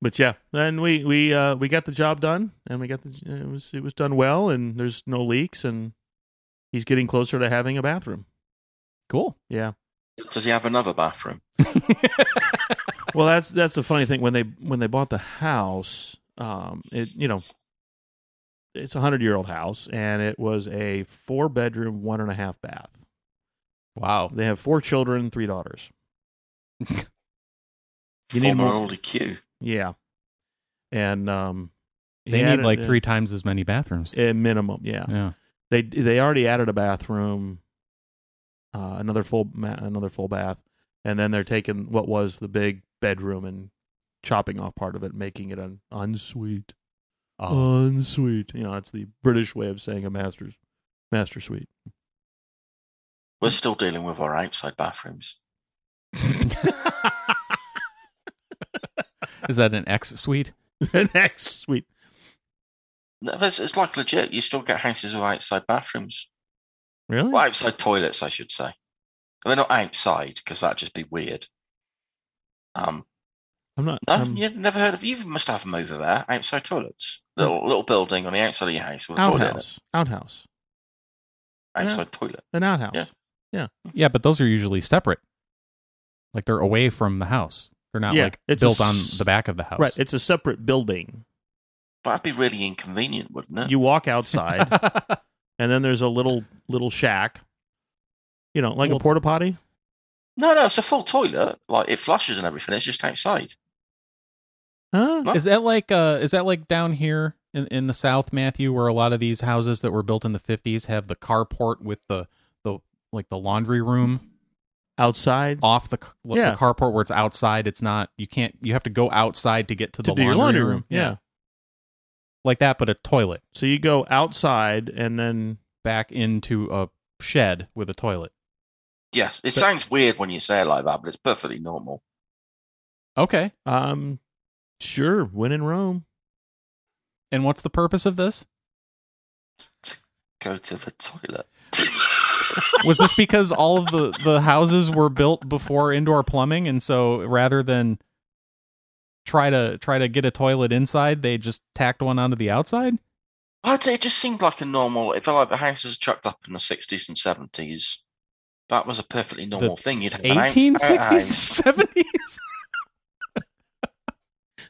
Speaker 1: but yeah, then we we uh, we got the job done, and we got the it was it was done well, and there's no leaks, and he's getting closer to having a bathroom.
Speaker 3: cool.
Speaker 1: Yeah.
Speaker 2: Does he have another bathroom?
Speaker 1: Well, that's that's the funny thing when they when they bought the house, um, it you know, it's a hundred year old house, and it was a four bedroom, one and a half bath.
Speaker 3: Wow.
Speaker 1: They have four children, three daughters. You need
Speaker 2: Former
Speaker 1: more-
Speaker 2: older Q.
Speaker 1: Yeah, and um, he
Speaker 3: They
Speaker 1: had
Speaker 3: need
Speaker 1: a-
Speaker 3: like three times as many bathrooms.
Speaker 1: a minimum. Yeah,
Speaker 3: Yeah.
Speaker 1: they they already added a bathroom, uh, another full ma- another full bath, and then they're taking what was the big bedroom and chopping off part of it, making it an ensuite. Ensuite, you know, that's the British way of saying a master's master suite. [LAUGHS]
Speaker 2: We're still dealing with our outside bathrooms.
Speaker 3: Is that an X suite?
Speaker 1: an ex suite.
Speaker 2: No, It's it's like legit. You still get houses with outside bathrooms.
Speaker 1: Really?
Speaker 2: Well, outside toilets, I should say. They're not outside because that'd just be weird. Um,
Speaker 1: I'm not.
Speaker 2: no,
Speaker 1: I'm,
Speaker 2: you've never heard of. You must have them over there. Outside toilets,
Speaker 1: Hmm.
Speaker 2: little little building on the outside of your house with a toilet. in it.
Speaker 1: outhouse. Outhouse.
Speaker 2: Outside toilet.
Speaker 1: An outhouse.
Speaker 2: Yeah.
Speaker 3: Yeah, but those are usually separate. Like they're away from the house. They're not
Speaker 1: Yeah,
Speaker 3: like
Speaker 1: it's a
Speaker 3: built on
Speaker 1: s-
Speaker 3: the back of the house.
Speaker 1: Right. It's a separate building.
Speaker 2: But that'd be really inconvenient, wouldn't it?
Speaker 1: You walk outside,
Speaker 3: [LAUGHS]
Speaker 1: and then there's a little little shack. You know, like a
Speaker 3: Well-
Speaker 1: porta potty.
Speaker 2: No, no, it's a full toilet. Like it flushes and everything. It's just outside.
Speaker 1: Huh?
Speaker 2: No.
Speaker 3: is that like uh is that like down here in, in the South, Matthew, where a lot of these houses that were built in the fifties have the carport with the the like the laundry room
Speaker 1: outside
Speaker 3: off the, c- like
Speaker 1: Yeah.
Speaker 3: the carport where it's outside. It's not you can't you have to go outside to get to,
Speaker 1: to
Speaker 3: the
Speaker 1: do your laundry room. yeah.
Speaker 3: like that, but a toilet
Speaker 1: So you go outside and then
Speaker 3: back into a shed with a toilet.
Speaker 2: Yes, it sounds weird when you say it like that, but it's perfectly normal.
Speaker 3: Okay,
Speaker 1: um sure, when in Rome.
Speaker 3: and what's the purpose of this?
Speaker 2: Go to the toilet. [LAUGHS]
Speaker 3: Was this because all of the the houses were built before indoor plumbing, and so rather than try to try to get a toilet inside, they just tacked one onto the outside?
Speaker 2: I'd say it just seemed like a normal. It felt like the house was chucked up in the sixties and seventies. That was a perfectly normal thing. You'd have an house-
Speaker 3: Eighteen sixties,
Speaker 2: house.
Speaker 3: [LAUGHS] seventies.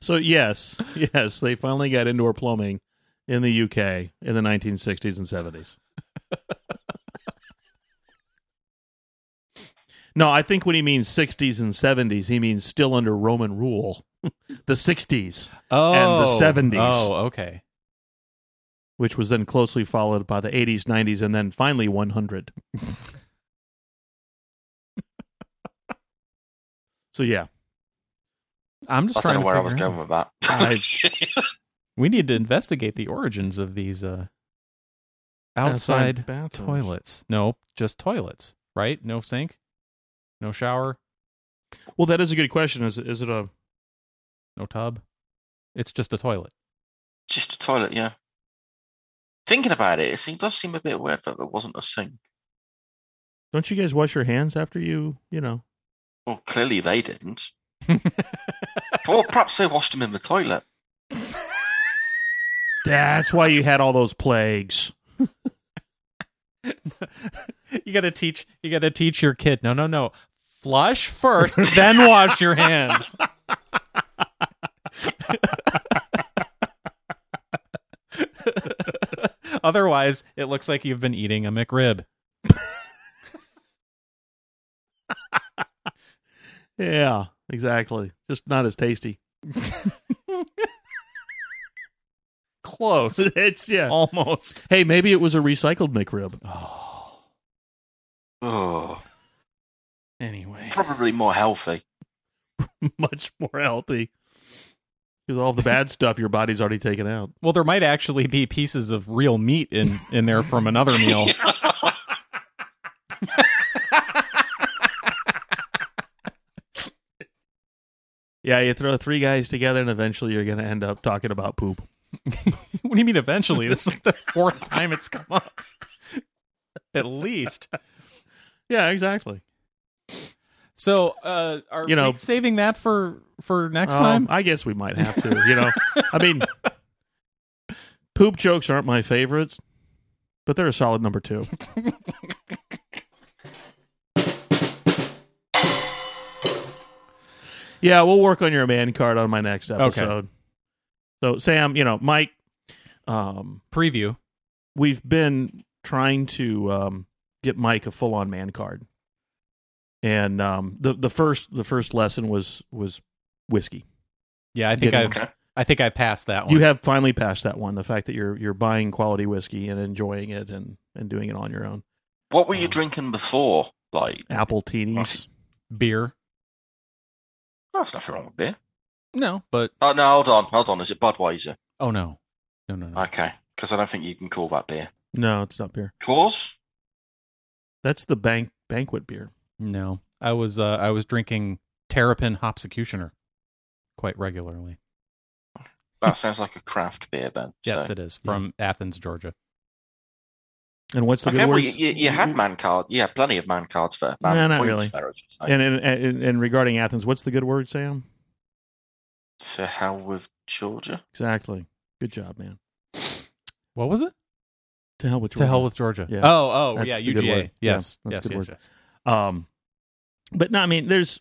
Speaker 1: So yes, [LAUGHS] yes, they finally got indoor plumbing in the UK in the 1960s and 70s. [LAUGHS] no, I think when he means 60s and 70s, he means still under Roman rule. [LAUGHS] the 60s,
Speaker 3: Oh,
Speaker 1: the 70s.
Speaker 3: Oh, okay.
Speaker 1: which was then closely followed by the 80s, 90s and then finally 100. so yeah,
Speaker 3: I'm just
Speaker 2: I
Speaker 3: trying
Speaker 2: don't know
Speaker 3: to
Speaker 2: where I
Speaker 3: figure
Speaker 2: was
Speaker 3: out.
Speaker 2: going with
Speaker 3: [LAUGHS]
Speaker 2: that. [LAUGHS]
Speaker 3: We need to investigate the origins of these uh,
Speaker 1: Outside
Speaker 3: outside
Speaker 1: bathrooms.
Speaker 3: toilets. No, just toilets, right? No sink, no shower,
Speaker 1: Well, that is a good question. Is is it a
Speaker 3: no tub. It's just a toilet.
Speaker 2: just a toilet, yeah. Thinking about it, it seems, does seem a bit weird that there wasn't a sink.
Speaker 1: Don't you guys wash your hands after you, you know?
Speaker 2: Well, clearly
Speaker 3: [LAUGHS]
Speaker 2: they didn't. or perhaps they washed them in the toilet.
Speaker 1: That's why you had all those plagues.
Speaker 3: [LAUGHS] you gotta teach you gotta teach your kid no no no flush first then wash your [LAUGHS] hands otherwise it looks like you've been eating a mcrib
Speaker 1: Yeah, exactly. Just not as [LAUGHS] tasty.
Speaker 3: [LAUGHS] close
Speaker 1: It's yeah.
Speaker 3: almost
Speaker 1: Hey, maybe it was a recycled McRib.
Speaker 3: oh
Speaker 2: Oh,
Speaker 3: anyway
Speaker 2: probably more healthy.
Speaker 1: [LAUGHS] Much more healthy. Because all the bad stuff your body's already taken out.
Speaker 3: well there might actually be pieces of real meat in in there from another [LAUGHS] meal
Speaker 1: Yeah, you throw three guys together and eventually you're gonna end up talking about poop.
Speaker 3: what do you mean eventually this is like the fourth time it's come up at least
Speaker 1: Yeah, exactly.
Speaker 3: So, uh, are
Speaker 1: You know-
Speaker 3: we saving that for for next
Speaker 1: Um,
Speaker 3: time?
Speaker 1: I guess we might have to, you know. I
Speaker 3: [LAUGHS]
Speaker 1: mean poop jokes aren't my favorites, but they're a solid number
Speaker 3: [LAUGHS]
Speaker 1: two. yeah, we'll work on your man card on my next episode. So Sam, you know, Mike, um,
Speaker 3: Preview.
Speaker 1: we've been trying to um, get Mike a full on man card. And um, the the first the first lesson was was whiskey.
Speaker 3: Yeah, I think
Speaker 1: Getting-
Speaker 3: I
Speaker 2: Okay.
Speaker 3: I think I passed that one.
Speaker 1: You have finally passed that one. The fact that you're you're buying quality whiskey and enjoying it and and doing it on your own.
Speaker 2: What were you
Speaker 1: Um,
Speaker 2: drinking before? Like,
Speaker 1: Apple teenies.
Speaker 3: beer.
Speaker 2: that's oh, nothing wrong with beer.
Speaker 3: No, but
Speaker 2: Oh, no, hold on, hold on. Is it Budweiser?
Speaker 3: oh no, no, no, no.
Speaker 2: Okay, because I don't think you can call that beer.
Speaker 1: No, it's not beer.
Speaker 2: Cause?
Speaker 1: That's the bank banquet beer.
Speaker 3: no. I was uh, I was drinking Terrapin Hopsecutioner quite regularly.
Speaker 2: That sounds like a craft beer, then.
Speaker 3: Yes,
Speaker 2: so.
Speaker 3: it is from Athens, Georgia.
Speaker 1: And what's the
Speaker 2: Okay,
Speaker 1: good
Speaker 2: well,
Speaker 1: word?
Speaker 2: you, you, you
Speaker 3: Mm-hmm.
Speaker 2: had man cards. You had plenty of man cards for
Speaker 1: No,
Speaker 2: man
Speaker 1: not
Speaker 2: points
Speaker 1: really.
Speaker 2: there, I should say.
Speaker 1: and, and and and regarding Athens, what's the good word, Sam?
Speaker 2: to hell with Georgia.
Speaker 1: Exactly. Good job, man.
Speaker 3: What was it?
Speaker 1: To hell with
Speaker 3: To hell
Speaker 1: Jordan.
Speaker 3: with Georgia.
Speaker 1: Yeah.
Speaker 3: Oh, oh,
Speaker 1: That's
Speaker 3: yeah,
Speaker 1: the good
Speaker 3: UGA.
Speaker 1: word. Yeah,
Speaker 3: Yes,
Speaker 1: that's
Speaker 3: yes,
Speaker 1: good
Speaker 3: yes,
Speaker 1: word.
Speaker 3: yes.
Speaker 1: Um, but no, I mean, there's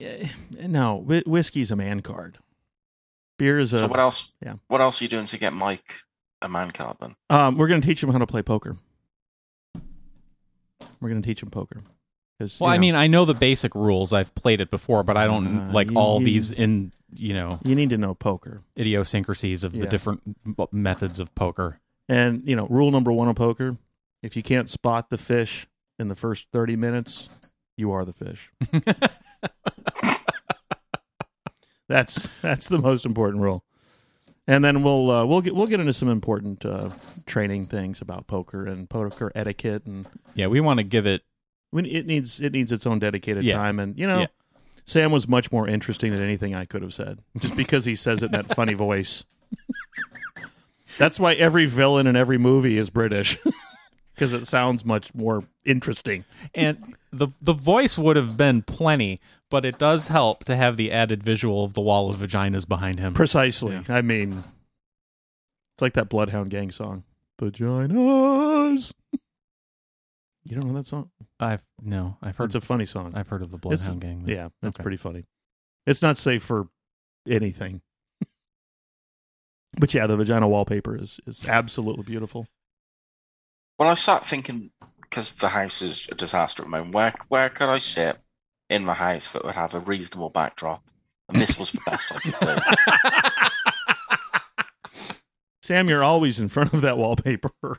Speaker 1: Eh, no whi- whiskey's a man card. Beer is a.
Speaker 2: So what else?
Speaker 1: yeah.
Speaker 2: What else are you doing to get Mike a man card then?
Speaker 1: Um, we're going to teach him how to play poker. We're going to teach him poker. 'Cause,
Speaker 3: Well,
Speaker 1: you
Speaker 3: I
Speaker 1: know,
Speaker 3: mean, I know the basic rules. I've played it before, but I don't
Speaker 1: Uh,
Speaker 3: like
Speaker 1: you-
Speaker 3: all
Speaker 1: you-
Speaker 3: these in you know
Speaker 1: You need to know poker.
Speaker 3: idiosyncrasies of the
Speaker 1: Yeah.
Speaker 3: different m- methods of poker.
Speaker 1: And, you know, rule number one of poker if you can't spot the fish in the first 30 minutes, you are the fish. that's that's the most important rule. And then we'll uh, we'll get we'll get into some important uh, training things about poker and poker etiquette and
Speaker 3: Yeah, we want to give it.
Speaker 1: when it needs it needs its own dedicated
Speaker 3: Yeah.
Speaker 1: time and you know
Speaker 3: Yeah.
Speaker 1: Sam was much more interesting than anything I could have said just because he says it in that funny voice. That's why every villain in every movie is British [LAUGHS] because it sounds much more interesting.
Speaker 3: And the the voice would have been plenty, but it does help to have the added visual of the wall of vaginas behind him.
Speaker 1: Precisely. I mean It's like that Bloodhound Gang song. Vaginas. [LAUGHS] You don't know that song?
Speaker 3: I've no, I've heard
Speaker 1: It's a funny song.
Speaker 3: I've heard of the
Speaker 1: It's-
Speaker 3: Bloodhound Gang. but-
Speaker 1: Yeah, that's
Speaker 3: Okay.
Speaker 1: pretty funny. It's not safe for anything. but yeah, the vagina wallpaper is is absolutely beautiful.
Speaker 3: [LAUGHS]
Speaker 2: Well, I sat thinking because the house is a disaster at the moment. Where where could I sit in my house that would have a reasonable backdrop? And this was the best I could
Speaker 1: [LAUGHS]
Speaker 2: do.
Speaker 1: Sam, you're always in front of that wallpaper.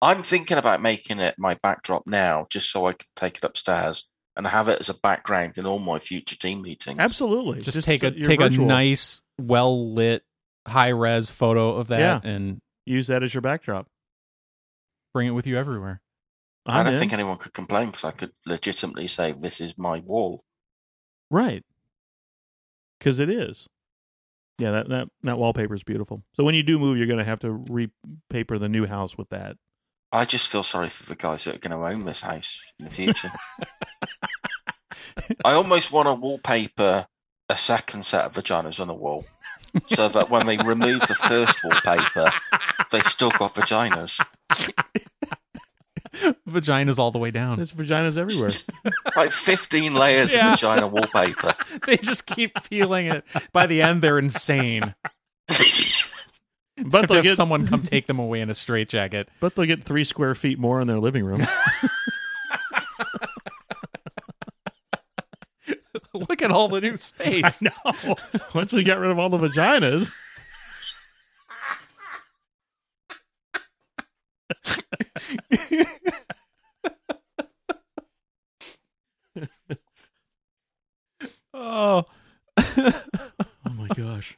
Speaker 2: I'm thinking about making it my backdrop now, just so I can take it upstairs and have it as a background in all my future team meetings.
Speaker 1: absolutely.
Speaker 3: Just, take a
Speaker 1: your
Speaker 3: take
Speaker 1: virtual.
Speaker 3: a nice, well lit, high res photo of that and
Speaker 1: Use that as your backdrop.
Speaker 3: bring it with you everywhere. [LAUGHS]
Speaker 2: I
Speaker 1: I'm
Speaker 2: don't
Speaker 1: in.
Speaker 2: think anyone could complain because I could legitimately say this is my wall.
Speaker 1: Right. Because it is. Yeah, that, that, that wallpaper is beautiful. So when you do move, you're going to have to repaper the new house with that.
Speaker 2: I just feel sorry for the guys that are going to own this house in the future. I almost want to wallpaper a second set of vaginas on the wall so that when they remove the first wallpaper, they've still got vaginas.
Speaker 3: vaginas all the way down.
Speaker 1: There's vaginas
Speaker 2: [LAUGHS]
Speaker 1: everywhere.
Speaker 2: Like 15 layers
Speaker 3: Yeah.
Speaker 2: of vagina wallpaper.
Speaker 3: [LAUGHS]
Speaker 2: [LAUGHS]
Speaker 3: they just keep peeling it. By the end,
Speaker 1: [LAUGHS]
Speaker 3: they're insane.
Speaker 1: But
Speaker 3: Have to
Speaker 1: they'll
Speaker 3: have
Speaker 1: get
Speaker 3: someone come take them away in a straitjacket.
Speaker 1: But they'll get three square feet more in their living room. [LAUGHS]
Speaker 3: [LAUGHS] Look at all the new [LAUGHS] space.
Speaker 1: know. Once we got rid of all the
Speaker 3: [LAUGHS]
Speaker 1: vaginas.
Speaker 3: Oh,
Speaker 1: Oh my gosh.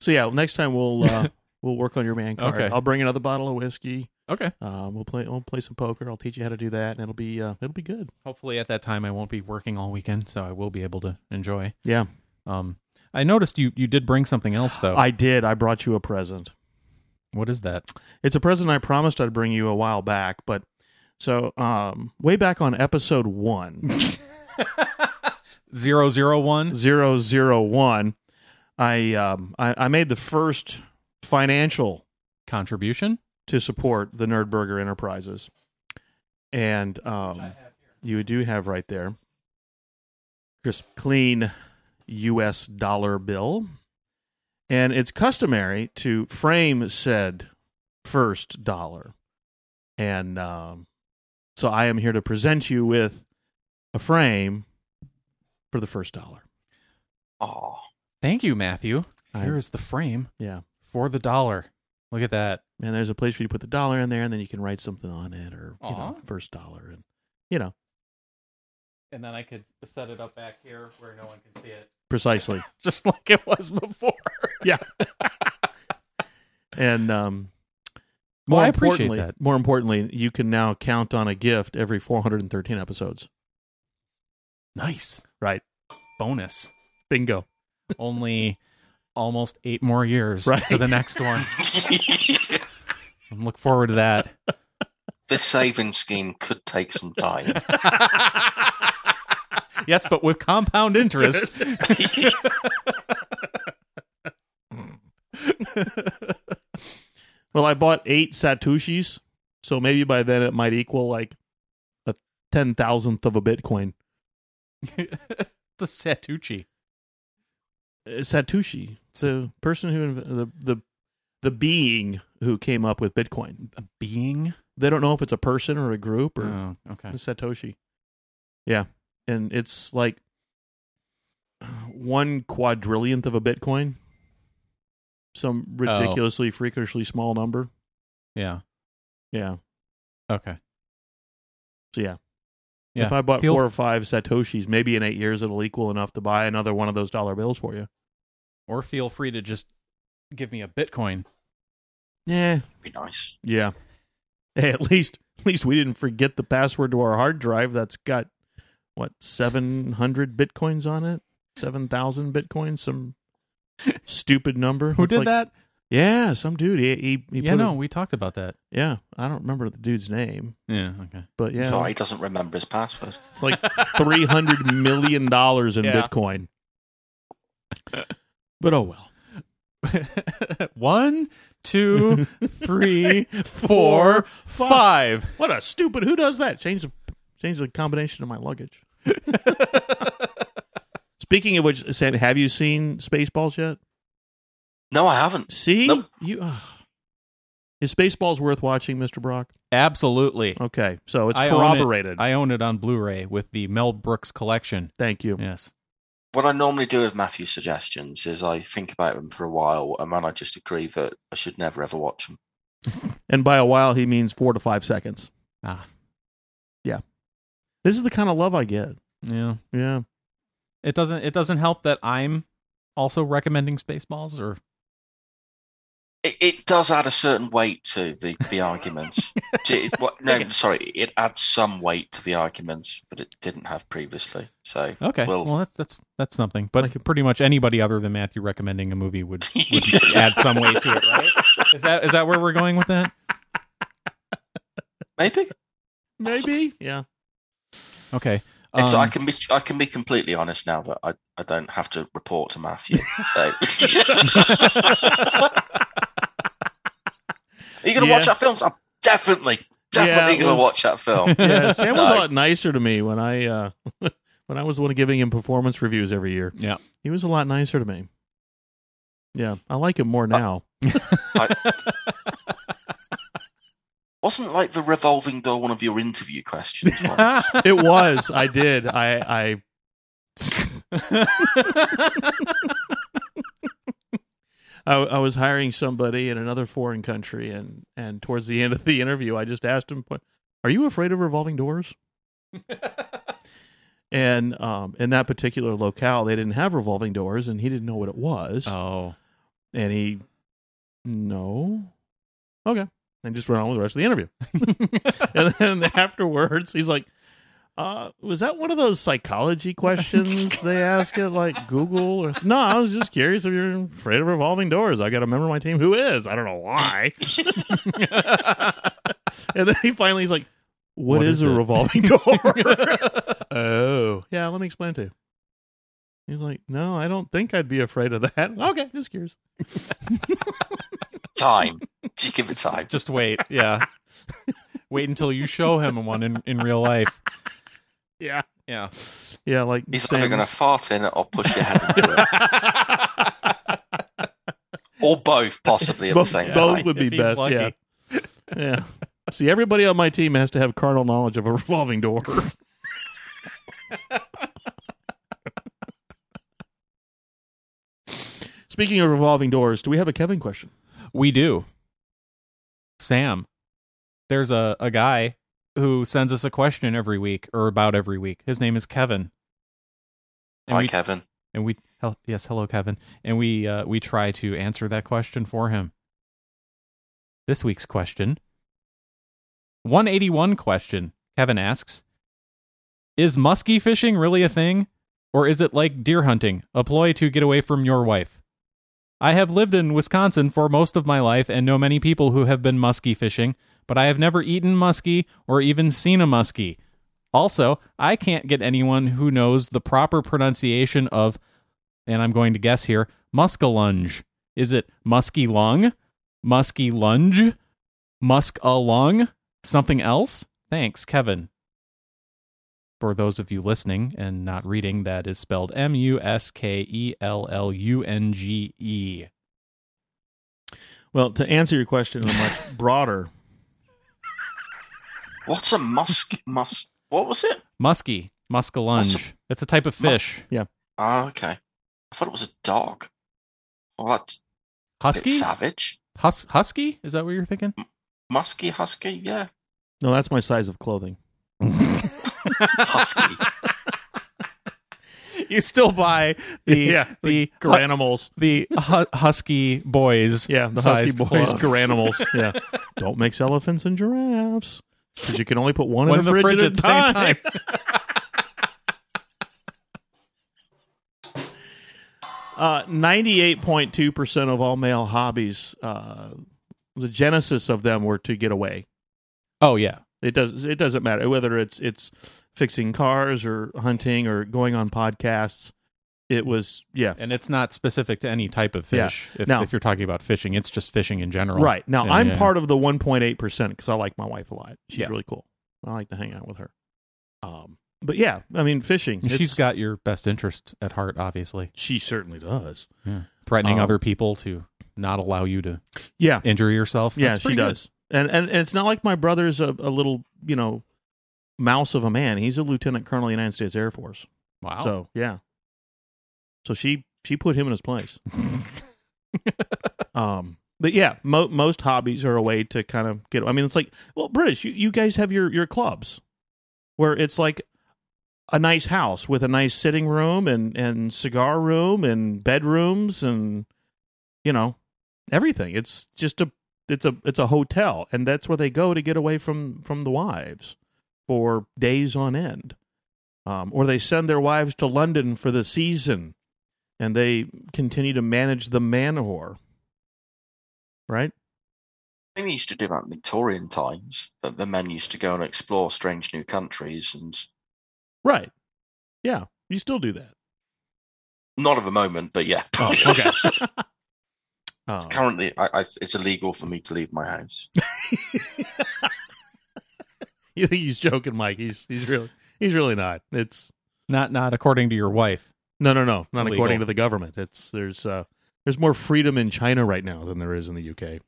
Speaker 1: So yeah, next time we'll [LAUGHS] uh, we'll work on your man card.
Speaker 3: Okay.
Speaker 1: I'll bring another bottle of whiskey.
Speaker 3: okay.
Speaker 1: Um, we'll play we'll play some poker. I'll teach you how to do that, and it'll be uh, it'll be good.
Speaker 3: Hopefully, at that time, I won't be working all weekend, so I will be able to enjoy.
Speaker 1: Yeah,
Speaker 3: Um, I noticed you you did bring something else though.
Speaker 1: I did. I brought you a present.
Speaker 3: what is that?
Speaker 1: It's a present I promised I'd bring you a while back, but so um, way back on episode one. [LAUGHS]
Speaker 3: Zero zero one.
Speaker 1: Zero zero one. I um I, I made the first financial
Speaker 3: contribution.
Speaker 1: to support the Nerdburger Enterprises, and um, you do have right there just clean U.S. dollar bill, and it's customary to frame said first dollar, and um, so I am here to present you with a frame for the first dollar.
Speaker 2: Oh,
Speaker 3: Thank you, Matthew.
Speaker 1: I-
Speaker 3: Here is the frame
Speaker 1: Yeah.
Speaker 3: for the dollar. Look at that.
Speaker 1: And there's a place where you put the dollar in there, and then you can write something on it, or you know,
Speaker 3: Aw.
Speaker 1: first dollar, and you know,
Speaker 3: And then I could set it up back here where no one can see it,
Speaker 1: precisely.
Speaker 3: [LAUGHS] just like it was before.
Speaker 1: And um,
Speaker 3: Well,
Speaker 1: more
Speaker 3: I appreciate
Speaker 1: importantly,
Speaker 3: that.
Speaker 1: more importantly, you can now count on a gift every 413 episodes.
Speaker 3: Nice
Speaker 1: Right.
Speaker 3: bonus.
Speaker 1: [LAUGHS] Bingo.
Speaker 3: Only almost eight more years
Speaker 1: Right.
Speaker 3: to the next one. [LAUGHS] I look forward to that.
Speaker 2: [LAUGHS] this saving scheme could take some time.
Speaker 3: yes, but with compound [LAUGHS] interest.
Speaker 1: Well, I bought eight satoshis, so maybe by then it might equal like a ten thousandth of a bitcoin.
Speaker 3: the Satucci.
Speaker 1: Uh, Satoshi, the person who inv- the the the being who came up with Bitcoin.
Speaker 3: A being?
Speaker 1: They don't know if it's a person or a group or
Speaker 3: Oh, okay.
Speaker 1: It's Satoshi. Yeah, and it's like uh, one quadrillionth of a Bitcoin, some
Speaker 3: Oh.
Speaker 1: ridiculously freakishly small number.
Speaker 3: Yeah.
Speaker 1: Yeah.
Speaker 3: Okay.
Speaker 1: So yeah.
Speaker 3: Yeah.
Speaker 1: If I bought
Speaker 3: Feel-
Speaker 1: four or five satoshis, maybe in eight years it'll equal enough to buy another one of those dollar bills for you.
Speaker 3: Or feel free to just give me a Bitcoin.
Speaker 1: Yeah,
Speaker 2: Be nice.
Speaker 1: yeah. Hey, at least at least we didn't forget the password to our hard drive that's got what seven hundred bitcoins on it, seven thousand bitcoins,
Speaker 3: [LAUGHS]
Speaker 1: some stupid number.
Speaker 3: Who
Speaker 1: It's
Speaker 3: did
Speaker 1: like-
Speaker 3: that?
Speaker 1: Yeah, some dude. He, he, he
Speaker 3: yeah,
Speaker 1: put
Speaker 3: no,
Speaker 1: a-
Speaker 3: we talked about that.
Speaker 1: yeah. I don't remember the dude's name,
Speaker 3: Yeah. Okay.
Speaker 1: but yeah,
Speaker 2: So he doesn't remember his password.
Speaker 1: It's like three
Speaker 3: [LAUGHS]
Speaker 1: hundred million dollars in
Speaker 3: Yeah.
Speaker 1: Bitcoin. But oh well.
Speaker 3: [LAUGHS] One, [LAUGHS] two, three, four, five.
Speaker 1: What a stupid! Who does that? Change the change the combination of my
Speaker 3: [LAUGHS]
Speaker 1: luggage. Speaking of which, Sam, have you seen Spaceballs yet?
Speaker 2: No, I haven't.
Speaker 1: See
Speaker 2: Nope.
Speaker 1: you. ugh. Is Spaceballs worth watching, Mister Brock?
Speaker 3: Absolutely.
Speaker 1: Okay, so Oh, it's
Speaker 3: I own it.
Speaker 1: corroborated.
Speaker 3: I own it on Blu-ray with the Mel Brooks collection.
Speaker 1: Thank you.
Speaker 3: Yes.
Speaker 2: What I normally do with Matthew's suggestions is I think about them for a while and then I just agree that I should never ever watch them.
Speaker 1: And by a while, he means four to five seconds.
Speaker 3: Ah.
Speaker 1: This is the kind of love I get.
Speaker 3: Yeah.
Speaker 1: Yeah.
Speaker 3: It doesn't it doesn't help that I'm also recommending Spaceballs or
Speaker 2: It, it does add a certain weight to the,
Speaker 1: [LAUGHS]
Speaker 2: the arguments. J- it- what- no, sorry, it adds some weight to the arguments, but it didn't have previously. So
Speaker 3: Okay. Well,
Speaker 2: Well-
Speaker 3: that's that's that's something. But
Speaker 1: Like-
Speaker 3: pretty much anybody other than Matthew recommending a movie would, would add some weight to it, right? Is that is that where we're going with that?
Speaker 2: maybe
Speaker 1: Maybe. Yeah.
Speaker 3: Okay.
Speaker 2: It's,
Speaker 3: Um,
Speaker 2: I can be I can be completely honest now that I, I don't have to report to Matthew. So
Speaker 1: [LAUGHS]
Speaker 2: Are you gonna
Speaker 1: Yeah.
Speaker 2: watch that film? I'm definitely
Speaker 1: Yeah,
Speaker 2: definitely
Speaker 1: it
Speaker 2: gonna
Speaker 1: was-
Speaker 2: watch
Speaker 1: [LAUGHS]
Speaker 2: that film.
Speaker 1: Yeah. Sam
Speaker 3: [LAUGHS]
Speaker 1: was a
Speaker 2: No.
Speaker 1: lot nicer to me when I uh, [LAUGHS] when I was the one giving him performance reviews every year.
Speaker 3: Yeah.
Speaker 1: He was a lot nicer to me. Yeah, I like him
Speaker 3: Uh,
Speaker 1: more
Speaker 3: [LAUGHS]
Speaker 1: now.
Speaker 2: Wasn't like the revolving door one of your interview questions
Speaker 1: [LAUGHS]
Speaker 2: once?
Speaker 1: it was. I did. I. I I, I was hiring somebody in another foreign country, and and towards the end of the interview, I just asked him, "Are you afraid of revolving doors?" and um, in that particular locale, they didn't have revolving doors, and he didn't know what it was,
Speaker 3: oh.
Speaker 1: and he, no, okay, and just went on with the rest of the interview. [LAUGHS] and then afterwards, he's like, uh, "Was that one of those psychology questions they ask at like Google?" Or no, I was just curious if you're afraid of revolving doors. I got a member of my team who is. I don't know why. [LAUGHS] and then he finally he's like, what
Speaker 3: What
Speaker 1: is,
Speaker 3: is
Speaker 1: a
Speaker 3: it?"
Speaker 1: revolving door?"
Speaker 3: [LAUGHS]
Speaker 1: oh, yeah. Let me explain to you. He's like, "No, I don't think I'd be afraid of that." [LAUGHS] Okay, just curious.
Speaker 2: time. Just give it time.
Speaker 3: [LAUGHS] Just wait. Yeah. wait until you show him one in, in real life.
Speaker 1: Yeah,
Speaker 3: Yeah.
Speaker 1: yeah. Like
Speaker 2: He's either
Speaker 1: Sam's-
Speaker 2: gonna fart in it or push your head
Speaker 1: [LAUGHS]
Speaker 2: into it. Or both possibly at
Speaker 1: both,
Speaker 2: the same
Speaker 1: both
Speaker 2: time.
Speaker 1: would be
Speaker 3: If he's
Speaker 1: best.
Speaker 3: lucky.
Speaker 1: Yeah. Yeah. See, everybody on my team has to have carnal knowledge of a revolving door. Speaking of revolving doors, do we have a Kevin question?
Speaker 3: We do. Sam, there's a, a guy who sends us a question every week or about every week. His name is Kevin. And
Speaker 2: Hi
Speaker 3: we,
Speaker 2: Kevin.
Speaker 3: and we hel- yes, hello Kevin. And we uh, we try to answer that question for him. This week's question 181 question. Kevin asks, "Is muskie fishing really a thing or is it like deer hunting, a ploy to get away from your wife?" I have lived in Wisconsin for most of my life and know many people who have been muskie fishing, but I have never eaten muskie or even seen a muskie. Also, I can't get anyone who knows the proper pronunciation of, and I'm going to guess here, muskellunge. Is it musky lung, musky lunge, musk a lung, something else? Thanks, Kevin. For those of you listening and not reading, that is spelled M U S K E L L U N G E.
Speaker 1: Well, to answer your question in a [LAUGHS] much broader,
Speaker 2: What's a musk musk what was it?
Speaker 3: Musky, muskellunge. It's a type of
Speaker 2: Mu-
Speaker 3: fish.
Speaker 2: Oh, okay. I thought it was a dog. Well, that's a bit
Speaker 3: Husky?
Speaker 2: savage.
Speaker 3: Hus- husky? Is that what you're thinking?
Speaker 2: Musky, husky, yeah.
Speaker 1: No, that's my size of clothing. [LAUGHS]
Speaker 2: Husky.
Speaker 3: you still buy the
Speaker 1: Yeah,
Speaker 3: the hu-
Speaker 1: Granimals.
Speaker 3: the hu- husky boys.
Speaker 1: Yeah, the
Speaker 3: sized
Speaker 1: husky boys,
Speaker 3: gloves.
Speaker 1: granimals. [LAUGHS] Yeah, don't mix elephants and giraffes because you can only put one,
Speaker 3: One
Speaker 1: in the fridge, at a
Speaker 3: the same time.
Speaker 1: time. Uh, 98.2% of all male hobbies, uh, the genesis of them were to get away.
Speaker 3: Oh yeah.
Speaker 1: It does. It doesn't matter whether it's it's fixing cars or hunting or going on podcasts. It was yeah.
Speaker 3: And it's not specific to any type of fish. If,
Speaker 1: Now-
Speaker 3: if you're talking about fishing, it's just fishing in general.
Speaker 1: Right now,
Speaker 3: Yeah,
Speaker 1: I'm
Speaker 3: yeah,
Speaker 1: part of the 1.8 percent because I like my wife a lot. She's
Speaker 3: Yeah.
Speaker 1: really cool. I like to hang out with her. Um, but yeah, I mean, fishing.
Speaker 3: yeah. She's
Speaker 1: it's-
Speaker 3: got your best interest at heart, obviously.
Speaker 1: She certainly does.
Speaker 3: Threatening
Speaker 1: Um,
Speaker 3: other people to not allow you to
Speaker 1: Yeah,
Speaker 3: injure yourself.
Speaker 1: yeah,
Speaker 3: That's
Speaker 1: she
Speaker 3: pretty good.
Speaker 1: does. And, and and it's not like my brother's a, a little you know mouse of a man. He's a lieutenant colonel in the United States Air Force.
Speaker 3: Wow.
Speaker 1: So yeah. So she she put him in his place. um, but yeah, mo- most hobbies are a way to kind of get. I mean, it's like well, British. You you guys have your your clubs, where it's like a nice house with a nice sitting room and and cigar room and bedrooms and you know everything. It's just a it's a it's a hotel, and that's where they go to get away from from the wives for days on end um, or they send their wives to London for the season, and they continue to manage the man whore. Right?
Speaker 2: They used to do that in Victorian times, that the men used to go and explore strange new countries, and
Speaker 1: Right. Yeah, you still do that.
Speaker 2: not at the moment, but yeah.
Speaker 1: Oh, okay.
Speaker 2: [LAUGHS] It's
Speaker 1: Um,
Speaker 2: currently, I, I, it's illegal for me to leave my house.
Speaker 1: [LAUGHS] you think [LAUGHS] he's joking, Mike? He's he's really he's really not. It's
Speaker 3: Not not according to your wife.
Speaker 1: no, no, no, not
Speaker 3: Illegal.
Speaker 1: according to the government. It's there's uh there's more freedom in China right now than there is in the UK.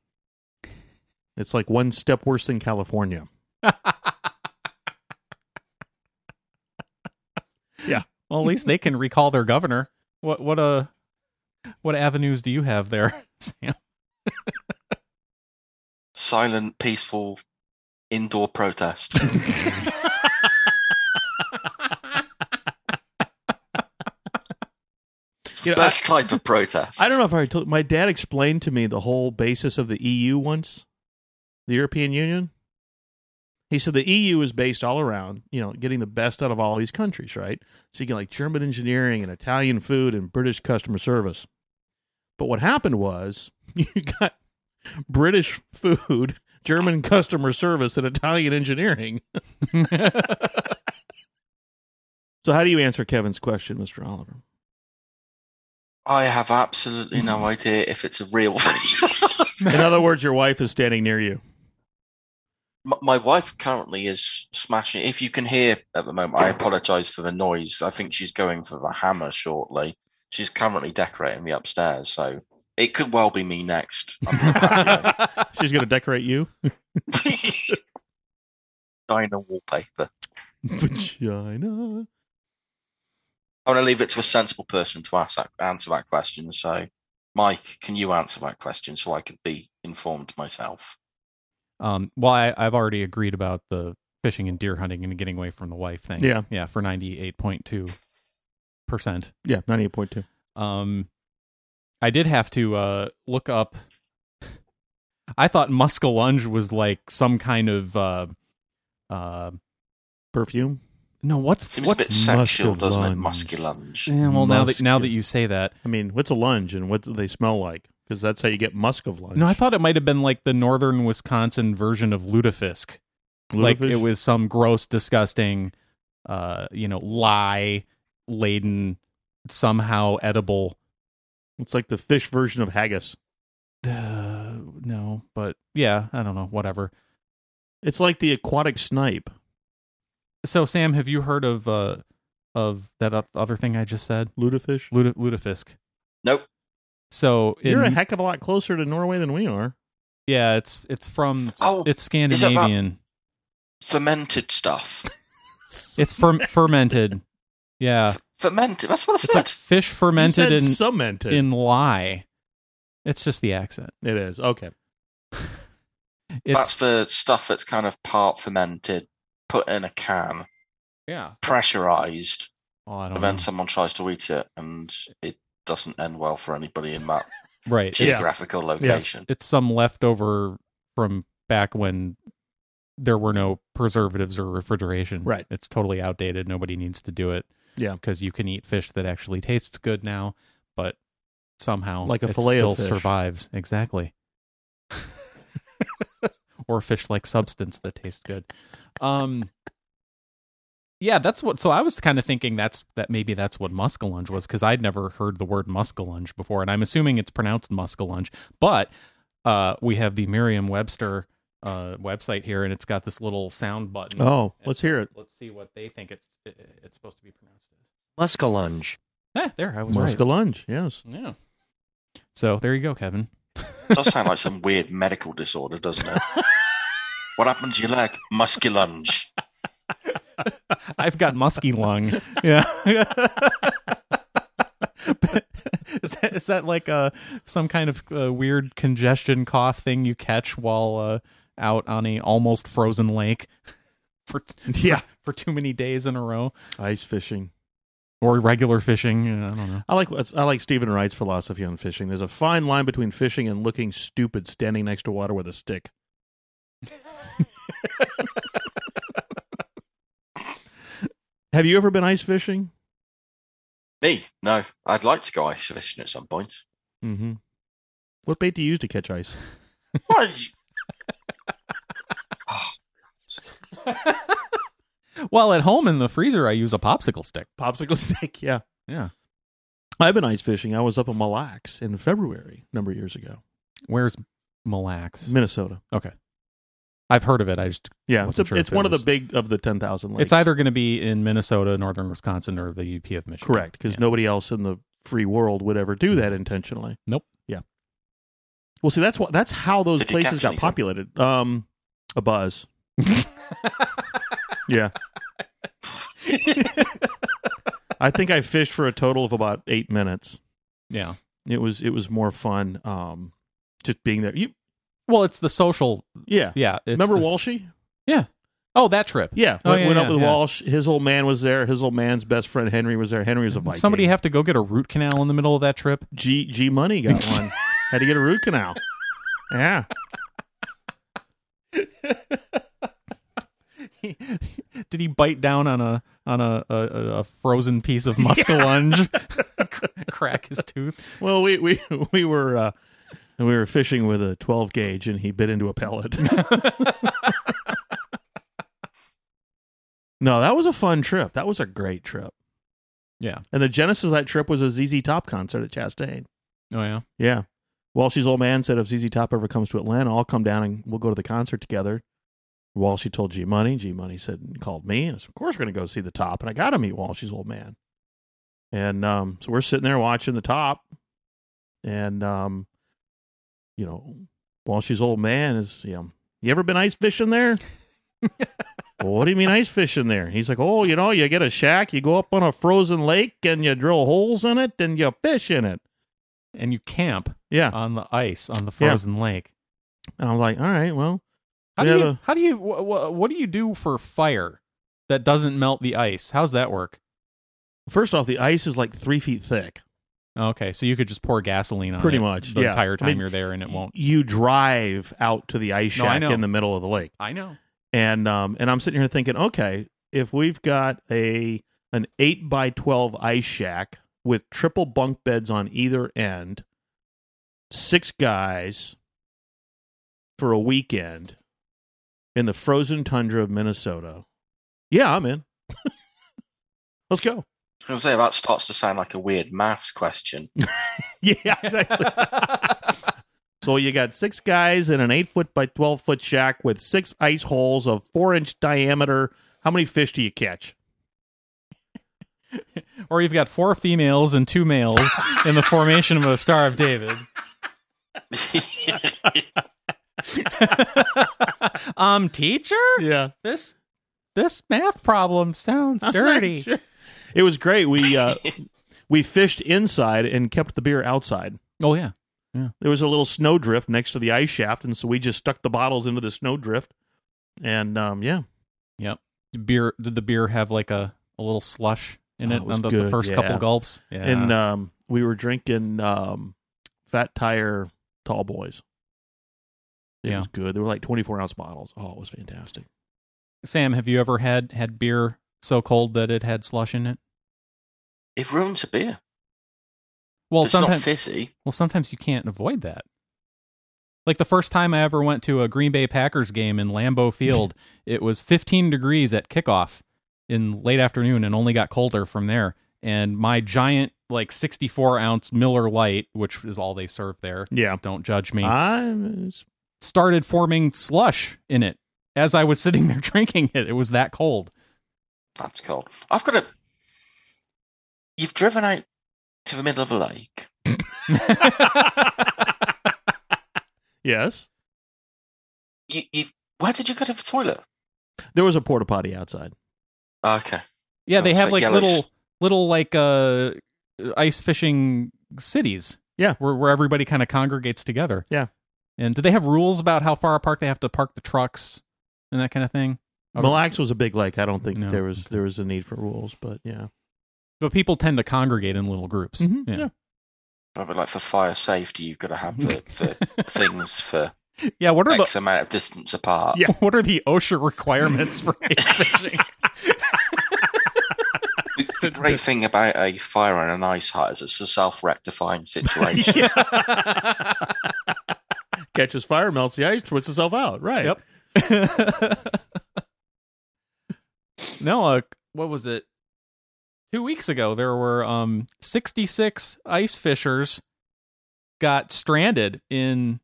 Speaker 1: It's like one step worse than California.
Speaker 3: Well, at least they can recall their governor. What what uh what avenues do you have there, [LAUGHS] Sam?
Speaker 2: Silent, peaceful,
Speaker 1: [LAUGHS]
Speaker 2: indoor protest.
Speaker 1: You know, I-
Speaker 2: Best type of protest.
Speaker 1: I don't know if I told my dad explained to me the whole basis of the EU once, the European Union. He said the EU is based all around, you know, getting the best out of all these countries, right? So you get like German engineering and Italian food and British customer service. But what happened was [LAUGHS] you got British food, German customer service, and Italian engineering. [LAUGHS] so how do you answer Kevin's question, Mr. Oliver?
Speaker 2: I have absolutely
Speaker 1: Hmm.
Speaker 2: no idea if it's a
Speaker 1: [LAUGHS]
Speaker 2: real thing.
Speaker 1: In other words, your wife is standing near you.
Speaker 2: M- My wife currently is smashing. If you can hear at the moment, I apologise for the noise. I think she's going for the hammer shortly. She's currently decorating the upstairs, so it could well be me next.
Speaker 1: [LAUGHS]
Speaker 2: on the patio.
Speaker 1: She's going to decorate you.
Speaker 2: Dino wallpaper.
Speaker 1: Vagina.
Speaker 2: I'm going to leave it to a sensible person to ask that, answer that question. So, Mike, can you answer that question so I could be informed myself?
Speaker 3: Um, well, I, I've already agreed about the fishing and deer hunting and getting away from the wife thing.
Speaker 1: Yeah.
Speaker 3: yeah, for ninety eight point two percent.
Speaker 1: Yeah, ninety-eight point two.
Speaker 3: Um, I did have to uh look up. I thought muskellunge was like some kind of uh, uh,
Speaker 1: Perfume.
Speaker 3: no. What's
Speaker 2: Seems
Speaker 3: what's
Speaker 2: a bit sexual, doesn't it?
Speaker 1: musculunge?
Speaker 2: Musculunge.
Speaker 3: Yeah, well, now that now
Speaker 1: Muscu-
Speaker 3: that you say that,
Speaker 1: I mean, what's a lunge and what do they smell like? Because that's how you get musk of lunge.
Speaker 3: no, I thought it might have been like the northern Wisconsin version of lutefisk. Like
Speaker 1: Lutefisk?
Speaker 3: it was some gross, disgusting, uh, you know, lie laden, somehow edible.
Speaker 1: It's like the fish version of haggis.
Speaker 3: Uh, no, but yeah, I don't know, whatever.
Speaker 1: It's like the aquatic snipe.
Speaker 3: So, Sam, have you heard of uh of that oth- other thing I just said,
Speaker 1: Lutefish.
Speaker 3: Lute- lutefisk?
Speaker 2: Nope.
Speaker 3: So, in,
Speaker 1: You're a heck of a lot closer to Norway than we are.
Speaker 3: yeah, it's it's from
Speaker 2: Oh,
Speaker 3: it's
Speaker 2: about-
Speaker 3: Scandinavian.
Speaker 2: fermented stuff.
Speaker 1: [LAUGHS]
Speaker 2: [LAUGHS]
Speaker 3: It's fer- fermented. Yeah,
Speaker 2: F- fermented. That's what I
Speaker 3: It's
Speaker 2: said.
Speaker 3: like fish fermented
Speaker 1: You
Speaker 3: in
Speaker 1: said cemented.
Speaker 3: in lye. It's just the accent.
Speaker 1: it is okay.
Speaker 3: It's
Speaker 2: that's for stuff that's kind of part fermented, put in a can,
Speaker 3: yeah.
Speaker 2: pressurized,
Speaker 3: Oh, I don't
Speaker 2: and
Speaker 3: know.
Speaker 2: then someone tries to eat it, and it doesn't end well for anybody in that
Speaker 3: Right.
Speaker 1: Yeah.
Speaker 2: geographical location.
Speaker 3: It's some leftover from back when there were no preservatives or refrigeration.
Speaker 1: Right.
Speaker 3: It's totally outdated. Nobody needs to do it.
Speaker 1: Yeah.
Speaker 3: Because you can eat fish that actually tastes good now, but somehow
Speaker 1: Like a
Speaker 3: it
Speaker 1: filet
Speaker 3: still
Speaker 1: of fish.
Speaker 3: survives.
Speaker 1: [LAUGHS]
Speaker 3: Exactly. or fish like substance that tastes good. Um yeah, that's what. So I was kind of thinking that's that maybe that's what muskellunge was because I'd never heard the word muskellunge before, and I'm assuming it's pronounced muskellunge. But uh, we have the Merriam-Webster uh, website here, and it's got this little sound button.
Speaker 1: Oh, let's hear it.
Speaker 3: Let's see what they think it's it- it's supposed to be pronounced.
Speaker 4: Muskellunge.
Speaker 3: as. Ah, there I was right.
Speaker 1: Muskellunge.
Speaker 3: [LAUGHS]
Speaker 1: Yes.
Speaker 3: Yeah. So there you go, Kevin.
Speaker 2: It does sound like some weird medical disorder, doesn't it?
Speaker 3: [LAUGHS]
Speaker 2: what happened to your leg? Musculunge.
Speaker 3: I've got musky lung. Yeah. [LAUGHS] is, that, is that like uh, some kind of uh, weird congestion cough thing you catch while uh, out on a almost frozen lake [LAUGHS] for
Speaker 1: Yeah.
Speaker 3: for too many days in a row
Speaker 1: Ice fishing.
Speaker 3: or regular fishing? I don't know.
Speaker 1: I like what's- I like Stephen Wright's philosophy on fishing. There's a fine line between fishing and looking stupid standing next to water with a stick. [LAUGHS] Have you ever been ice fishing?
Speaker 2: Me? No. I'd like to go ice fishing at some point.
Speaker 1: Mm-hmm. What bait do you use to catch ice?
Speaker 2: Why did you-
Speaker 3: Well, at home in the freezer, I use a popsicle stick.
Speaker 1: Popsicle stick. Yeah.
Speaker 3: Yeah.
Speaker 1: I've been ice fishing. I was up in Mille Lacs in February a number of years ago,
Speaker 3: Where's Mille Lacs?
Speaker 1: Minnesota.
Speaker 3: I've heard of it. I just
Speaker 1: Yeah, it's, a,
Speaker 3: Wasn't sure
Speaker 1: it's
Speaker 3: if it
Speaker 1: one of the
Speaker 3: was-
Speaker 1: big of the ten thousand lakes.
Speaker 3: it's either going to be in Minnesota, northern Wisconsin, or the UP of Michigan.
Speaker 1: correct because
Speaker 3: Yeah.
Speaker 1: nobody else in the free world would ever do that intentionally.
Speaker 3: Nope.
Speaker 1: Yeah. Well, see, that's what that's how those
Speaker 2: Did you
Speaker 1: places
Speaker 2: catch
Speaker 1: got
Speaker 2: anything?
Speaker 1: populated. Um, a
Speaker 3: [LAUGHS]
Speaker 1: buzz. yeah, I think I fished for a total of about eight minutes.
Speaker 3: yeah.
Speaker 1: It was it was more fun. Um, just being there. You
Speaker 3: Well, it's the social.
Speaker 1: yeah.
Speaker 3: Yeah. It's
Speaker 1: Remember
Speaker 3: the-
Speaker 1: Walshy?
Speaker 3: Oh, that trip.
Speaker 1: Yeah,
Speaker 3: Oh,
Speaker 1: went,
Speaker 3: yeah,
Speaker 1: went
Speaker 3: yeah,
Speaker 1: up with
Speaker 3: yeah.
Speaker 1: Walsh. His old man was there. His old man's best friend Henry was there. Henry was a Viking.
Speaker 3: Somebody have to go get a root canal in the middle of that trip. [LAUGHS]
Speaker 1: G G Money got one. Had to get a root canal. Yeah.
Speaker 3: Did he bite down on a on a a, a- a frozen piece [LAUGHS] of muskellunge? Crack his tooth.
Speaker 1: Well, we we [LAUGHS] we were uh, we were fishing with a 12 gauge, and he bit into a pellet. [LAUGHS] no, that was a fun trip. That was a great trip.
Speaker 3: Yeah.
Speaker 1: And the genesis of that trip was a ZZ Top concert at Chastain.
Speaker 3: Oh yeah.
Speaker 1: Yeah. Walshy's old man said if ZZ Top ever comes to Atlanta, I'll come down and we'll go to the concert together. Walshy told G Money. G Money said called me and I said, of course we're gonna go see the top. And I gotta meet Walshy's old man. And um, so we're sitting there watching the top, and um, you know, Walshy's old man is you know, you ever been ice fishing there? well, what do you mean ice fishing there? He's like, oh, you know, you get a shack, you go up on a frozen lake, and you drill holes in it, and you fish in it.
Speaker 3: And you camp
Speaker 1: Yeah,
Speaker 3: on the ice on the
Speaker 1: Yeah.
Speaker 3: frozen lake.
Speaker 1: And I'm like, all right, well,
Speaker 3: How
Speaker 1: We
Speaker 3: do
Speaker 1: had
Speaker 3: you?
Speaker 1: a-
Speaker 3: How do you? Wh- wh- what do you do for fire that doesn't melt the ice? How's that work?
Speaker 1: [LAUGHS] first off, the ice is like three feet thick.
Speaker 3: Okay, so you could just pour gasoline on
Speaker 1: Pretty
Speaker 3: it
Speaker 1: much,
Speaker 3: the
Speaker 1: yeah.
Speaker 3: entire
Speaker 1: I
Speaker 3: time
Speaker 1: mean,
Speaker 3: you're there, and it won't.
Speaker 1: You drive out to the ice
Speaker 3: No, I
Speaker 1: shack
Speaker 3: know.
Speaker 1: in the middle of the lake,
Speaker 3: I know.
Speaker 1: and um, and I'm sitting here thinking, okay, if we've got a an eight by twelve ice shack with triple bunk beds on either end, six guys for a weekend in the frozen tundra of Minnesota, yeah, I'm in. [LAUGHS] Let's go.
Speaker 2: I was going to say, that starts to sound like a weird maths question. [LAUGHS]
Speaker 1: [LAUGHS] Yeah, exactly. So you got six guys in an eight foot by twelve foot shack with six ice holes of four inch diameter. How many fish do you catch?
Speaker 3: or you've got four females and two males in the formation of a Star of David. um, teacher,
Speaker 1: Yeah,
Speaker 3: [LAUGHS] Um, this this math problem sounds dirty.
Speaker 1: It was great. We uh, we fished inside and kept the beer outside.
Speaker 3: Oh yeah.
Speaker 1: There was a little snow drift next to the ice shaft, and so we just stuck the bottles into the snow drift. And um, yeah,
Speaker 3: The beer did the beer have like a, a little slush in
Speaker 1: Oh,
Speaker 3: it,
Speaker 1: it was
Speaker 3: on the, the
Speaker 1: good,
Speaker 3: first
Speaker 1: yeah.
Speaker 3: couple gulps? Yeah.
Speaker 1: and um, we were drinking um, Fat Tire Tall Boys. It
Speaker 3: Yeah.
Speaker 1: was good. They were like twenty four ounce bottles. Oh, it was fantastic.
Speaker 3: Sam, have you ever had had beer so cold that it had slush in it?
Speaker 2: It ruins a beer.
Speaker 3: Well,
Speaker 2: it's not
Speaker 3: sometimes
Speaker 2: fizzy.
Speaker 3: well sometimes you can't avoid that. Like the first time I ever went to a Green Bay Packers game in Lambeau Field, it was 15 degrees at kickoff in late afternoon and only got colder from there. And my giant like 64 ounce Miller Light, which is all they serve there.
Speaker 1: Yeah,
Speaker 3: Don't judge me.
Speaker 1: I
Speaker 3: [LAUGHS]
Speaker 1: it's
Speaker 3: started forming slush in it as I was sitting there [LAUGHS] drinking it. It was that cold.
Speaker 2: That's cold. I've got a. You've driven out to the middle of a lake.
Speaker 1: yes.
Speaker 2: You, you, where did you go to the toilet? Ah,
Speaker 1: There was a porta potty outside.
Speaker 2: Okay.
Speaker 3: yeah, they
Speaker 2: Oh,
Speaker 3: have
Speaker 2: so
Speaker 3: like
Speaker 2: yellowish.
Speaker 3: little little like uh ice fishing cities.
Speaker 1: Yeah.
Speaker 3: Where where everybody kind of congregates together.
Speaker 1: Yeah.
Speaker 3: And do they have rules about how far apart they have to park the trucks and that kind of thing? Okay.
Speaker 1: Mille Lacs was a big lake. I don't think
Speaker 3: No,
Speaker 1: there was
Speaker 3: okay.
Speaker 1: there was a need for rules, but yeah,
Speaker 3: But people tend to congregate in little groups.
Speaker 1: Mhm,
Speaker 3: Yeah.
Speaker 2: Probably like for fire safety, you've got to have the, the
Speaker 3: [LAUGHS]
Speaker 2: things for
Speaker 3: yeah. what are
Speaker 2: X
Speaker 3: the
Speaker 2: amount of distance
Speaker 1: [LAUGHS]
Speaker 2: apart.
Speaker 1: Yeah.
Speaker 3: [LAUGHS] what are the OSHA requirements for ice fishing?
Speaker 2: The, the great thing about a fire and an ice hut is it's a self rectifying situation.
Speaker 1: catches fire, melts the ice, twists itself out. Right.
Speaker 3: Yep. [LAUGHS] no, uh, what was it? Two weeks ago, there were um 66 ice fishers got stranded in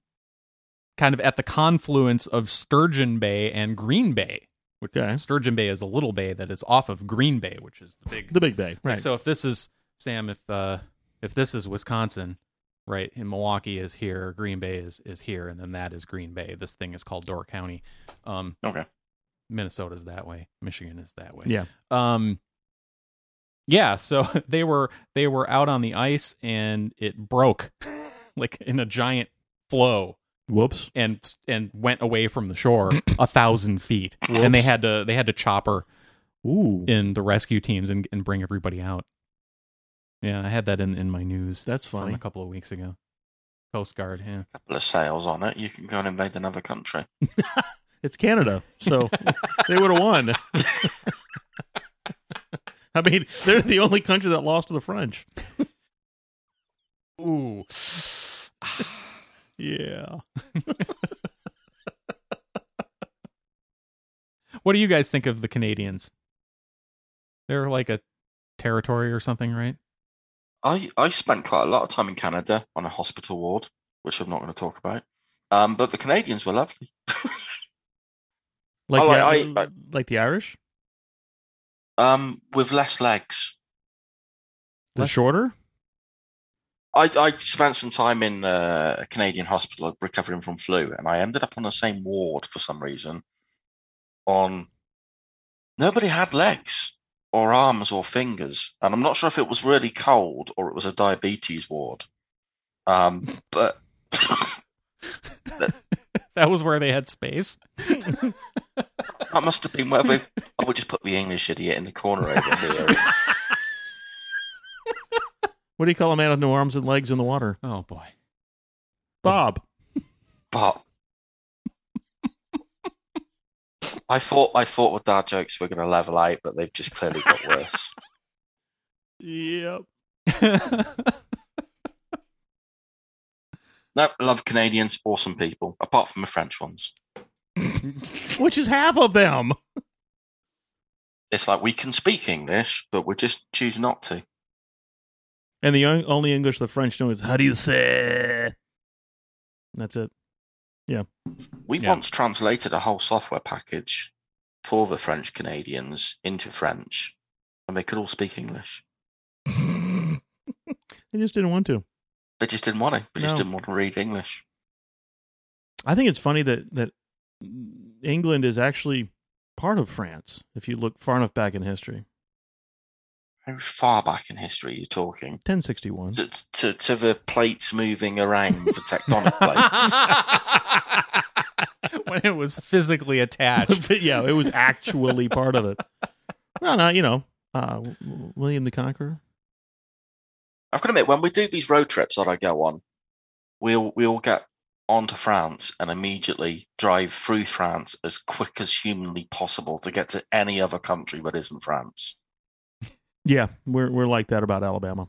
Speaker 3: kind of at the confluence of Sturgeon Bay and Green Bay. Which
Speaker 1: Okay.
Speaker 3: Sturgeon Bay is a little bay that is off of Green Bay, which is the big.
Speaker 1: The Big Bay. Right.
Speaker 3: So if this is Sam, if uh if this is Wisconsin, right, and Milwaukee is here, Green Bay is is here, and then that is Green Bay. This thing is called Door County. Um,
Speaker 2: Okay.
Speaker 3: Minnesota's that way. Michigan is that way.
Speaker 1: Yeah.
Speaker 3: Um Yeah, so [LAUGHS] they were they were out on the ice and it broke [LAUGHS] like in a giant flow
Speaker 1: Whoops.
Speaker 3: and and went away from the shore a thousand feet. And they
Speaker 1: Whoops.
Speaker 3: had to they had to chopper
Speaker 1: Ooh.
Speaker 3: in the rescue teams and, and bring everybody out. Yeah, I had that in, in my news
Speaker 1: That's
Speaker 3: from
Speaker 1: funny.
Speaker 3: a couple of weeks ago. Coast Guard, yeah.
Speaker 2: A couple of sails on it, you can go and invade another country.
Speaker 1: It's Canada,
Speaker 3: [LAUGHS]
Speaker 1: so they would have won. [LAUGHS] I mean, they're the only country that lost to the French.
Speaker 3: Ooh. [SIGHS]
Speaker 1: [SIGHS]
Speaker 2: Oh,
Speaker 1: Yeah.
Speaker 3: What do you guys think of the Canadians? They're like a territory or something, right? [LAUGHS]
Speaker 2: I, I spent quite a lot of time in Canada on a hospital ward, which I'm not going to talk about. Um, but the Canadians were lovely.
Speaker 1: Like,
Speaker 2: Oh,
Speaker 1: the,
Speaker 2: I- I- I-
Speaker 1: like the Irish?
Speaker 2: Um, with less legs.
Speaker 1: They're
Speaker 3: Less-
Speaker 1: shorter?
Speaker 2: I, I spent some time in uh, a Canadian hospital recovering from flu, and I ended up on the same ward for some reason. On nobody had legs or arms or fingers, and I'm not sure if it was really cold or it was a diabetes ward. Um, but
Speaker 3: That was where they had space.
Speaker 2: that must have been where we. I would just put the English idiot in the corner over here.
Speaker 1: What do you call a man with no arms and legs in the water?
Speaker 3: Oh boy.
Speaker 1: Bob.
Speaker 2: But I thought I thought with dad jokes were going to level out, but they've just clearly got worse.
Speaker 1: Yep.
Speaker 2: No, love Canadians, awesome people, apart from the French ones.
Speaker 1: Which is half of them.
Speaker 2: It's like we can speak English, but we just choose not to.
Speaker 1: And the on- only English the French know is how do you say? That's it.
Speaker 2: We
Speaker 3: Yeah.
Speaker 2: once translated a whole software package for the French Canadians into French, and they could all speak English.
Speaker 1: they just didn't want to.
Speaker 2: They just didn't want to. They just
Speaker 1: No.
Speaker 2: didn't want to read English.
Speaker 1: I think it's funny that that England is actually part of France if you look far enough back in history.
Speaker 2: How far back in history are you talking?
Speaker 1: 1061.
Speaker 2: To, to, to the plates moving around, the tectonic
Speaker 3: [LAUGHS]
Speaker 2: plates.
Speaker 3: when it was physically attached.
Speaker 1: But [LAUGHS] yeah, it was actually part of it. No, no, you know, uh, W- W- William the Conqueror.
Speaker 2: I've got to admit, when we do these road trips that I go on, we'll we'll get onto France and immediately drive through France as quick as humanly possible to get to any other country that isn't France.
Speaker 1: Yeah, we're we're like that about Alabama.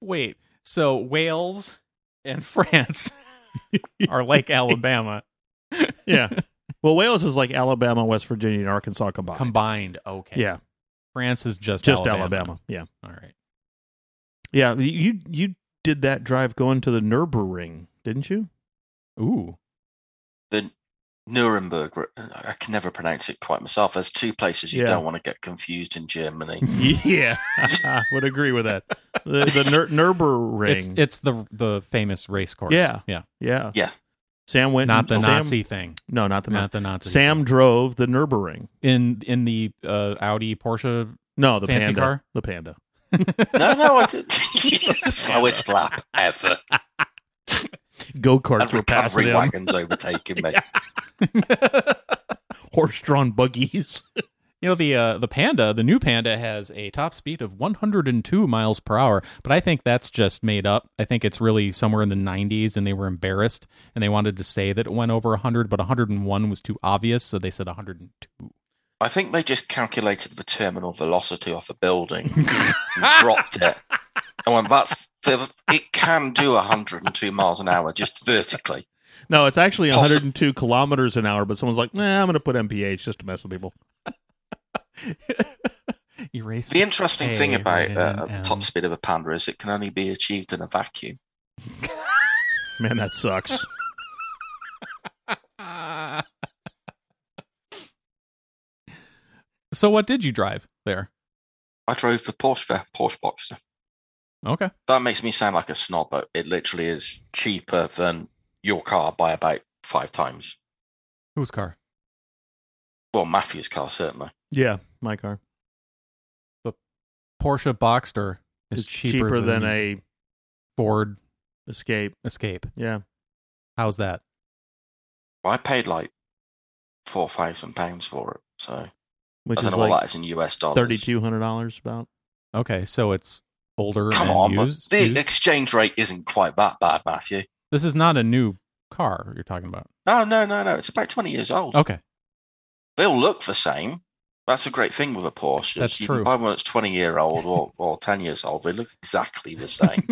Speaker 3: Wait, so Wales and France [LAUGHS] are
Speaker 1: [LAUGHS]
Speaker 3: like Alabama
Speaker 1: Yeah. [LAUGHS] well, Wales is like Alabama, West Virginia, and Arkansas combined.
Speaker 3: combined. Okay.
Speaker 1: Yeah,
Speaker 3: France is just
Speaker 1: just
Speaker 3: Alabama.
Speaker 1: Alabama. Yeah,
Speaker 3: All right.
Speaker 1: yeah. You you did that drive going to the Nurburgring, didn't
Speaker 3: [LAUGHS]
Speaker 1: you?
Speaker 3: Ooh.
Speaker 2: The Nuremberg, r- I can never pronounce it quite myself. There's two places you
Speaker 1: Yeah.
Speaker 2: don't want to get confused in Germany.
Speaker 1: Yeah, [LAUGHS] would agree with that. The, the Nur- Nurburgring.
Speaker 3: It's it's the the famous race course.
Speaker 1: Yeah.
Speaker 3: Yeah.
Speaker 1: yeah,
Speaker 2: Yeah.
Speaker 1: Sam went.
Speaker 3: Not the
Speaker 1: Sam-
Speaker 3: Nazi thing.
Speaker 1: No, not the Nazi.
Speaker 3: Not the Nazi.
Speaker 1: Sam drove the Nurburgring.
Speaker 3: in in the uh, Audi Porsche.
Speaker 1: No, the
Speaker 3: Fancy
Speaker 1: panda.
Speaker 3: car?
Speaker 1: The panda.
Speaker 2: no, no, I did [LAUGHS] slowest lap ever.
Speaker 1: Go karts
Speaker 2: And
Speaker 1: were passing
Speaker 2: recovery
Speaker 1: him.
Speaker 2: wagons overtaking me.
Speaker 1: Horse drawn buggies.
Speaker 3: You know the uh, the Panda, the new Panda has a top speed of 102 miles per hour, but I think that's just made up. I think it's really somewhere in the 90s, and they were embarrassed and they wanted to say that it went over 100, but 101 was too obvious, so they said 102.
Speaker 2: I think they just calculated the terminal velocity off
Speaker 1: [LAUGHS]
Speaker 2: a building and dropped it. And when that's it can do 102 miles an hour just vertically.
Speaker 1: No, it's actually
Speaker 2: Awesome.
Speaker 1: 102 kilometers an hour, but someone's like, nah, I'm going to put MPH just to mess with people.
Speaker 3: [LAUGHS] Erase.
Speaker 2: The interesting thing
Speaker 3: Hey,
Speaker 2: about
Speaker 3: Ronan
Speaker 2: uh, the
Speaker 3: and Em.
Speaker 1: um,
Speaker 2: top speed of a panda is it can only be achieved in a vacuum.
Speaker 1: Man, that sucks.
Speaker 3: Ah. [LAUGHS] so what did you drive there?
Speaker 2: I drove the Porsche there, Porsche Boxster.
Speaker 3: Okay.
Speaker 2: That makes me sound like a snob, but it literally is cheaper than your car by about five times.
Speaker 3: Whose car?
Speaker 2: Well, Matthew's car certainly.
Speaker 1: yeah, my car
Speaker 3: Porsche Boxster is
Speaker 1: is cheaper, than, a
Speaker 3: Ford
Speaker 1: Escape.
Speaker 3: Escape.
Speaker 1: Yeah,
Speaker 3: How's that?
Speaker 2: I paid like four thousand pounds for it, so
Speaker 1: which
Speaker 2: I don't
Speaker 1: is
Speaker 2: know what
Speaker 1: like
Speaker 2: that is in US dollars.
Speaker 1: $3,200 about.
Speaker 3: Okay, so it's older
Speaker 2: Come
Speaker 3: and
Speaker 2: on,
Speaker 3: used.
Speaker 2: but the
Speaker 3: used?
Speaker 2: exchange rate isn't quite that bad, Matthew.
Speaker 3: This is not a new car you're talking about.
Speaker 2: No, no, no, no. It's about twenty years old.
Speaker 3: Okay. [LAUGHS]
Speaker 2: They'll look the same. That's a great thing with a Porsche. is
Speaker 3: That's
Speaker 2: you can
Speaker 3: true.
Speaker 2: buy one that's twenty year old or, or ten years old. They look exactly the
Speaker 3: [LAUGHS]
Speaker 2: same.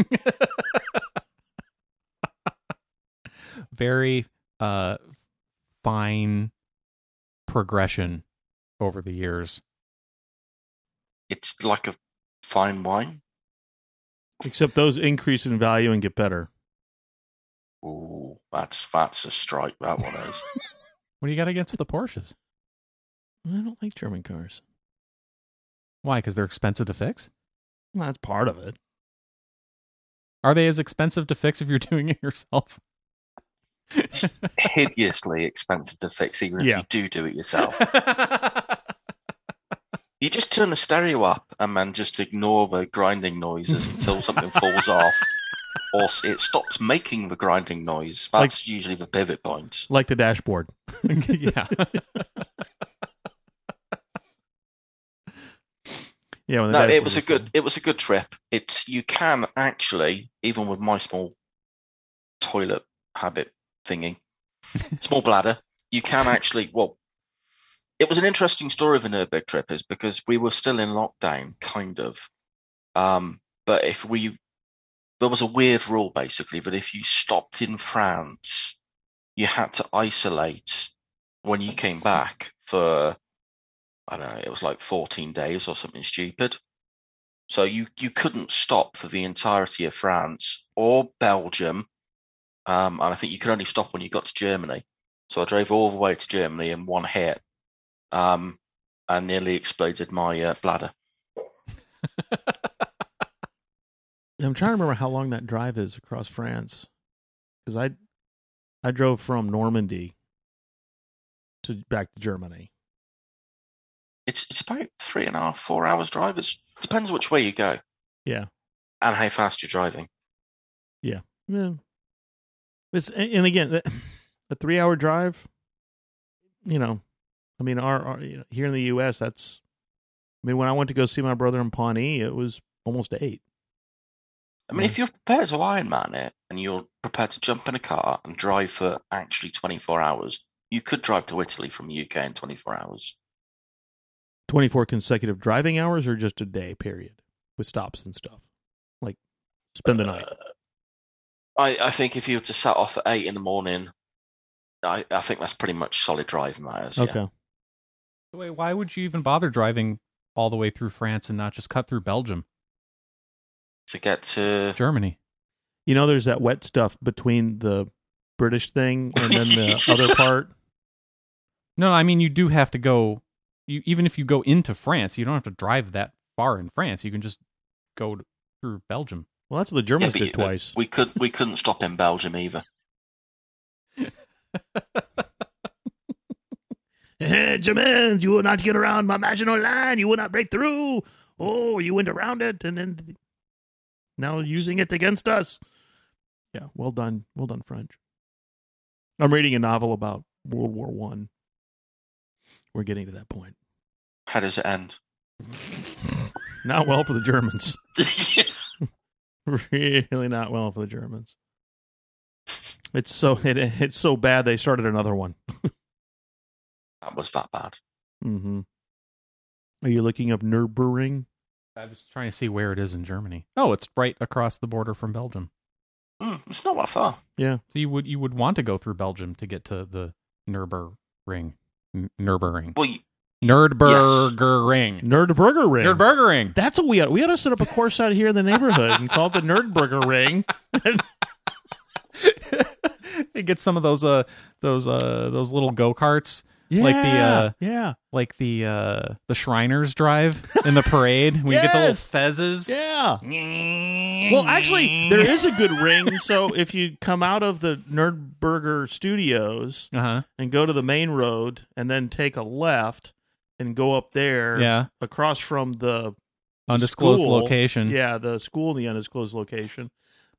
Speaker 3: Very uh fine progression over the years.
Speaker 2: it's like a fine wine.
Speaker 1: Except those increase in value and get better.
Speaker 2: Ooh, that's that's a strike. That one is.
Speaker 3: What do you got against the Porsches?
Speaker 1: I don't like German cars.
Speaker 3: Why? Because they're expensive to fix?
Speaker 1: Well, that's part of it.
Speaker 3: Are they as expensive to fix if you're [LAUGHS] doing it yourself?
Speaker 1: [LAUGHS]
Speaker 2: Hideously expensive to fix, even if
Speaker 1: Yeah.
Speaker 2: you do do
Speaker 1: [LAUGHS]
Speaker 2: it yourself. You just turn the stereo up and then just ignore the grinding noises until something falls off or s- it stops making the grinding noise.
Speaker 1: Like-
Speaker 2: That's usually the pivot point.
Speaker 1: Like the dashboard.
Speaker 3: yeah.
Speaker 1: Yeah, when the
Speaker 2: No,
Speaker 1: dashboard
Speaker 2: it was a good it was a good trip. It's you can actually, even with my small toilet habit thingy, small bladder, you can actually well it was an interesting story of an Nuremberg trip is because we were still in lockdown, kind of. Um, but if we there was a weird rule basically that if you stopped in France, you had to isolate when you came back for I don't know, it was like 14 days or something stupid. So you, you couldn't stop for the entirety of France or Belgium. Um, and I think you could only stop when you got to Germany. So I drove all the way to Germany in one hit um, and nearly exploded my uh, bladder.
Speaker 1: I'm trying to remember how long that drive is across France, because I I drove from Normandy to back to Germany.
Speaker 2: It's it's about three and a half, four hours drive. It depends which way you go.
Speaker 1: Yeah.
Speaker 2: And how fast you're driving.
Speaker 1: Yeah. It's and and again that- [CLEARS THROAT] a three hour drive. You know, I mean, our, our you know, here in the U.S. That's, I mean, when I went to go see my brother in Pawnee, it was almost eight.
Speaker 2: I mean, if you're prepared to Iron Man it and you're prepared to jump in a car and drive for actually 24 hours, you could drive to Italy from the UK in 24 hours.
Speaker 1: Twenty four consecutive driving hours, or just a day period with stops and stuff. Like spend the night.
Speaker 2: Uh, I, I think if you were to set off at eight in the morning, I, I think that's pretty much solid driving hours. yeah.
Speaker 1: Okay.
Speaker 3: Wait, why would you even bother driving all the way through France and not just cut through Belgium,
Speaker 2: To get to
Speaker 3: Germany?
Speaker 1: You know, there's that wet stuff between the British thing and then
Speaker 2: [LAUGHS]
Speaker 1: the other part.
Speaker 3: No, I mean you do have to go. You even if you go into France, you don't have to drive that far in France. You can just go to, through Belgium.
Speaker 1: Well, that's what the
Speaker 2: Yeah,
Speaker 1: Germans
Speaker 2: but
Speaker 1: did
Speaker 2: you-
Speaker 1: twice.
Speaker 2: We could we couldn't stop in Belgium either.
Speaker 1: Eh, Germans, you will not get around my Maginot Line. You will not break through. Oh, you went around it and then now using it against us. Yeah, well done. Well done, French. I'm reading a novel about World War One. We're getting to that point.
Speaker 2: How does
Speaker 3: [LAUGHS]
Speaker 2: it end?
Speaker 1: Not well for the Germans. [LAUGHS] really not well for the Germans. It's so it, it's so bad they started another one.
Speaker 2: that was that bad.
Speaker 1: Mm-hmm. Are you looking up Nurburgring?
Speaker 3: I was trying to see where it is in Germany. Oh, it's right across the border from Belgium.
Speaker 2: Mm, it's not that far.
Speaker 3: So you would you would want to go through Belgium to get to the Nürburgring, N- Nürburgring,
Speaker 2: Well, you,
Speaker 3: Nürburgring,
Speaker 1: Nerdburger Ring.
Speaker 3: Nürburgring. [LAUGHS]
Speaker 1: That's what we ought we ought to set up a course out here in the neighborhood and call it the Nerdburger Ring.
Speaker 3: they get some of those uh those uh those little go karts Like the, uh,
Speaker 1: yeah
Speaker 3: like the uh the Shriners drive in
Speaker 1: [LAUGHS]
Speaker 3: the parade. We get the little
Speaker 1: Yes.
Speaker 3: fezzes.
Speaker 1: yeah. Well, actually, there is a good ring. So if you come out of the Nerdburger Studios
Speaker 3: Uh huh.
Speaker 1: and go to the main road and then take a left and go up there,
Speaker 3: Yeah.
Speaker 1: across from the
Speaker 3: Undisclosed
Speaker 1: school-
Speaker 3: location.
Speaker 1: yeah the school in the undisclosed location,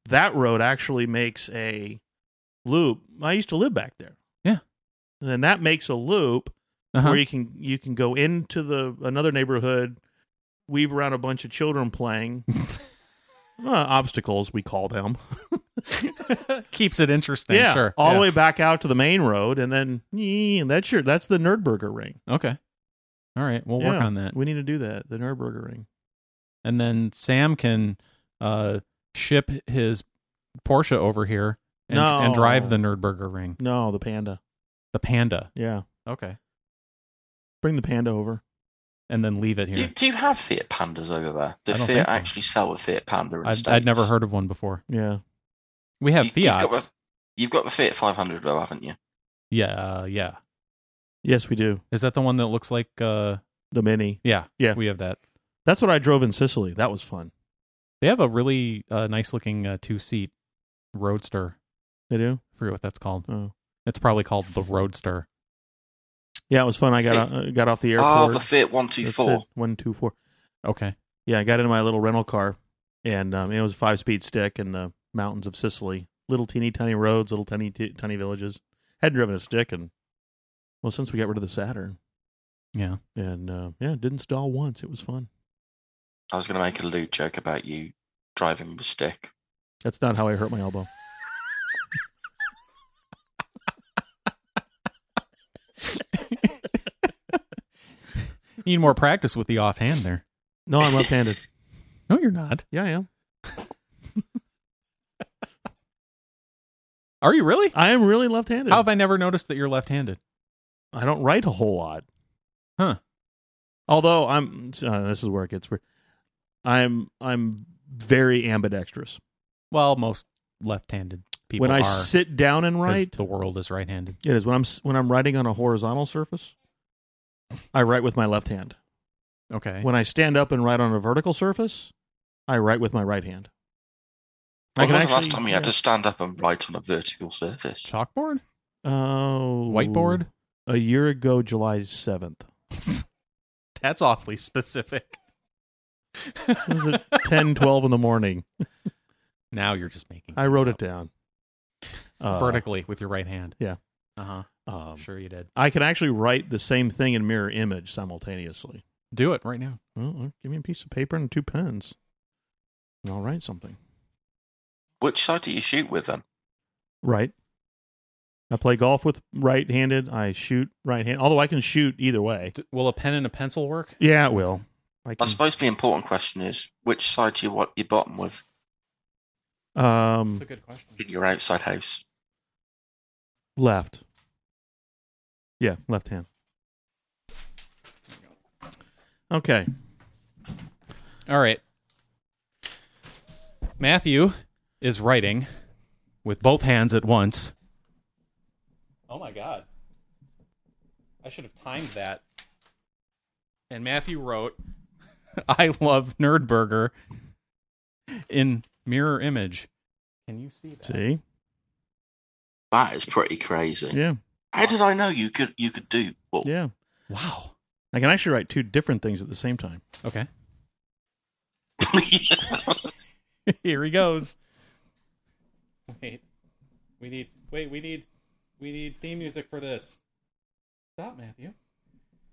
Speaker 1: that road actually makes a loop. I used to live back there.
Speaker 3: Yeah.
Speaker 1: and then that makes a loop
Speaker 3: Uh-huh.
Speaker 1: where you can you can go into the another neighborhood, weave around a bunch of children
Speaker 3: [LAUGHS]
Speaker 1: playing uh, obstacles we call them.
Speaker 3: Keeps it interesting.
Speaker 1: yeah,
Speaker 3: Sure.
Speaker 1: all
Speaker 3: Yeah.
Speaker 1: the way back out to the main road, and then and that's your that's the Nerdburger ring.
Speaker 3: Okay. All right. We'll work
Speaker 1: Yeah,
Speaker 3: on that.
Speaker 1: We need to do that. The Nerdburger ring.
Speaker 3: and then Sam can uh, ship his Porsche over here and,
Speaker 1: No.
Speaker 3: and drive the Nerdburger ring,
Speaker 1: No, the panda.
Speaker 3: the Panda.
Speaker 1: Yeah,
Speaker 3: Okay,
Speaker 1: bring the panda over.
Speaker 3: and then leave it
Speaker 2: do, you,
Speaker 3: here.
Speaker 2: do you have Fiat Pandas over there? Do
Speaker 3: I don't
Speaker 2: Fiat
Speaker 3: think so.
Speaker 2: actually sell a Fiat Panda? In the
Speaker 3: I'd, I'd
Speaker 2: States?
Speaker 3: never heard of one before.
Speaker 1: Yeah,
Speaker 3: We have
Speaker 2: You- you've got
Speaker 3: Fiats.
Speaker 2: the- You've got the Fiat 500 though, haven't you?
Speaker 3: Yeah, uh, yeah.
Speaker 1: yes, we do.
Speaker 3: Is that the one that looks like? Uh,
Speaker 1: The mini.
Speaker 3: yeah,
Speaker 1: Yeah.
Speaker 3: We have that.
Speaker 1: That's what I drove in Sicily. That was fun.
Speaker 3: They have a really uh, nice looking uh, two seat roadster.
Speaker 1: They do.
Speaker 3: I forget what that's called.
Speaker 1: Oh.
Speaker 3: It's probably called the Roadster.
Speaker 1: Yeah, it was fun. I got uh, got off the airport.
Speaker 2: Oh, the Fiat 124.
Speaker 1: One two four.
Speaker 3: Okay.
Speaker 1: Yeah, I got into my little rental car, and um, it was a five speed stick in the mountains of Sicily. Little teeny tiny roads, little tiny t- tiny villages. Hadn't driven a stick, and well, since we got rid of the Saturn,
Speaker 3: Yeah.
Speaker 1: and uh, yeah, it didn't stall once. It was fun.
Speaker 2: I was going to make a lewd joke about you driving with a stick.
Speaker 1: That's not how I hurt my elbow.
Speaker 3: You need more practice with the offhand there.
Speaker 1: No, I'm left handed.
Speaker 3: No, you're not.
Speaker 1: Yeah, I am.
Speaker 3: Are you really?
Speaker 1: I am really left handed.
Speaker 3: How have I never noticed that you're left handed?
Speaker 1: I don't write a whole lot.
Speaker 3: Huh.
Speaker 1: Although I'm, uh, this is where it gets weird. I'm I'm very ambidextrous.
Speaker 3: Well, most left-handed people
Speaker 1: when I
Speaker 3: are,
Speaker 1: sit down and
Speaker 3: 'cause
Speaker 1: write,
Speaker 3: The world is right-handed.
Speaker 1: It is when I'm s- when I'm writing on a horizontal surface, I write with my left hand.
Speaker 3: Okay. [LAUGHS]
Speaker 1: When I stand up and write on a vertical surface, I write with my right hand. I
Speaker 2: When
Speaker 1: can
Speaker 2: was the last
Speaker 1: actually-
Speaker 2: time you had to stand up and write on a vertical surface?
Speaker 3: Chalkboard,
Speaker 1: Oh,
Speaker 3: whiteboard.
Speaker 1: a year ago, July seventh.
Speaker 3: That's awfully specific. [LAUGHS]
Speaker 1: Was it 10, 12 in the morning?
Speaker 3: now you're just making.
Speaker 1: I
Speaker 3: things
Speaker 1: wrote
Speaker 3: up.
Speaker 1: it down. Uh,
Speaker 3: vertically with your right hand.
Speaker 1: Yeah.
Speaker 3: Uh huh.
Speaker 1: um,
Speaker 3: sure you did.
Speaker 1: I can actually write the same thing in mirror image simultaneously.
Speaker 3: Do it right now.
Speaker 1: Well, uh, give me a piece of paper and two pens, and I'll write something.
Speaker 2: Which side do you shoot with then?
Speaker 1: Right. I play golf with right-handed. I shoot right-handed. Although I can shoot either way.
Speaker 3: D- will a pen and a pencil work?
Speaker 1: Yeah, it will. I
Speaker 2: I
Speaker 1: can.
Speaker 2: suppose the important question is which side do you want your bottom with
Speaker 1: Um,
Speaker 3: good question.
Speaker 2: in your outside house?
Speaker 1: left. Yeah, left hand. Okay.
Speaker 3: All right. Matthew is writing with both hands at once. Oh my god. I should have timed that. And Matthew wrote, [LAUGHS] I love Nerdburger in mirror image. Can you see that?
Speaker 1: See.
Speaker 2: That is pretty crazy.
Speaker 1: Yeah.
Speaker 2: How did I know you could you could do what
Speaker 1: Yeah.
Speaker 3: Wow.
Speaker 1: I can actually write two different things at the same time.
Speaker 3: Okay. [LAUGHS]
Speaker 2: [LAUGHS]
Speaker 3: Here he goes. Wait. We need wait, we need we need theme music for this. Stop, Matthew.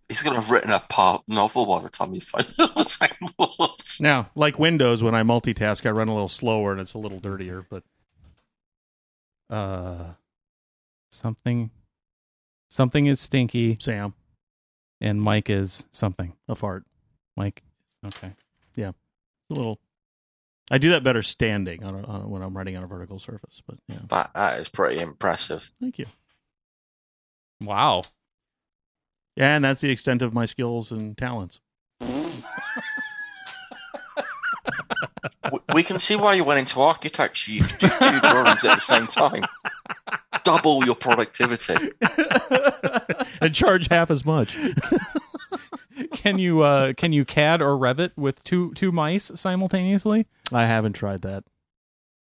Speaker 2: he's gonna have written a part novel by the time he finds [LAUGHS] out the same words.
Speaker 1: Now, like Windows, when I multitask, I run a little slower and it's a little dirtier. But
Speaker 3: Uh something something is stinky
Speaker 1: Sam,
Speaker 3: and Mike is something.
Speaker 1: a fart,
Speaker 3: Mike Okay.
Speaker 1: a little. I do that better standing on, a, on a- when I'm writing on a vertical surface. But yeah,
Speaker 2: That, that is pretty impressive.
Speaker 1: thank you.
Speaker 3: Wow.
Speaker 1: Yeah, and that's the extent of my skills and talents. [LAUGHS]
Speaker 2: We, we can see why you went into architecture. You could do two drawings at the same time. Double your productivity.
Speaker 1: and charge half as much.
Speaker 3: Can you uh can you CAD or Revit with two two mice simultaneously?
Speaker 1: I haven't tried [LAUGHS] that.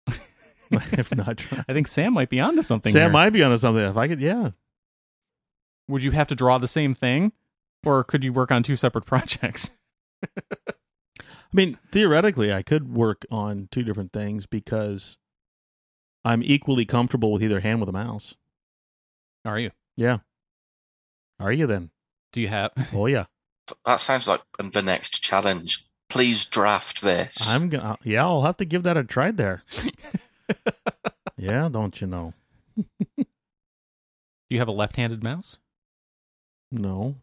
Speaker 1: I have not tried.
Speaker 3: I think Sam might be onto something.
Speaker 1: Sam
Speaker 3: here.
Speaker 1: might be onto something. If I could, yeah.
Speaker 3: would you have to draw the same thing or could you work on two separate [LAUGHS] projects
Speaker 1: I mean, theoretically, I could work on two different things because I'm equally comfortable with either hand with a mouse.
Speaker 3: are you
Speaker 1: Yeah. Are you then?
Speaker 3: do you have
Speaker 1: Oh yeah.
Speaker 2: That sounds like the next challenge. Please draft this.
Speaker 1: I'm gonna. Yeah, I'll have to give that a try
Speaker 3: [LAUGHS]
Speaker 1: there. yeah, don't you know?
Speaker 3: do you have a left-handed mouse
Speaker 1: No.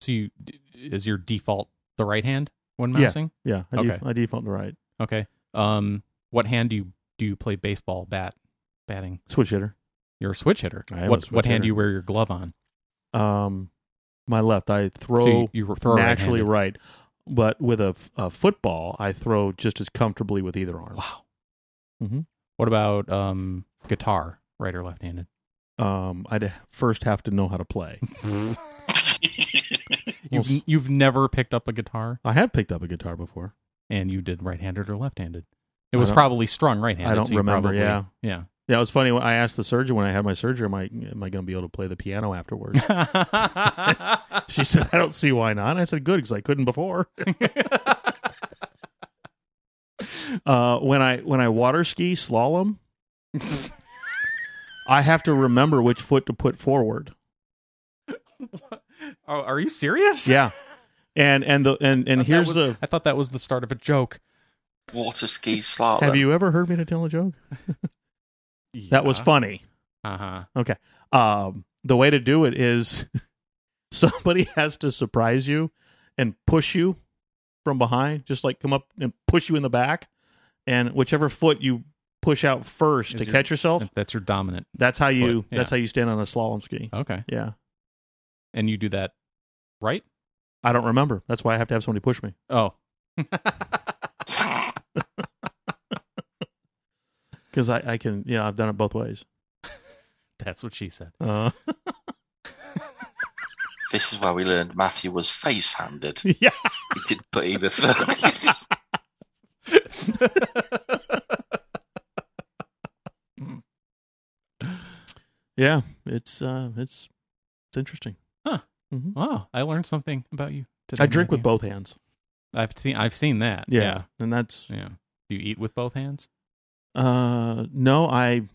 Speaker 3: so you is your default the right hand when
Speaker 1: Yeah.
Speaker 3: mousing
Speaker 1: Yeah, I,
Speaker 3: Okay.
Speaker 1: def- I default to right.
Speaker 3: okay um what hand do you do you play baseball bat batting
Speaker 1: Switch hitter.
Speaker 3: you're a switch hitter
Speaker 1: I am a
Speaker 3: what
Speaker 1: switch
Speaker 3: what hand
Speaker 1: hitter.
Speaker 3: do you wear your glove on
Speaker 1: Um, my left. I throw
Speaker 3: so you, you throw
Speaker 1: naturally
Speaker 3: right
Speaker 1: right, but with a, f- a football, I throw just as comfortably with either arm.
Speaker 3: wow
Speaker 1: Mhm.
Speaker 3: what about um guitar right or left-handed
Speaker 1: Um, I'd first have to know how to
Speaker 3: [LAUGHS]
Speaker 1: play.
Speaker 3: you've you've never picked up a guitar
Speaker 1: I have picked up a guitar before.
Speaker 3: and you did right-handed or left-handed. It
Speaker 1: I
Speaker 3: was
Speaker 1: don't-
Speaker 3: probably strung right-handed.
Speaker 1: I don't
Speaker 3: so you
Speaker 1: remember,
Speaker 3: probably-
Speaker 1: yeah.
Speaker 3: yeah. [LAUGHS]
Speaker 1: Yeah, it was funny when I asked the surgeon when I had my surgery, am I am I going to be able to play the piano afterwards? she said, I don't see why not. I said, good, because I couldn't before. [LAUGHS] uh, when I when I water ski slalom, I have to remember which foot to put forward.
Speaker 3: oh, are you serious?
Speaker 1: Yeah, and and the and and
Speaker 3: I thought that
Speaker 1: here's
Speaker 3: was-
Speaker 1: the.
Speaker 3: I thought that was the start of a joke.
Speaker 2: [LAUGHS] Water ski slalom.
Speaker 1: Have you ever heard me to tell a joke? That was funny.
Speaker 3: Uh-huh.
Speaker 1: um, the way to do it is [LAUGHS] somebody has to surprise you and push you from behind, just like come up and push you in the back, and whichever foot you push out first
Speaker 3: Is
Speaker 1: to
Speaker 3: your-
Speaker 1: catch yourself,
Speaker 3: That's your dominant.
Speaker 1: that's how you
Speaker 3: foot, yeah. Oh.
Speaker 1: that's how you stand on a slalom ski.
Speaker 3: Okay.
Speaker 1: Yeah,
Speaker 3: And you do that right?
Speaker 1: I don't remember. That's why I have to have somebody push me.
Speaker 3: Oh.
Speaker 1: Because I, I can, you know, I've done it both ways.
Speaker 3: That's what she said.
Speaker 1: Uh, [LAUGHS]
Speaker 2: This is where we learned Matthew was face handed. He
Speaker 1: yeah.
Speaker 2: did put either foot.
Speaker 1: Yeah. It's, uh, it's, it's interesting. Mhm.
Speaker 3: Oh, I learned something about you today.
Speaker 1: I drink with
Speaker 3: Matthew.
Speaker 1: both hands.
Speaker 3: I've seen I've seen that.
Speaker 1: Yeah, and that's
Speaker 3: yeah. Yeah. Do you eat with both hands?
Speaker 1: uh no, I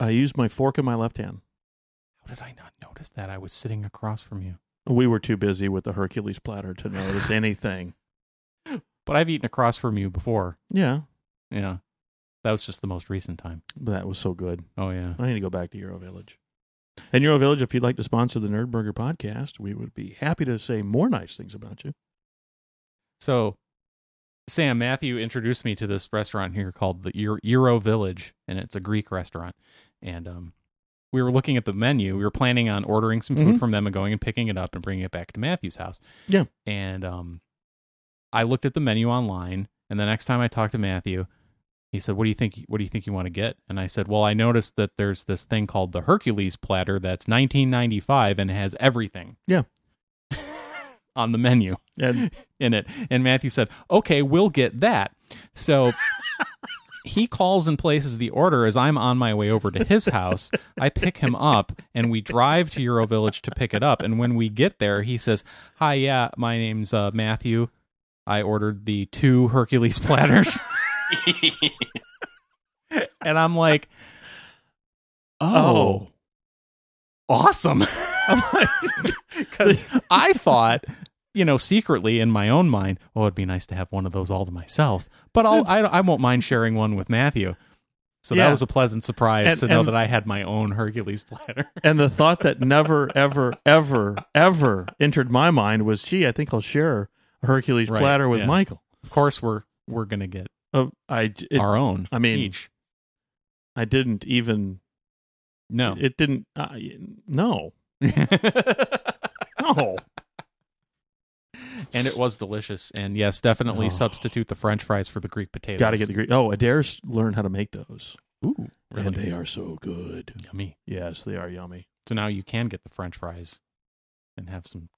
Speaker 1: I use my fork in my left hand.
Speaker 3: How did I not notice that? I was sitting across from you.
Speaker 1: We were too busy with the Hercules platter to
Speaker 3: [LAUGHS]
Speaker 1: notice anything.
Speaker 3: But I've eaten across from you before.
Speaker 1: Yeah,
Speaker 3: Yeah. That was just the most recent time.
Speaker 1: that was so good.
Speaker 3: Oh yeah.
Speaker 1: I need to go back to Euro Village. And Euro Village, if you'd like to sponsor the Nerd Burger podcast, we would be happy to say more nice things about you.
Speaker 3: So Sam Matthew introduced me to this restaurant here called the Euro, Euro Village and it's a Greek restaurant. And um we were looking at the menu. We were planning on ordering some food
Speaker 1: Mhm.
Speaker 3: from them and going and picking it up and bringing it back to Matthew's house.
Speaker 1: Yeah.
Speaker 3: And um I looked at the menu online and the next time I talked to Matthew, he said, "What do you think what do you think you want to get?" And I said, "Well, I noticed that there's this thing called the Hercules platter that's 1995 and has everything."
Speaker 1: Yeah.
Speaker 3: [LAUGHS] on the menu
Speaker 1: And
Speaker 3: in it. And Matthew said, okay, we'll get that. So he calls and places the order as I'm on my way over to his house. I pick him up and we drive to Euro Village to pick it up. And when we get there, he says, hi, yeah, my name's uh, Matthew. I ordered the two Hercules platters. and I'm like, [LAUGHS] oh, awesome. [LAUGHS] Because I thought, you know, secretly in my own mind, oh, it'd be nice to have one of those all to myself. But I'll, I, I won't mind sharing one with Matthew. So
Speaker 1: Yeah.
Speaker 3: that was a pleasant surprise
Speaker 1: And-
Speaker 3: to know
Speaker 1: and-
Speaker 3: that I had my own Hercules platter. [LAUGHS]
Speaker 1: and the thought that never, [LAUGHS] ever, ever, ever entered my mind was, gee, I think I'll share a Hercules
Speaker 3: Right,
Speaker 1: platter with
Speaker 3: yeah.
Speaker 1: Michael.
Speaker 3: of course, we're we're gonna get
Speaker 1: Of I, j- it-
Speaker 3: our own.
Speaker 1: I mean,
Speaker 3: each.
Speaker 1: I didn't even.
Speaker 3: [LAUGHS] No,
Speaker 1: It didn't. I
Speaker 3: [LAUGHS]
Speaker 1: no, no.
Speaker 3: and it was delicious. And yes, definitely
Speaker 1: Oh.
Speaker 3: substitute the French fries for the Greek potatoes.
Speaker 1: Got to get the Greek. Oh, Adair's learned how to make those,
Speaker 3: Ooh, really?
Speaker 1: and they are so good.
Speaker 3: yummy.
Speaker 1: Yes, they are yummy.
Speaker 3: So now you can get the French fries and have some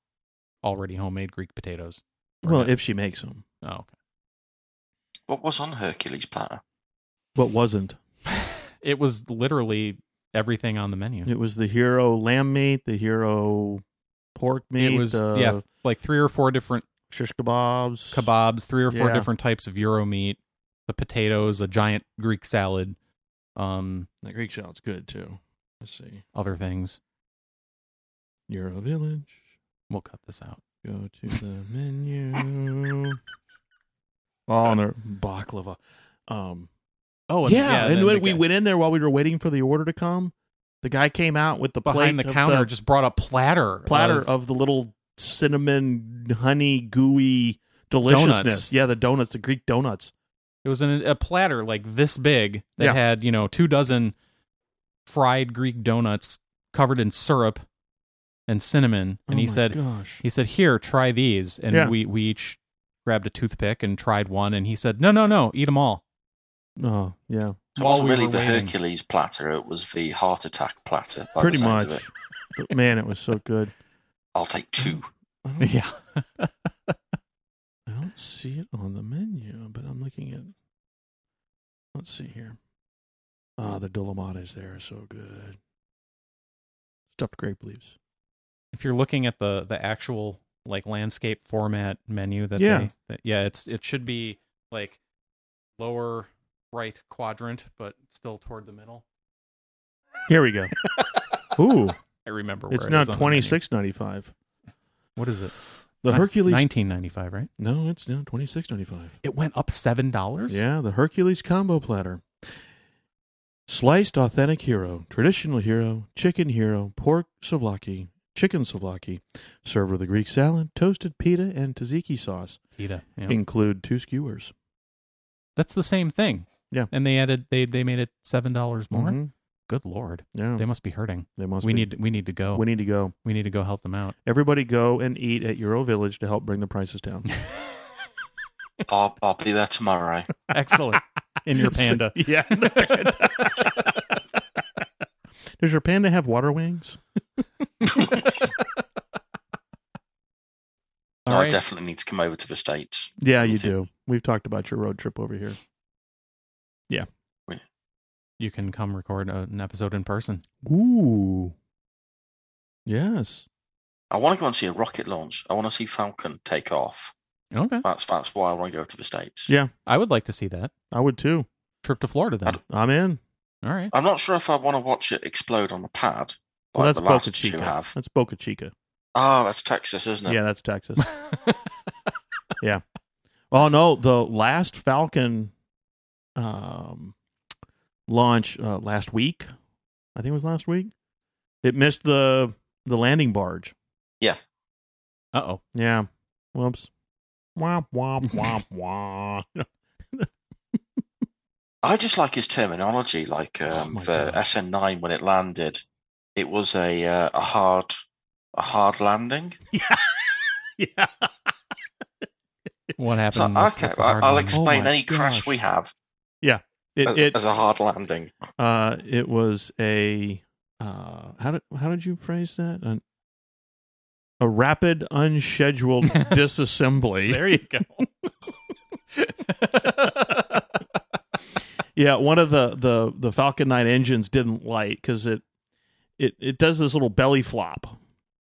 Speaker 3: already homemade Greek potatoes. Or
Speaker 1: Well,
Speaker 3: not.
Speaker 1: if she makes them,
Speaker 3: oh, okay.
Speaker 2: What was on Hercules platter?
Speaker 1: what wasn't?
Speaker 3: [LAUGHS] It was literally everything on the menu.
Speaker 1: It was the hero lamb meat, the hero pork meat,
Speaker 3: It was
Speaker 1: uh,
Speaker 3: yeah, like three or four different
Speaker 1: shish kebabs,
Speaker 3: kebabs, three or four
Speaker 1: Yeah.
Speaker 3: different types of Euro meat, the potatoes, a giant Greek salad, um,
Speaker 1: The Greek salad's good too. Let's see,
Speaker 3: other things.
Speaker 1: Euro Village.
Speaker 3: We'll cut this out.
Speaker 1: Go to the menu. [LAUGHS] Oh, and there- baklava. Um,
Speaker 3: Oh
Speaker 1: yeah, and
Speaker 3: then
Speaker 1: when
Speaker 3: the
Speaker 1: we
Speaker 3: guy
Speaker 1: went in there while we were waiting for the order to come, the guy came out with the
Speaker 3: behind
Speaker 1: plate
Speaker 3: the
Speaker 1: of
Speaker 3: counter just brought a platter,
Speaker 1: platter
Speaker 3: of,
Speaker 1: of, the little cinnamon honey gooey deliciousness. Yeah, the donuts, the Greek donuts.
Speaker 3: It was an, a platter like this big that
Speaker 1: Yeah.
Speaker 3: had, you know, two dozen fried Greek donuts covered in syrup and cinnamon. And
Speaker 1: Oh
Speaker 3: he
Speaker 1: my
Speaker 3: said,
Speaker 1: "Gosh,
Speaker 3: he said, here, try these. And
Speaker 1: Yeah.
Speaker 3: we, we each grabbed a toothpick and tried one. And he said, no, no, no, eat them
Speaker 1: [LAUGHS]
Speaker 3: all.
Speaker 1: oh yeah,
Speaker 2: It
Speaker 3: While
Speaker 2: wasn't
Speaker 3: we
Speaker 2: really
Speaker 3: were
Speaker 2: the
Speaker 3: waiting.
Speaker 2: Hercules platter, it was the heart attack platter. by the
Speaker 1: pretty
Speaker 2: sound of
Speaker 1: much."
Speaker 2: it.
Speaker 1: But man, it was so [LAUGHS] good.
Speaker 2: I'll take two.
Speaker 1: I don't,
Speaker 3: Yeah.
Speaker 1: I don't see it on the menu, but I'm looking at. Let's see here. Ah, the dolomites there are so good. Stuffed grape leaves.
Speaker 3: if you're looking at the, the actual like landscape format menu that,
Speaker 1: Yeah.
Speaker 3: they, that, yeah, it's, it should be like lower right quadrant, but still toward the middle.
Speaker 1: Here we
Speaker 3: [LAUGHS]
Speaker 1: go. Ooh,
Speaker 3: I remember where
Speaker 1: it's
Speaker 3: it
Speaker 1: not
Speaker 3: is on the menu.
Speaker 1: twenty six ninety five.
Speaker 3: What is it?
Speaker 1: The
Speaker 3: Ni-
Speaker 1: Hercules.
Speaker 3: 1995, right?
Speaker 1: No, it's now twenty six ninety five.
Speaker 3: It went up seven dollars.
Speaker 1: Yeah, the Hercules combo platter. Sliced authentic hero, traditional hero, chicken hero, pork souvlaki, chicken souvlaki, served with a Greek salad, toasted pita, and tzatziki sauce.
Speaker 3: Pita. yeah.
Speaker 1: Include two skewers.
Speaker 3: That's the same thing.
Speaker 1: Yeah.
Speaker 3: And they added they they made it seven dollars more.
Speaker 1: Mhm.
Speaker 3: Good lord,
Speaker 1: Yeah,
Speaker 3: they must be hurting.
Speaker 1: they Oh. must.
Speaker 3: we
Speaker 1: be.
Speaker 3: need we need to go.
Speaker 1: We need to go.
Speaker 3: we need to go help
Speaker 1: [LAUGHS]
Speaker 3: them out.
Speaker 1: Everybody, go and eat at Euro Village to help bring the prices [LAUGHS] down.
Speaker 2: I'll, I'll be there tomorrow. [LAUGHS]
Speaker 3: Excellent. In your panda.
Speaker 1: [LAUGHS] yeah. Does your panda have water wings?
Speaker 3: All
Speaker 2: No, I
Speaker 3: right.
Speaker 2: definitely need to come over to the States.
Speaker 1: Yeah,
Speaker 2: Me
Speaker 1: you
Speaker 2: too.
Speaker 1: do. We've talked about your road trip over here.
Speaker 3: you can come record a- an episode in person.
Speaker 1: Ooh. Yes.
Speaker 2: I want to go and see a rocket launch. I want to see Falcon take off.
Speaker 3: Okay.
Speaker 2: That's that's why I want to go to the states.
Speaker 1: Yeah.
Speaker 3: I would like to see that.
Speaker 1: I would too.
Speaker 3: Trip to Florida then.
Speaker 1: I'm in.
Speaker 3: All right.
Speaker 2: I'm not sure if I want to watch it explode on a pad.
Speaker 1: Well,
Speaker 2: like
Speaker 1: that's
Speaker 2: the last
Speaker 1: Boca
Speaker 2: two
Speaker 1: Chica.
Speaker 2: have.
Speaker 1: That's Boca Chica.
Speaker 2: Oh, that's Texas, isn't it?
Speaker 1: Yeah, that's Texas. [LAUGHS] Oh no, the last Falcon um, launch uh, last week, I think it was last week. It missed the the landing barge.
Speaker 3: uh oh.
Speaker 1: Yeah. Whoops. Womp womp
Speaker 2: [LAUGHS]
Speaker 1: womp [LAUGHS] womp.
Speaker 2: I just like his terminology. Like um,
Speaker 1: Oh my
Speaker 2: for
Speaker 1: gosh.
Speaker 2: SN9 when it landed, it was a uh, a hard a hard landing.
Speaker 1: yeah. [LAUGHS]
Speaker 3: What
Speaker 1: Oh
Speaker 2: So
Speaker 3: happened? That's-
Speaker 2: okay,
Speaker 3: that's a
Speaker 2: I,
Speaker 3: hard
Speaker 2: I'll
Speaker 3: one. Oh
Speaker 2: explain
Speaker 3: my
Speaker 2: any crash
Speaker 3: gosh.
Speaker 2: we have as,
Speaker 1: It it
Speaker 2: as a hard landing.
Speaker 1: uh it was a uh how did how did you phrase that? An, a rapid
Speaker 3: [LAUGHS]
Speaker 1: unscheduled disassembly.
Speaker 3: There you go.
Speaker 1: [LAUGHS] Yeah, one of the the the Falcon 9 engines didn't light because it it it does this little belly flop,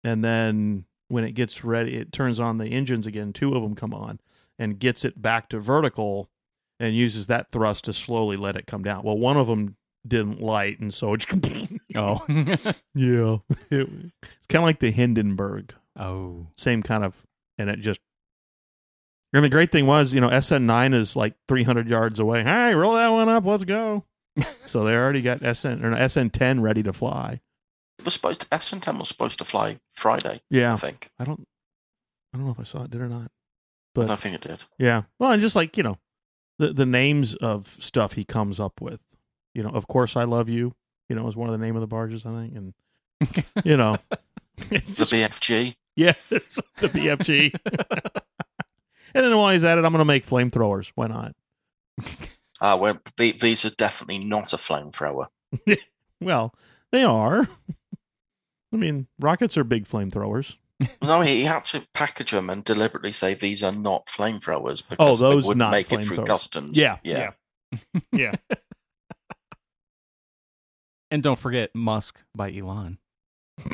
Speaker 1: and then when it gets ready, it turns on the engines again. Two of them come on and gets it back to vertical, and uses that thrust to slowly let it come down. Well, one of them didn't light, and so [LAUGHS] it
Speaker 3: oh.
Speaker 1: yeah, [LAUGHS] it, it's kind of like the Hindenburg,
Speaker 3: [LAUGHS] oh.
Speaker 1: same kind of, and it just. And the great thing was, you know, SN9 is like 300 yards away. Hey, roll that one up. Let's [LAUGHS] go. so they already got SN or no, SN10 ready to fly.
Speaker 2: It was supposed to, SN10 was supposed to fly Friday, I
Speaker 1: Yeah,
Speaker 2: think.
Speaker 1: I don't, I don't know if I saw it did or not.
Speaker 2: I
Speaker 1: But-
Speaker 2: don't think it did.
Speaker 1: Yeah. Well, and just like you know, the the names of stuff he comes up with. You know, of course, I love you. You know, is one of the name of the barges, I think, and you [LAUGHS] know, it's
Speaker 2: The
Speaker 1: just
Speaker 2: BFG.
Speaker 1: [LAUGHS] yeah, it's the BFG. [LAUGHS] and then while he's at it, I'm going to make flamethrowers. Why not?
Speaker 2: Ah, well, th- these are definitely not a flamethrower.
Speaker 1: Well, they are. [LAUGHS] I mean, rockets are big flamethrowers.
Speaker 2: No, he, he had to package them and deliberately say these are not flamethrowers because
Speaker 1: Oh, those
Speaker 2: they wouldn't
Speaker 1: not
Speaker 2: make it through
Speaker 1: flamethrowers.
Speaker 2: customs.
Speaker 1: Yeah,
Speaker 2: yeah.
Speaker 1: yeah.
Speaker 3: And don't forget Musk by
Speaker 1: [LAUGHS]
Speaker 3: Elon.
Speaker 1: [LAUGHS]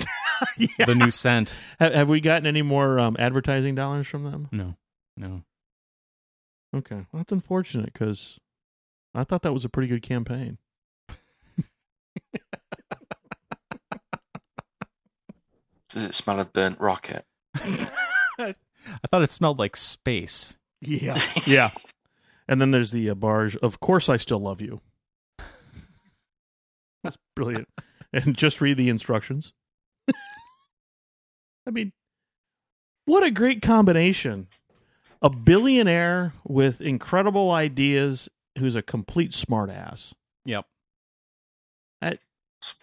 Speaker 1: yeah.
Speaker 3: The new scent.
Speaker 1: Ha- have we gotten any more um, advertising dollars from them?
Speaker 3: No. No.
Speaker 1: Okay, well, that's unfortunate because I thought that was a pretty good campaign.
Speaker 2: Does it smell of burnt rocket?
Speaker 3: I thought it smelled like space.
Speaker 2: [LAUGHS]
Speaker 1: Yeah, yeah. And then there's the uh, barge. Of course, I still love you. [LAUGHS] That's brilliant. And just read the instructions. [LAUGHS] I mean, what a great combination! A billionaire with incredible ideas, who's a complete smartass.
Speaker 3: Yep.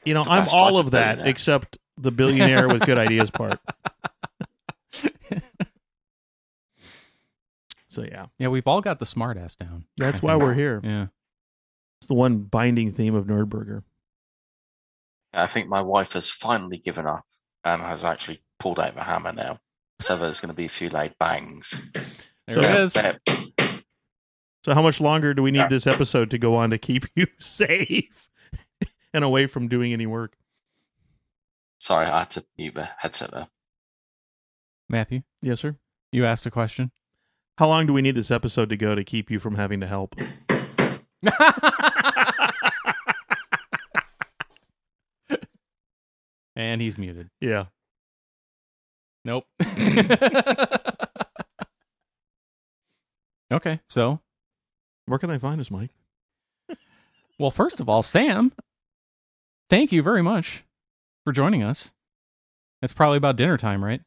Speaker 1: You know,
Speaker 2: It's the
Speaker 1: I'm
Speaker 2: best
Speaker 1: all
Speaker 2: type
Speaker 1: of that
Speaker 2: billionaire.
Speaker 1: except the billionaire with good ideas
Speaker 2: [LAUGHS]
Speaker 1: part. So yeah,
Speaker 3: Yeah, we've all got the smart ass down.
Speaker 1: that's why we're here.
Speaker 3: Yeah.
Speaker 1: It's the one binding theme of Nerdburger.
Speaker 2: I think my wife has finally given up and has actually pulled out the hammer now. So there's going to be a few loud bangs.
Speaker 3: There
Speaker 1: So-
Speaker 3: it is.
Speaker 2: Bear-
Speaker 1: So how much longer do we need
Speaker 2: Yeah.
Speaker 1: this episode to go on to keep [LAUGHS] you safe and away from doing any work?
Speaker 2: Sorry, I had to mute the headset there.
Speaker 3: Matthew,
Speaker 1: Yes, sir.
Speaker 3: you asked a question.
Speaker 1: How long do we need this episode to go to keep you from having to
Speaker 2: [LAUGHS]
Speaker 1: help?
Speaker 3: and he's muted.
Speaker 1: Yeah.
Speaker 3: [LAUGHS] Nope. okay, so
Speaker 1: Where can I find us, Mike?
Speaker 3: well, first of all, Sam, thank you very much for joining us. It's probably about dinner time, right?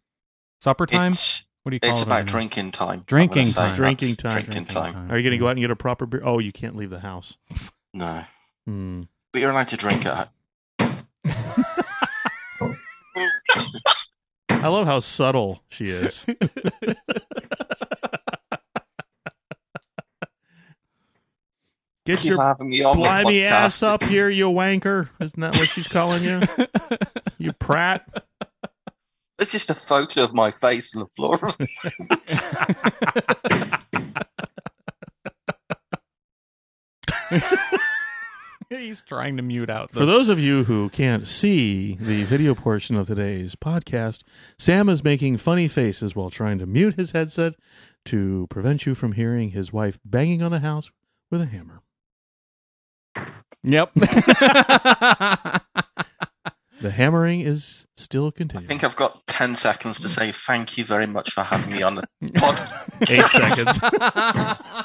Speaker 3: Supper time?
Speaker 2: It's,
Speaker 3: what do you call
Speaker 2: it's
Speaker 3: it?
Speaker 2: about drinking time. I'm gonna
Speaker 3: Drinking
Speaker 2: say
Speaker 3: time.
Speaker 2: that's
Speaker 1: Drinking time,
Speaker 2: Drinking, time.
Speaker 1: Are you going to go out and get a proper beer? Oh, you can't leave the house.
Speaker 2: No.
Speaker 1: Hmm.
Speaker 2: But you're allowed to drink at
Speaker 1: I love how subtle she
Speaker 2: [LAUGHS]
Speaker 1: is. Get
Speaker 2: Keep
Speaker 1: your
Speaker 2: having me on the
Speaker 1: blimey
Speaker 2: podcast.
Speaker 1: ass up
Speaker 2: It's-
Speaker 1: here, you wanker. Isn't that what she's calling
Speaker 2: [LAUGHS]
Speaker 1: you? You prat.
Speaker 2: It's just a photo of my face on the floor.
Speaker 3: [LAUGHS]
Speaker 2: [LAUGHS]
Speaker 3: He's trying to mute out.
Speaker 1: For those of you who can't see the video portion of today's podcast, Sam is making funny faces while trying to mute his headset to prevent you from hearing his wife banging on the house with a hammer.
Speaker 3: [LAUGHS] yep.
Speaker 1: The hammering is still
Speaker 2: I
Speaker 1: continuing.
Speaker 2: think I've got 10 seconds to say thank you very much for having me on the pod.
Speaker 1: Eight seconds.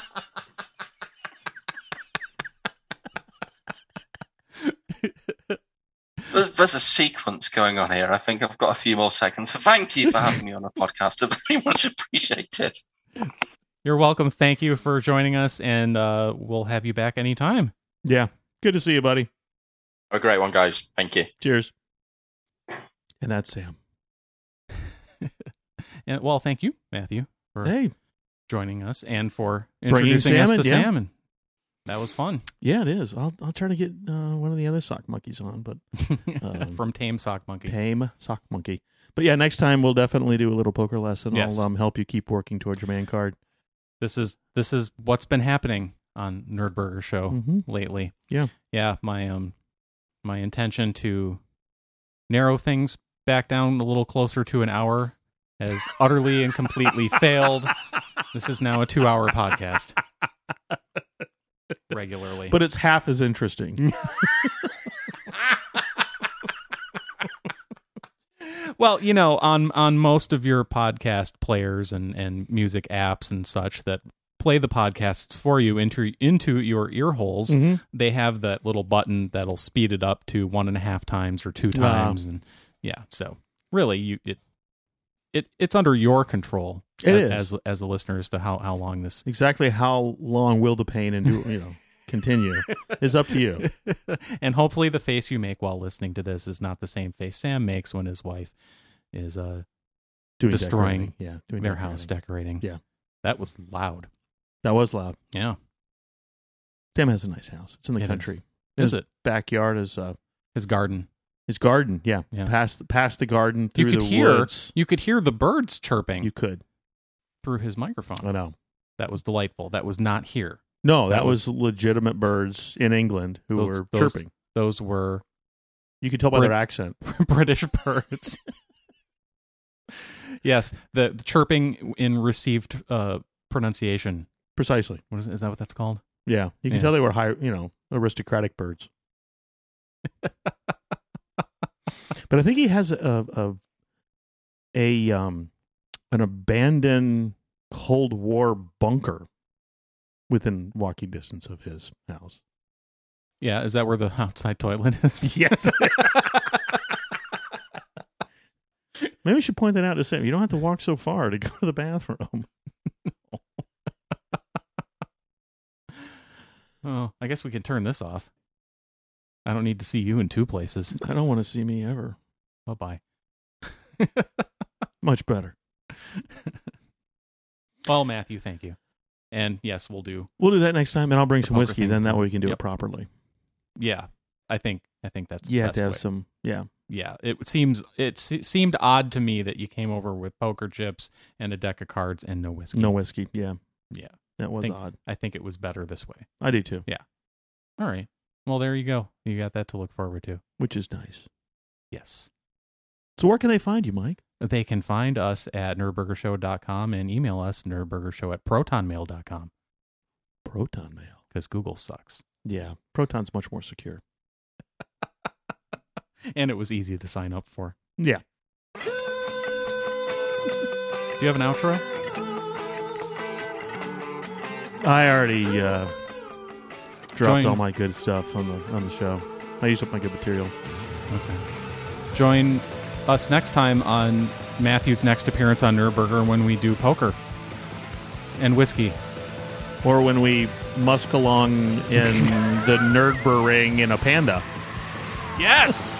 Speaker 2: There's, there's a sequence going on here. I think I've got a few more seconds. [LAUGHS] So thank you for having me on the podcast. I very much appreciate it.
Speaker 3: You're welcome. Thank you for joining us, and uh, we'll have you back anytime.
Speaker 1: Yeah. Good to see you, buddy.
Speaker 2: A great one, guys. Thank you.
Speaker 1: Cheers. And that's Sam.
Speaker 3: And well, thank you, Matthew, for
Speaker 1: Hey.
Speaker 3: joining us and for
Speaker 1: Bringing
Speaker 3: introducing us
Speaker 1: salmon,
Speaker 3: to
Speaker 1: yeah.
Speaker 3: salmon. That was fun
Speaker 1: Yeah, it is. I'll I'll try to get uh, one of the other sock monkeys on, but [LAUGHS] Um,
Speaker 3: from Tame Sock Monkey.
Speaker 1: tame sock monkey. But yeah, next time we'll definitely do a little poker lesson.
Speaker 3: Yes.
Speaker 1: I'll um, help you keep working towards your man card.
Speaker 3: This is this is what's been happening on Nerdburger Show
Speaker 1: Mm-hmm.
Speaker 3: lately.
Speaker 1: Yeah.
Speaker 3: yeah. My um, my intention to narrow things back down a little closer to an hour has utterly
Speaker 1: [LAUGHS]
Speaker 3: and completely failed. This is now a two-hour podcast regularly.
Speaker 1: But it's half as interesting.
Speaker 3: [LAUGHS] well, you know, on on most of your podcast players and and music apps and such that play the podcasts for you into into your ear holes,
Speaker 1: Mhm.
Speaker 3: they have that little button that'll speed it up to one and a half times or two
Speaker 1: Wow.
Speaker 3: times, and yeah. So really, you it it it's under your control
Speaker 1: It
Speaker 3: a-
Speaker 1: is.
Speaker 3: as as a listener as to how how long
Speaker 1: [LAUGHS]
Speaker 3: this
Speaker 1: Exactly how long will the pain and you
Speaker 3: [LAUGHS]
Speaker 1: know continue is up to you.
Speaker 3: and hopefully the face you make while listening to this is not the same face Sam makes when his wife is uh
Speaker 1: Doing
Speaker 3: Destroying
Speaker 1: decorating. yeah, doing
Speaker 3: their
Speaker 1: decorating.
Speaker 3: house decorating.
Speaker 1: Yeah.
Speaker 3: That was loud.
Speaker 1: That was loud.
Speaker 3: Yeah.
Speaker 1: Sam has a nice house. It's in the
Speaker 3: It is.
Speaker 1: country.
Speaker 3: Is
Speaker 1: His
Speaker 3: it?
Speaker 1: Backyard is uh,
Speaker 3: His garden.
Speaker 1: his garden. Yeah,
Speaker 3: Yeah.
Speaker 1: past past the garden through
Speaker 3: you could
Speaker 1: the
Speaker 3: hear
Speaker 1: woods.
Speaker 3: you could hear the birds chirping
Speaker 1: You Uh, could.
Speaker 3: through his
Speaker 1: I
Speaker 3: microphone.
Speaker 1: know.
Speaker 3: That was delightful. That was not here.
Speaker 1: No,
Speaker 3: That
Speaker 1: that, was, legitimate birds in England who
Speaker 3: Those-
Speaker 1: were
Speaker 3: those-
Speaker 1: chirping.
Speaker 3: Those were
Speaker 1: You could tell by
Speaker 3: Brit-
Speaker 1: their accent.
Speaker 3: [LAUGHS] British birds. yes, the, the chirping in received uh pronunciation.
Speaker 1: Precisely.
Speaker 3: What is, is that what that's called?
Speaker 1: Yeah. You can
Speaker 3: Yeah.
Speaker 1: tell they were high, you know, aristocratic [LAUGHS] birds. but I think he has a a, a um an abandoned Cold War bunker within walking distance of his house.
Speaker 3: Yeah, is that where the outside toilet is?
Speaker 1: [LAUGHS] Yes. Maybe we should point that out to Sam. You don't have to walk so far to [LAUGHS] go to the bathroom.
Speaker 3: [LAUGHS] Oh, I guess we can turn this off. I don't need to see you in two places.
Speaker 1: I don't want to see me ever.
Speaker 3: Bye bye.
Speaker 1: Much better.
Speaker 3: Well, Matthew, thank you. And yes, we'll do.
Speaker 1: We'll do that next time, and I'll bring some
Speaker 3: bunker
Speaker 1: whiskey.
Speaker 3: thing.
Speaker 1: Then that way we can do
Speaker 3: Yep.
Speaker 1: it properly.
Speaker 3: Yeah, I think I think that's
Speaker 1: You
Speaker 3: yeah.
Speaker 1: have to have some. Yeah,
Speaker 3: Yeah, it seems it se- seemed odd to me that you came over with poker chips and a deck of cards and no whiskey.
Speaker 1: no whiskey. Yeah,
Speaker 3: Yeah.
Speaker 1: That was
Speaker 3: Think-
Speaker 1: odd.
Speaker 3: I think it was better this way.
Speaker 1: I do too,
Speaker 3: All right. Well, there you go. You got that to look forward to.
Speaker 1: which is nice.
Speaker 3: Yes.
Speaker 1: So where can they find you, Mike?
Speaker 3: They can find us at nerdburgershow.com and email us nerdburgershow at protonmail.com
Speaker 1: Proton Mail.
Speaker 3: because Google sucks.
Speaker 1: Yeah, Proton's much more secure.
Speaker 3: And it was easy to sign up for.
Speaker 1: Yeah.
Speaker 3: Do you have an outro?
Speaker 1: I already uh, dropped
Speaker 3: Join-
Speaker 1: all my good stuff on the on the show. I used up my good material.
Speaker 3: Okay. Join us next time on Matthew's next appearance on Nurburger when we do poker and whiskey.
Speaker 1: Or when we musk along [LAUGHS] in the Nerdber ring in a panda.
Speaker 3: Yes!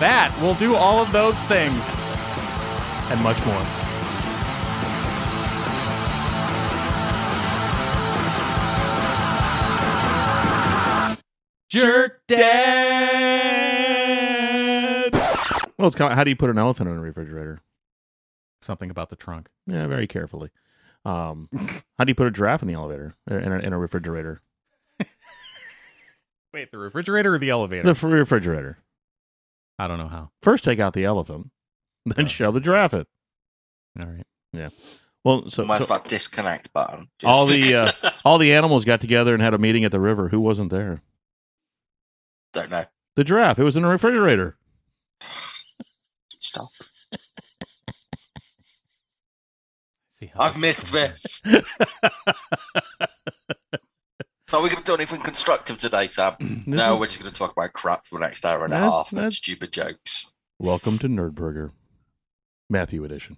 Speaker 3: That. We'll do all of those things.
Speaker 1: and much more.
Speaker 3: Jerk Dad!
Speaker 1: Well, it's kind of, how do you put an elephant in a refrigerator?
Speaker 3: Something about the trunk.
Speaker 1: Yeah, very carefully. [LAUGHS] uh, Um, how do you put a giraffe in the elevator in a, in a refrigerator?
Speaker 3: Wait, the refrigerator or the elevator?
Speaker 1: The fr- refrigerator.
Speaker 3: I don't know how.
Speaker 1: First, take out the elephant, then
Speaker 3: Oh.
Speaker 1: shove the giraffe in.
Speaker 3: All right.
Speaker 1: Well, so,
Speaker 2: Where's
Speaker 1: so
Speaker 2: that disconnect button? Just-
Speaker 1: all the uh, [LAUGHS] all the animals got together and had a meeting at the river. Who wasn't there?
Speaker 2: don't know.
Speaker 1: The giraffe. It was in the refrigerator.
Speaker 2: Stop.
Speaker 3: See how
Speaker 2: I've missed
Speaker 1: [LAUGHS]
Speaker 2: this. so are we going to do anything constructive today, Sam?
Speaker 1: [CLEARS THROAT] This
Speaker 2: No,
Speaker 1: is-
Speaker 2: we're just going to talk about crap for the next hour and a
Speaker 1: That's-
Speaker 2: half and
Speaker 1: that's-
Speaker 2: stupid jokes.
Speaker 1: Welcome to Nerdburger, Matthew edition.